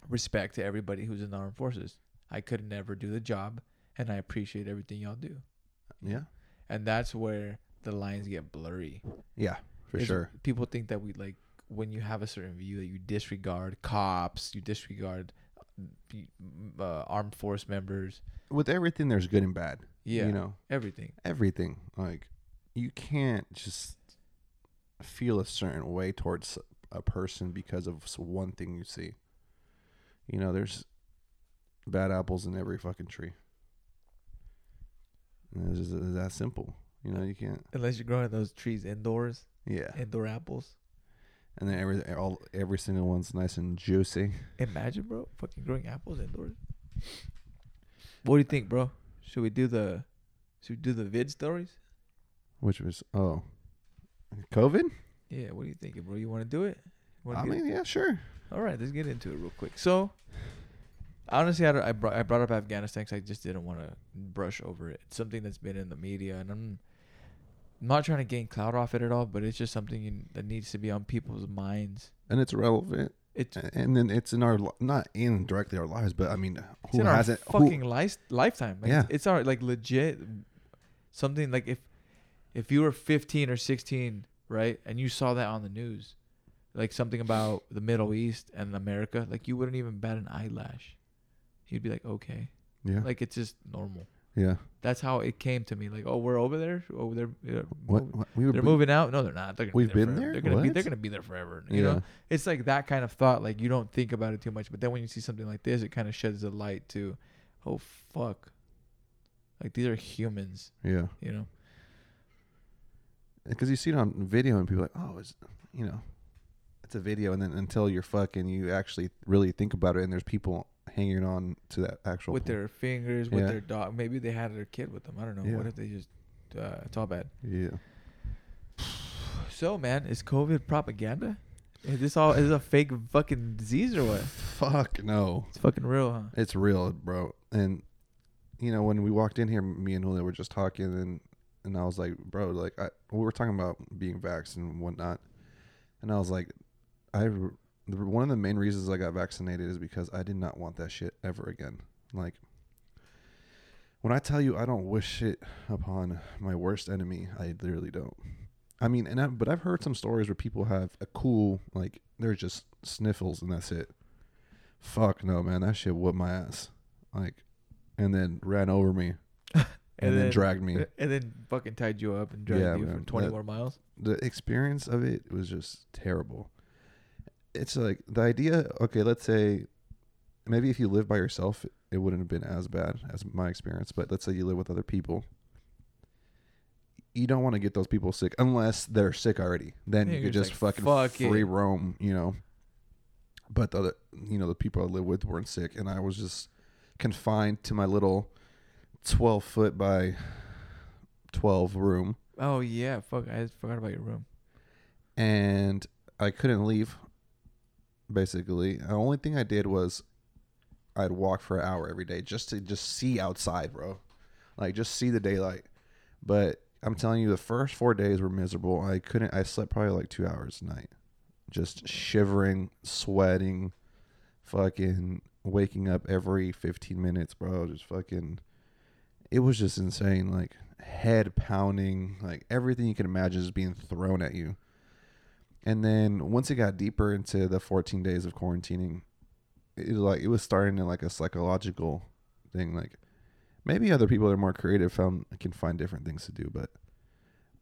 [SPEAKER 1] Respect to everybody who's in the armed forces. I could never do the job, and I appreciate everything y'all do.
[SPEAKER 2] Yeah.
[SPEAKER 1] and that's where the lines get blurry
[SPEAKER 2] Yeah. For
[SPEAKER 1] Is-
[SPEAKER 2] sure.
[SPEAKER 1] people think that we like when you have a certain view that you disregard cops you disregard uh, armed force members
[SPEAKER 2] With everything, there's good and bad.
[SPEAKER 1] yeah
[SPEAKER 2] You know,
[SPEAKER 1] everything
[SPEAKER 2] everything. Like, you can't just feel a certain way towards a person because of s- one thing you see. You know, there's bad apples in every fucking tree. And it's just it's that simple. You know, you can't.
[SPEAKER 1] unless you're growing those trees indoors
[SPEAKER 2] Yeah.
[SPEAKER 1] indoor apples
[SPEAKER 2] And then every all every single one's nice and juicy.
[SPEAKER 1] imagine bro fucking growing apples indoors what do you think bro should we do the should we do the vid stories
[SPEAKER 2] Which was oh, COVID.
[SPEAKER 1] yeah what do you think bro you want to do it Wanna
[SPEAKER 2] I
[SPEAKER 1] get-
[SPEAKER 2] mean, yeah, sure.
[SPEAKER 1] All right, let's get into it real quick. So, honestly, I, I, brought, I brought up Afghanistan 'cause I just didn't want to brush over it. It's something that's been in the media, and I'm not trying to gain clout off it at all, but it's just something you, that needs to be on people's minds.
[SPEAKER 2] and it's relevant
[SPEAKER 1] It's, it's
[SPEAKER 2] and then it's in our li- not in directly our lives but i mean who
[SPEAKER 1] in our
[SPEAKER 2] hasn't
[SPEAKER 1] fucking
[SPEAKER 2] who,
[SPEAKER 1] life, lifetime. Like,
[SPEAKER 2] Yeah.
[SPEAKER 1] It's, it's our, like, legit something like if if you were 15 or 16, right, and you saw that on the news, like something about the Middle East and America, like you wouldn't even bat an eyelash. You'd be like, okay.
[SPEAKER 2] yeah
[SPEAKER 1] Like it's just normal.
[SPEAKER 2] yeah
[SPEAKER 1] That's how it came to me. Like, oh, we're over there. Oh, they're they're,
[SPEAKER 2] what,
[SPEAKER 1] mov-
[SPEAKER 2] what we were
[SPEAKER 1] they're moving out. No, they're not. They're gonna
[SPEAKER 2] We've
[SPEAKER 1] be there
[SPEAKER 2] been
[SPEAKER 1] forever.
[SPEAKER 2] there?
[SPEAKER 1] They're gonna be.
[SPEAKER 2] What?
[SPEAKER 1] They're gonna be there forever. You know,
[SPEAKER 2] Yeah.
[SPEAKER 1] it's like that kind of thought. Like you don't think about it too much, but then when you see something like this, it kind of sheds a light to, oh fuck, like these are humans.
[SPEAKER 2] yeah
[SPEAKER 1] You know,
[SPEAKER 2] because you see it on video and people are like oh it's you know it's a video and then until you're fucking you actually really think about it and there's people hanging on to that actual
[SPEAKER 1] with their fingers, with
[SPEAKER 2] Oh. Yeah.
[SPEAKER 1] their dog. Maybe they had their kid with them. I don't know.
[SPEAKER 2] Yeah.
[SPEAKER 1] What if they just? Uh, it's all bad.
[SPEAKER 2] yeah
[SPEAKER 1] So man, is COVID propaganda? Is this all is this a fake fucking disease or what?
[SPEAKER 2] fuck no
[SPEAKER 1] It's fucking real, huh?
[SPEAKER 2] It's real, bro. And you know, when we walked in here, me and Julio were just talking, and and I was like, bro, like I, we were talking about being vaxxed and whatnot, and I was like, I r- the- one of the main reasons I got vaccinated is because I did not want that shit ever again. Like when I tell you I don't wish it upon my worst enemy, I literally don't. I mean, and I, but I've heard some stories where people have a cool like they're just sniffles and that's it fuck no, man, that shit whooped my ass. Like, and then ran over me and, then, dragged me.
[SPEAKER 1] uh, And then fucking tied you up and dragged
[SPEAKER 2] Yeah,
[SPEAKER 1] you for
[SPEAKER 2] man.
[SPEAKER 1] 20
[SPEAKER 2] That-
[SPEAKER 1] more miles.
[SPEAKER 2] The experience of it was just terrible. It's like the idea, okay, let's say maybe if you live by yourself, it wouldn't have been as bad as my experience, but let's say you live with other people you don't want to get those people sick unless they're sick already. Then
[SPEAKER 1] Yeah,
[SPEAKER 2] you
[SPEAKER 1] you're
[SPEAKER 2] could just
[SPEAKER 1] just like,
[SPEAKER 2] fucking
[SPEAKER 1] "Fuck it."
[SPEAKER 2] free roam, you know. But the other, you know, the people I live with weren't sick, and I was just confined to my little twelve foot by twelve room,
[SPEAKER 1] Oh yeah, fuck! I forgot about your room.
[SPEAKER 2] and I couldn't leave. Basically, the only thing I did was I'd walk for an hour every day just to just see outside, bro, like just see the daylight. But I'm telling you, the first four days were miserable. I couldn't. I slept probably like two hours a night, just shivering, sweating, fucking waking up every 15 minutes, bro. Just fucking. It was just insane. Like head pounding, like everything you can imagine is being thrown at you. And then once it got deeper into the 14 days of quarantining, it like it was starting to like a psychological thing. Like maybe other people that are more creative found can find different things to do, but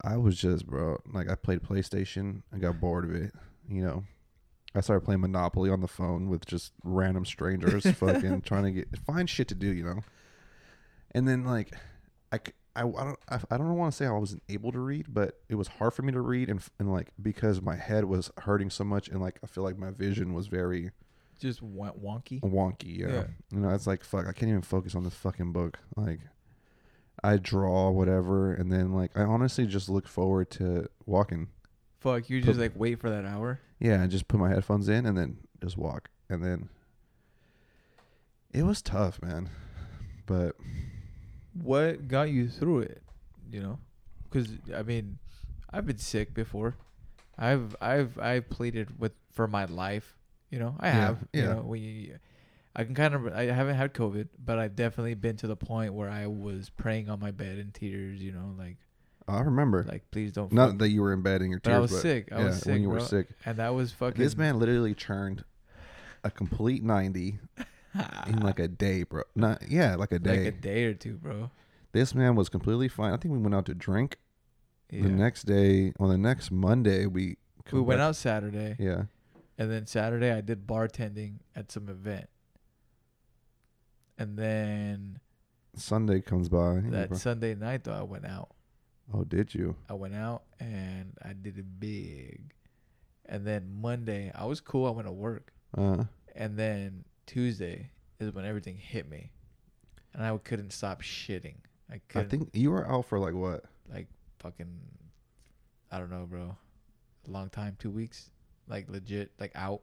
[SPEAKER 2] I was just bro like I played PlayStation. I got bored of it. You know, I started playing Monopoly on the phone with just random strangers, fucking trying to get find shit to do. You know, and then like I. c- I, I don't I, I don't want to say I wasn't able to read, but it was hard for me to read and, f- and like because my head was hurting so much and like I feel like my vision was very
[SPEAKER 1] Just went wonky.
[SPEAKER 2] Oh. wonky. Yeah.
[SPEAKER 1] Yeah.
[SPEAKER 2] You know, it's like fuck, I can't even focus on this fucking book. Like I draw whatever and then like I honestly just look forward to walking.
[SPEAKER 1] Fuck! You just like wait for that hour.
[SPEAKER 2] Yeah, I just put my headphones in and then just walk. And then it was tough, man. But
[SPEAKER 1] What got you through it? You know, because I mean, I've been sick before. I've I've I've pleaded with for my life. You know, I
[SPEAKER 2] Yeah,
[SPEAKER 1] have. You
[SPEAKER 2] yeah.
[SPEAKER 1] know, we. I can kind of. I haven't had COVID, but I've definitely been to the point where I was praying on my bed in tears. You know, like
[SPEAKER 2] I remember
[SPEAKER 1] like please don't. fuck
[SPEAKER 2] not that you were in bed in your
[SPEAKER 1] But
[SPEAKER 2] tears,
[SPEAKER 1] I was sick. I was
[SPEAKER 2] yeah,
[SPEAKER 1] sick.
[SPEAKER 2] when you were
[SPEAKER 1] bro.
[SPEAKER 2] sick.
[SPEAKER 1] And that was fucking.
[SPEAKER 2] This man literally churned a complete 90 in like a day, bro. Not yeah, like a day.
[SPEAKER 1] Ah. Like a day or two, bro.
[SPEAKER 2] this man was completely fine. I think we went out to drink
[SPEAKER 1] Yeah.
[SPEAKER 2] The next day, on the next Monday, we
[SPEAKER 1] we
[SPEAKER 2] come
[SPEAKER 1] went
[SPEAKER 2] back-
[SPEAKER 1] out Saturday,
[SPEAKER 2] Yeah,
[SPEAKER 1] and then Saturday I did bartending at some event, and then
[SPEAKER 2] Sunday comes by. and you
[SPEAKER 1] that
[SPEAKER 2] bro-
[SPEAKER 1] Sunday night though I went out.
[SPEAKER 2] oh, did you?
[SPEAKER 1] I went out and I did it big, and then Monday I was cool. I went to work,
[SPEAKER 2] Uh,
[SPEAKER 1] and then Tuesday is when everything hit me, and I couldn't stop shitting. I
[SPEAKER 2] I
[SPEAKER 1] couldn't
[SPEAKER 2] think you were out for like what?
[SPEAKER 1] like fucking, I don't know, bro. Long time, two weeks, like legit, like out.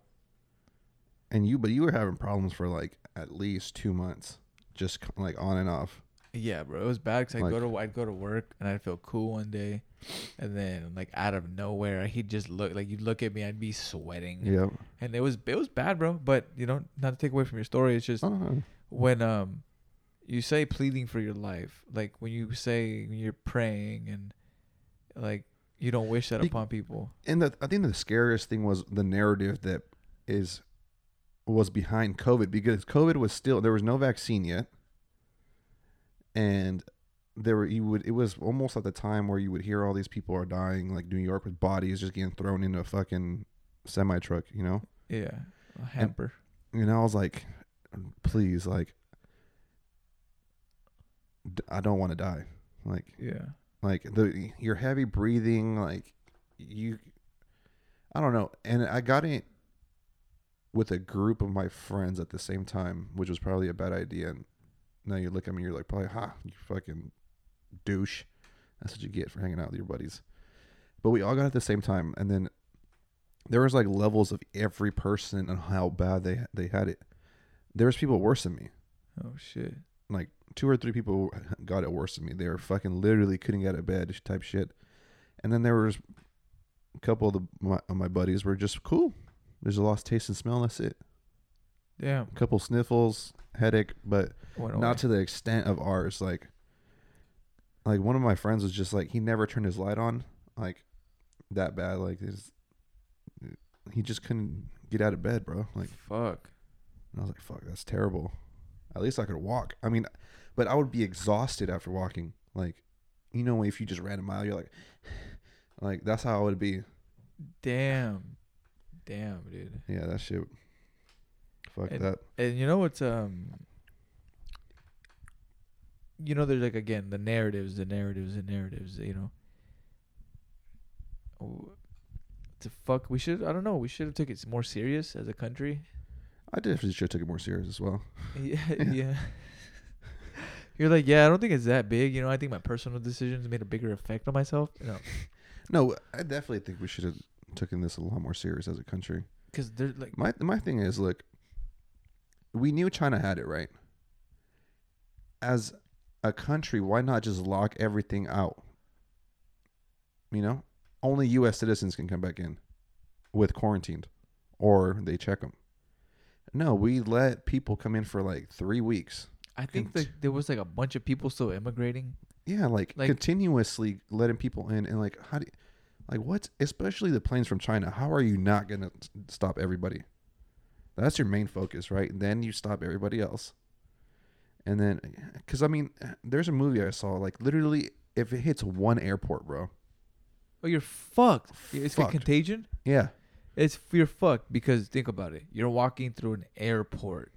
[SPEAKER 2] And you, but you were having problems for like at least two months, just c- like on and off.
[SPEAKER 1] Yeah, bro, it was bad because I go
[SPEAKER 2] Like-
[SPEAKER 1] to I'd go to work and I'd feel cool one day, and then like out of nowhere he'd just look like you'd look at me I'd be sweating,
[SPEAKER 2] Yep.
[SPEAKER 1] and it was it was bad, bro. But you know, not to take away from your story, it's just
[SPEAKER 2] Uh,
[SPEAKER 1] when um you say pleading for your life, like when you say you're praying and like you don't wish that
[SPEAKER 2] Be-
[SPEAKER 1] upon people.
[SPEAKER 2] and the, I think the scariest thing was the narrative that is was behind COVID because COVID was still there was no vaccine yet, and there were you would it was almost at the time where you would hear all these people are dying like New York with bodies just getting thrown into a fucking semi truck, you know.
[SPEAKER 1] Yeah, a hamper.
[SPEAKER 2] And I was like, please, like, d- I don't want to die, like
[SPEAKER 1] yeah.
[SPEAKER 2] like the your heavy breathing like you i don't know and i got it with a group of my friends at the same time which was probably a bad idea and now you look at me you're like probably ha you fucking douche that's what you get for hanging out with your buddies but we all got it at the same time and then there was like levels of every person and how bad they they had it there was people worse than me
[SPEAKER 1] Oh shit.
[SPEAKER 2] like two or three people got it worse than me. They were fucking literally couldn't get out of bed type shit. And then there was a couple of the, my, of my buddies were just cool. There's a lost taste and smell. That's it.
[SPEAKER 1] Damn.
[SPEAKER 2] A couple sniffles, headache, but
[SPEAKER 1] Went away.
[SPEAKER 2] not to the extent of ours. Like, like one of my friends was just like he never turned his light on like that bad. Like it's, he just couldn't get out of bed, bro. Like
[SPEAKER 1] fuck.
[SPEAKER 2] and I was like, fuck, that's terrible. At least I could walk. I mean, but I would be exhausted after walking. Like, you know, if you just ran a mile, you're like, like that's how I would be.
[SPEAKER 1] Damn. Damn, dude.
[SPEAKER 2] Yeah, that shit. Fuck
[SPEAKER 1] And-
[SPEAKER 2] that.
[SPEAKER 1] And you know what's um you know there's like again the narratives, the narratives, the narratives, you know. w- to fuck. We should. I don't know. We should have took it s- more serious as a country.
[SPEAKER 2] I definitely should have took it more serious as well.
[SPEAKER 1] yeah. yeah. You're like, yeah, I don't think it's that big. You know, I think my personal decisions made a bigger effect on myself. No,
[SPEAKER 2] No, I definitely think we should have taken this a lot more serious as a country.
[SPEAKER 1] because they're like,
[SPEAKER 2] My my thing is, look, we knew China had it right. As a country, why not just lock everything out? You know, only U.S. citizens can come back in with quarantined, or they check them. No, we let people come in for like three weeks.
[SPEAKER 1] I think that there was like a bunch of people still immigrating.
[SPEAKER 2] Yeah, like,
[SPEAKER 1] Like-
[SPEAKER 2] continuously letting people in, and like how do, you, like what? Especially the planes from China. How are you not gonna s- stop everybody? That's your main focus, right? then you stop everybody else, and then because I mean, eh, there's a movie I saw. Like literally, if it hits one airport, bro,
[SPEAKER 1] Oh, you're fucked. Yeah, It's got
[SPEAKER 2] Fucked.
[SPEAKER 1] contagion.
[SPEAKER 2] yeah,
[SPEAKER 1] It's you're fucked because think about it. You're walking through an airport.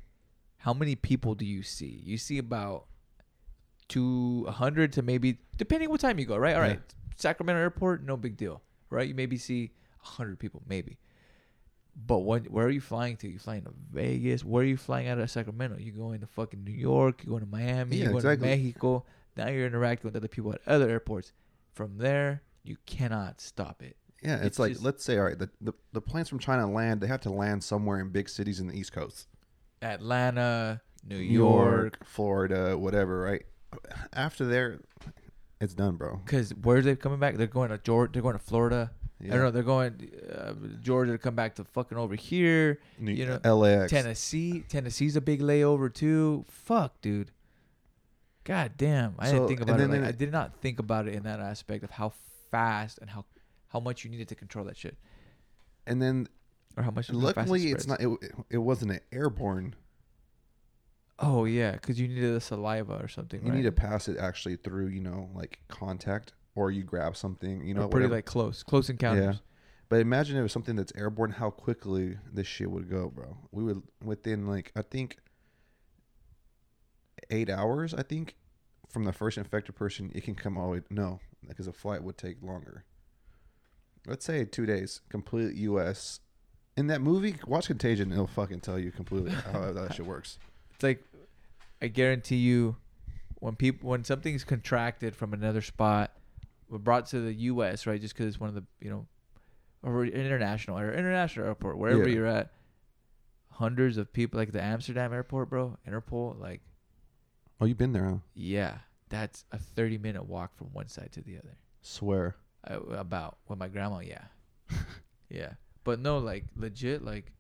[SPEAKER 1] How many people do you see? You see about to a hundred to maybe depending what time you go. Right. All
[SPEAKER 2] Yeah.
[SPEAKER 1] right. Sacramento Airport, no big deal. Right. You maybe see a hundred people, maybe. But when, where are you flying to? You flying to Vegas? Where are you flying out of Sacramento? You're going to fucking New York. You're going to Miami.
[SPEAKER 2] Yeah,
[SPEAKER 1] you're going
[SPEAKER 2] exactly.
[SPEAKER 1] to Mexico. Now you're interacting with other people at other airports. From there, you cannot stop it.
[SPEAKER 2] yeah. It's,
[SPEAKER 1] It's
[SPEAKER 2] like
[SPEAKER 1] just-
[SPEAKER 2] let's say, all right, the, the the planes from China land. They have to land somewhere in big cities in the East Coast.
[SPEAKER 1] Atlanta, New,
[SPEAKER 2] New
[SPEAKER 1] York.
[SPEAKER 2] York, Florida, whatever, right? After there, it's done, bro.
[SPEAKER 1] Because where are they coming back? They're going to Georgia. They're going to Florida. I
[SPEAKER 2] Yeah.
[SPEAKER 1] don't know. They're going uh, Georgia to come back to fucking over here.
[SPEAKER 2] New,
[SPEAKER 1] you know,
[SPEAKER 2] LAX.
[SPEAKER 1] Tennessee. Tennessee's a big layover too. Fuck, dude. God damn. I
[SPEAKER 2] So,
[SPEAKER 1] didn't think
[SPEAKER 2] and
[SPEAKER 1] about it.
[SPEAKER 2] then-
[SPEAKER 1] like-
[SPEAKER 2] then
[SPEAKER 1] I
[SPEAKER 2] it-
[SPEAKER 1] did not think about it in that aspect of how fast and how how much you needed to control that shit,
[SPEAKER 2] And then
[SPEAKER 1] or how much. how fast it
[SPEAKER 2] Luckily, it's
[SPEAKER 1] spreads.
[SPEAKER 2] not. It, it wasn't an airborne.
[SPEAKER 1] Oh yeah, because you needed the saliva or something.
[SPEAKER 2] You
[SPEAKER 1] right?
[SPEAKER 2] need to pass it actually through, you know, like contact, or you grab something, you
[SPEAKER 1] Or
[SPEAKER 2] know,
[SPEAKER 1] pretty
[SPEAKER 2] whatever.
[SPEAKER 1] like close, close encounters.
[SPEAKER 2] But imagine if it was something that's airborne, how quickly this shit would go, bro. We would within like I think eight hours. I think from the first infected person, it can come all the way. No, because a flight would take longer. Let's say two days, complete U.S. In that movie, watch Contagion. It'll fucking tell you completely how that shit works.
[SPEAKER 1] it's like I guarantee you, when people when something's contracted from another spot, we're brought to the U.S. right, just because it's one of the you know, or international or international airport wherever
[SPEAKER 2] Yeah.
[SPEAKER 1] you're at. Hundreds of people, like the Amsterdam airport, bro. Interpol, like
[SPEAKER 2] Oh, you've been there, huh?
[SPEAKER 1] yeah, that's a thirty minute walk from one side to the other.
[SPEAKER 2] Swear.
[SPEAKER 1] I, about with my grandma, yeah, yeah, but no, like legit, like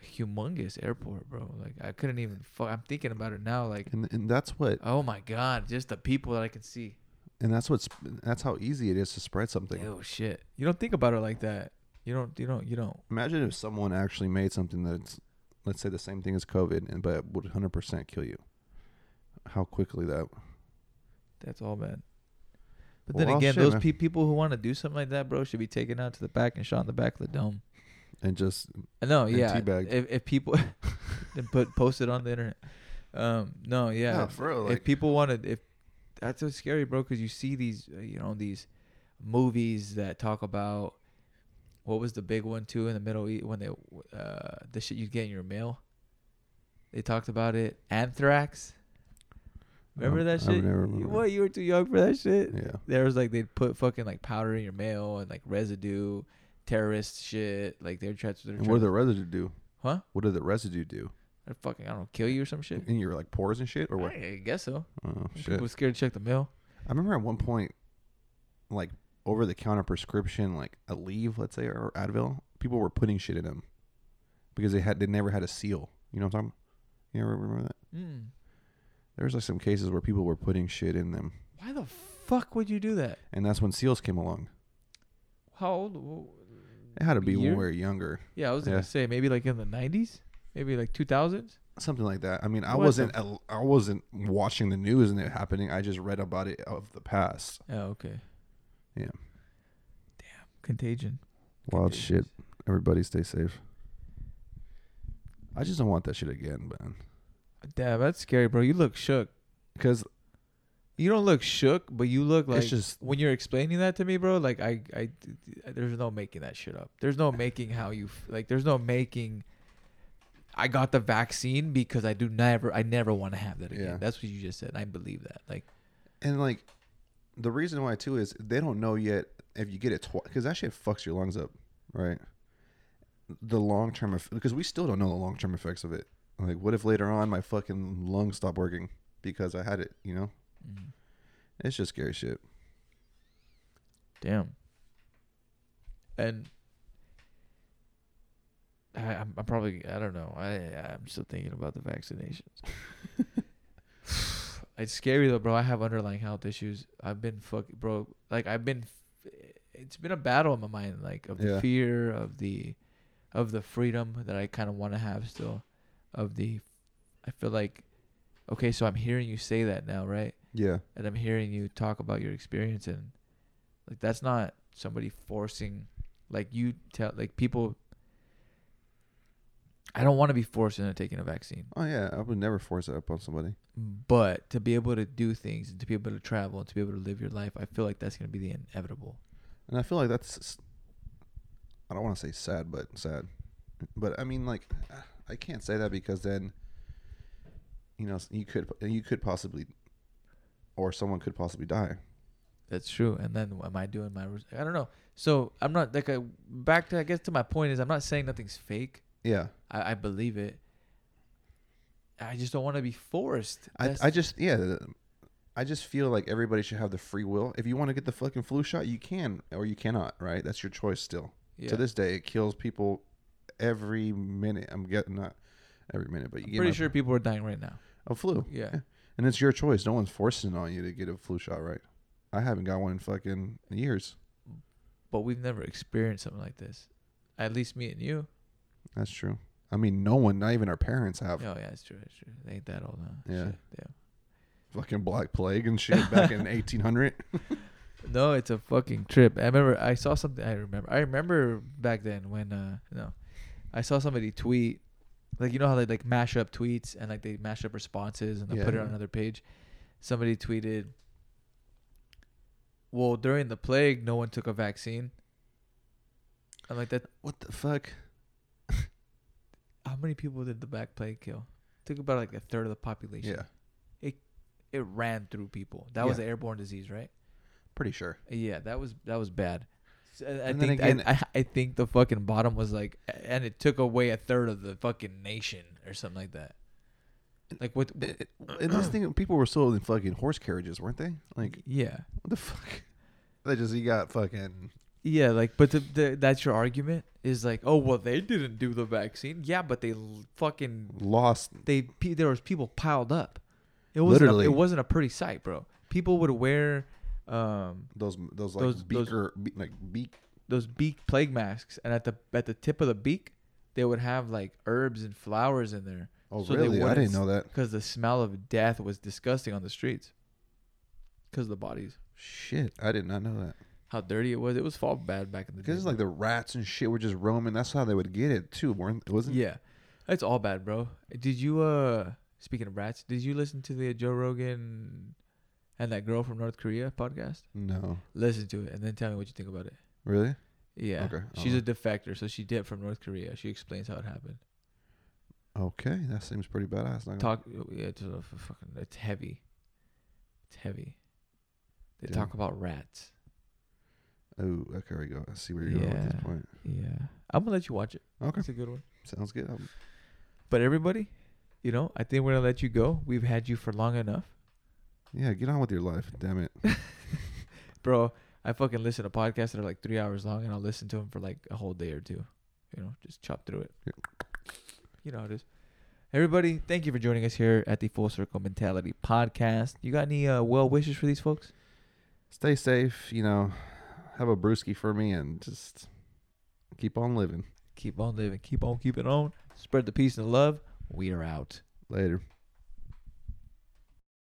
[SPEAKER 1] a humongous airport, bro. Like I couldn't even. Fu- I'm thinking about it now, like.
[SPEAKER 2] and and that's what
[SPEAKER 1] Oh my god, just the people that I can see.
[SPEAKER 2] and that's what's that's how easy it is to spread something.
[SPEAKER 1] Oh shit. You don't think about it like that. You don't you don't you don't.
[SPEAKER 2] Imagine if someone actually made something that's let's say the same thing as COVID and but would 100% kill you. How quickly that
[SPEAKER 1] That's all bad. But
[SPEAKER 2] Well,
[SPEAKER 1] then again,
[SPEAKER 2] shit,
[SPEAKER 1] those
[SPEAKER 2] man.
[SPEAKER 1] pe- people who want to do something like that, bro, should be taken out to the back and shot in the back of the dome. Uh,
[SPEAKER 2] and just
[SPEAKER 1] No,
[SPEAKER 2] And
[SPEAKER 1] yeah.
[SPEAKER 2] teabagged.
[SPEAKER 1] If if people then put post it on the internet. Um no, yeah.
[SPEAKER 2] No, for real,
[SPEAKER 1] if
[SPEAKER 2] like-
[SPEAKER 1] people want to if that's so scary, bro, cuz you see these uh, you know these movies that talk about what was the big one too in the Middle East when they uh the shit you get in your mail? They talked about it. Anthrax. Remember
[SPEAKER 2] Um,
[SPEAKER 1] that
[SPEAKER 2] I
[SPEAKER 1] shit?
[SPEAKER 2] never
[SPEAKER 1] You-
[SPEAKER 2] remember.
[SPEAKER 1] What you were too young for that shit?
[SPEAKER 2] yeah.
[SPEAKER 1] There was like they'd put fucking like powder in your mail and like residue, terrorist shit. Like they're trying to they're
[SPEAKER 2] And what did
[SPEAKER 1] trying-
[SPEAKER 2] the residue do?
[SPEAKER 1] Huh?
[SPEAKER 2] What did the residue do?
[SPEAKER 1] they're fucking I don't know, kill you or some shit.
[SPEAKER 2] In your like pores and shit or what?
[SPEAKER 1] I, I guess so.
[SPEAKER 2] Oh shit.
[SPEAKER 1] People scared to check the mail.
[SPEAKER 2] I remember at one point like over the counter prescription like a leave, let's say or Advil, people were putting shit in them because they had they never had a seal. You know what I'm talking about? You ever remember that?
[SPEAKER 1] Mm.
[SPEAKER 2] There's like some cases where people were putting shit in them,
[SPEAKER 1] Why the fuck would you do that?
[SPEAKER 2] and that's when seals came along.
[SPEAKER 1] How old? w-
[SPEAKER 2] It had to be
[SPEAKER 1] Year?
[SPEAKER 2] when we were younger,
[SPEAKER 1] Yeah, I was
[SPEAKER 2] Yeah.
[SPEAKER 1] gonna say maybe like in the nineties, maybe like two thousands.
[SPEAKER 2] something like that. I mean, I
[SPEAKER 1] What
[SPEAKER 2] wasn't al- I wasn't watching the news and it happening. I just read about it of the past.
[SPEAKER 1] Oh, okay.
[SPEAKER 2] Yeah.
[SPEAKER 1] Damn. Contagion.
[SPEAKER 2] Wild
[SPEAKER 1] Contagious.
[SPEAKER 2] shit. Everybody stay safe. I just don't want that shit again, man.
[SPEAKER 1] Damn, that's scary, bro. You look shook.
[SPEAKER 2] Because
[SPEAKER 1] you don't look shook, but you look like
[SPEAKER 2] just-
[SPEAKER 1] when you're explaining that to me, bro. Like I, I, there's no making that shit up. There's no making how you f- like. There's no making. I got the vaccine because I do never, I never want to have that again.
[SPEAKER 2] Yeah.
[SPEAKER 1] That's what you just said. I believe that. Like,
[SPEAKER 2] And like, the reason why too is they don't know yet if you get it twice because that shit fucks your lungs up, right? The long term eff- because we still don't know the long term effects of it. Like, what if later on my fucking lungs stop working because I had it? You know,
[SPEAKER 1] mm,
[SPEAKER 2] it's just scary shit.
[SPEAKER 1] damn. And I, I'm, I'm probably, I don't know. I, I'm still thinking about the vaccinations. It's scary though, bro. I have underlying health issues. I've been fuck, bro. Like I've been, it's been a battle in my mind, like of the
[SPEAKER 2] Yeah.
[SPEAKER 1] fear of the, of the freedom that I kind of want to have still, of the, I feel like, okay, so I'm hearing you say that now, right?
[SPEAKER 2] yeah,
[SPEAKER 1] And I'm hearing you talk about your experience and, like that's not somebody forcing, like you tell, like people. I don't want to be forced into taking a vaccine
[SPEAKER 2] oh yeah, I would never force it up on somebody.
[SPEAKER 1] but to be able to do things and to be able to travel and to be able to live your life, I feel like that's going to be the inevitable.
[SPEAKER 2] And I feel like that's, s- I don't want to say sad, but sad. But I mean, like, I can't say that because then, you know, you could you could possibly, or someone could possibly die.
[SPEAKER 1] That's true. And then am I doing my? res- I don't know. So I'm not like I, back to I guess to my point is I'm not saying nothing's fake.
[SPEAKER 2] Yeah,
[SPEAKER 1] I, I believe it. I just don't want to be forced.
[SPEAKER 2] I,
[SPEAKER 1] That's-
[SPEAKER 2] I just yeah, the- I just feel like everybody should have the free will. If you want to get the fucking flu shot, you can or you cannot. Right, that's your choice still.
[SPEAKER 1] yeah.
[SPEAKER 2] To this day, it kills people every minute. I'm getting not every minute, but you
[SPEAKER 1] I'm
[SPEAKER 2] get
[SPEAKER 1] pretty
[SPEAKER 2] my-
[SPEAKER 1] sure people are dying right now.
[SPEAKER 2] a flu.
[SPEAKER 1] Yeah.
[SPEAKER 2] And it's your choice. No one's forcing on you to get a flu shot, right? I haven't got one in fucking years.
[SPEAKER 1] but we've never experienced something like this. At least me and you.
[SPEAKER 2] That's true. I mean, no one, not even our parents, have
[SPEAKER 1] Oh yeah, it's true. It's true. They ain't that old, huh?
[SPEAKER 2] Yeah.
[SPEAKER 1] Shit, yeah.
[SPEAKER 2] fucking Black Plague and shit back in 1800.
[SPEAKER 1] No, it's a fucking trip. I remember I saw something. I remember. I remember back then when uh no, I saw somebody tweet, like you know how they like mash up tweets and like they mash up responses and they put it
[SPEAKER 2] Yeah.
[SPEAKER 1] on another page. Somebody tweeted, "Well, during the plague, no one took a vaccine." I'm like that.
[SPEAKER 2] What the fuck?
[SPEAKER 1] How many people did the black plague kill? Took about like a third of the population.
[SPEAKER 2] Yeah,
[SPEAKER 1] It ran through people. That was
[SPEAKER 2] Yeah.
[SPEAKER 1] an airborne disease, right?
[SPEAKER 2] pretty sure.
[SPEAKER 1] Yeah, that was that was bad. S- uh, I- I
[SPEAKER 2] And then
[SPEAKER 1] think
[SPEAKER 2] again-
[SPEAKER 1] I, I, I think the fucking bottom was like, and it took away a third of the fucking nation or something like that. Like what? what-
[SPEAKER 2] It- And this thing, people were sold in fucking horse carriages, weren't they? Like,
[SPEAKER 1] yeah,
[SPEAKER 2] what the fuck? They just, you got fucking.
[SPEAKER 1] yeah. Like, but the, the, that's your argument is like, oh well, they didn't do the vaccine. Yeah, but they l- fucking
[SPEAKER 2] Lost
[SPEAKER 1] they pe- there was people piled up. It wasn't. A,
[SPEAKER 2] Literally.
[SPEAKER 1] it wasn't a pretty sight, bro. People would wear um
[SPEAKER 2] those those like
[SPEAKER 1] Those- those-
[SPEAKER 2] beaker be, like beak
[SPEAKER 1] those beak plague masks, and at the at the tip of the beak, they would have like herbs and flowers in there.
[SPEAKER 2] oh
[SPEAKER 1] So they
[SPEAKER 2] really i
[SPEAKER 1] wouldn't
[SPEAKER 2] didn't
[SPEAKER 1] s-
[SPEAKER 2] know that
[SPEAKER 1] because the smell of death was disgusting on the streets because of the bodies
[SPEAKER 2] shit i did not know that
[SPEAKER 1] how dirty it was it was fall bad back in the day
[SPEAKER 2] because it's like the rats and shit were just roaming that's how they would get it too weren't it wasn't
[SPEAKER 1] yeah it's all bad bro did you uh speaking of rats did you listen to the joe rogan and that girl from north korea podcast
[SPEAKER 2] no
[SPEAKER 1] listen to it and then tell me what you think about it
[SPEAKER 2] really
[SPEAKER 1] yeah
[SPEAKER 2] Okay, I'll-
[SPEAKER 1] she's a defector so she did from north korea she explains how it happened
[SPEAKER 2] Okay, that seems pretty badass. Not
[SPEAKER 1] talk yeah, it's, a f- fucking, it's heavy it's heavy they
[SPEAKER 2] Damn.
[SPEAKER 1] talk about rats
[SPEAKER 2] oh, okay, we go. I see where you're going with
[SPEAKER 1] Yeah.
[SPEAKER 2] this point.
[SPEAKER 1] yeah i'm gonna let you watch it
[SPEAKER 2] Okay,
[SPEAKER 1] it's a good one
[SPEAKER 2] sounds good. Um,
[SPEAKER 1] But everybody, you know, I think we're gonna let you go. We've had you for long enough,
[SPEAKER 2] yeah, get on with your life. Damn it.
[SPEAKER 1] bro. I fucking listen to podcasts that are like three hours long, and I'll listen to them for like a whole day or two. You know, just chop through it.
[SPEAKER 2] Yeah.
[SPEAKER 1] You know how it is. Everybody, thank you for joining us here at the Full Circle Mentality Podcast. You got any uh, well wishes for these folks?
[SPEAKER 2] Stay safe. You know, have a brewski for me and just keep on living.
[SPEAKER 1] Keep on living, keep on keeping on. Spread the peace and the love. We are out.
[SPEAKER 2] Later.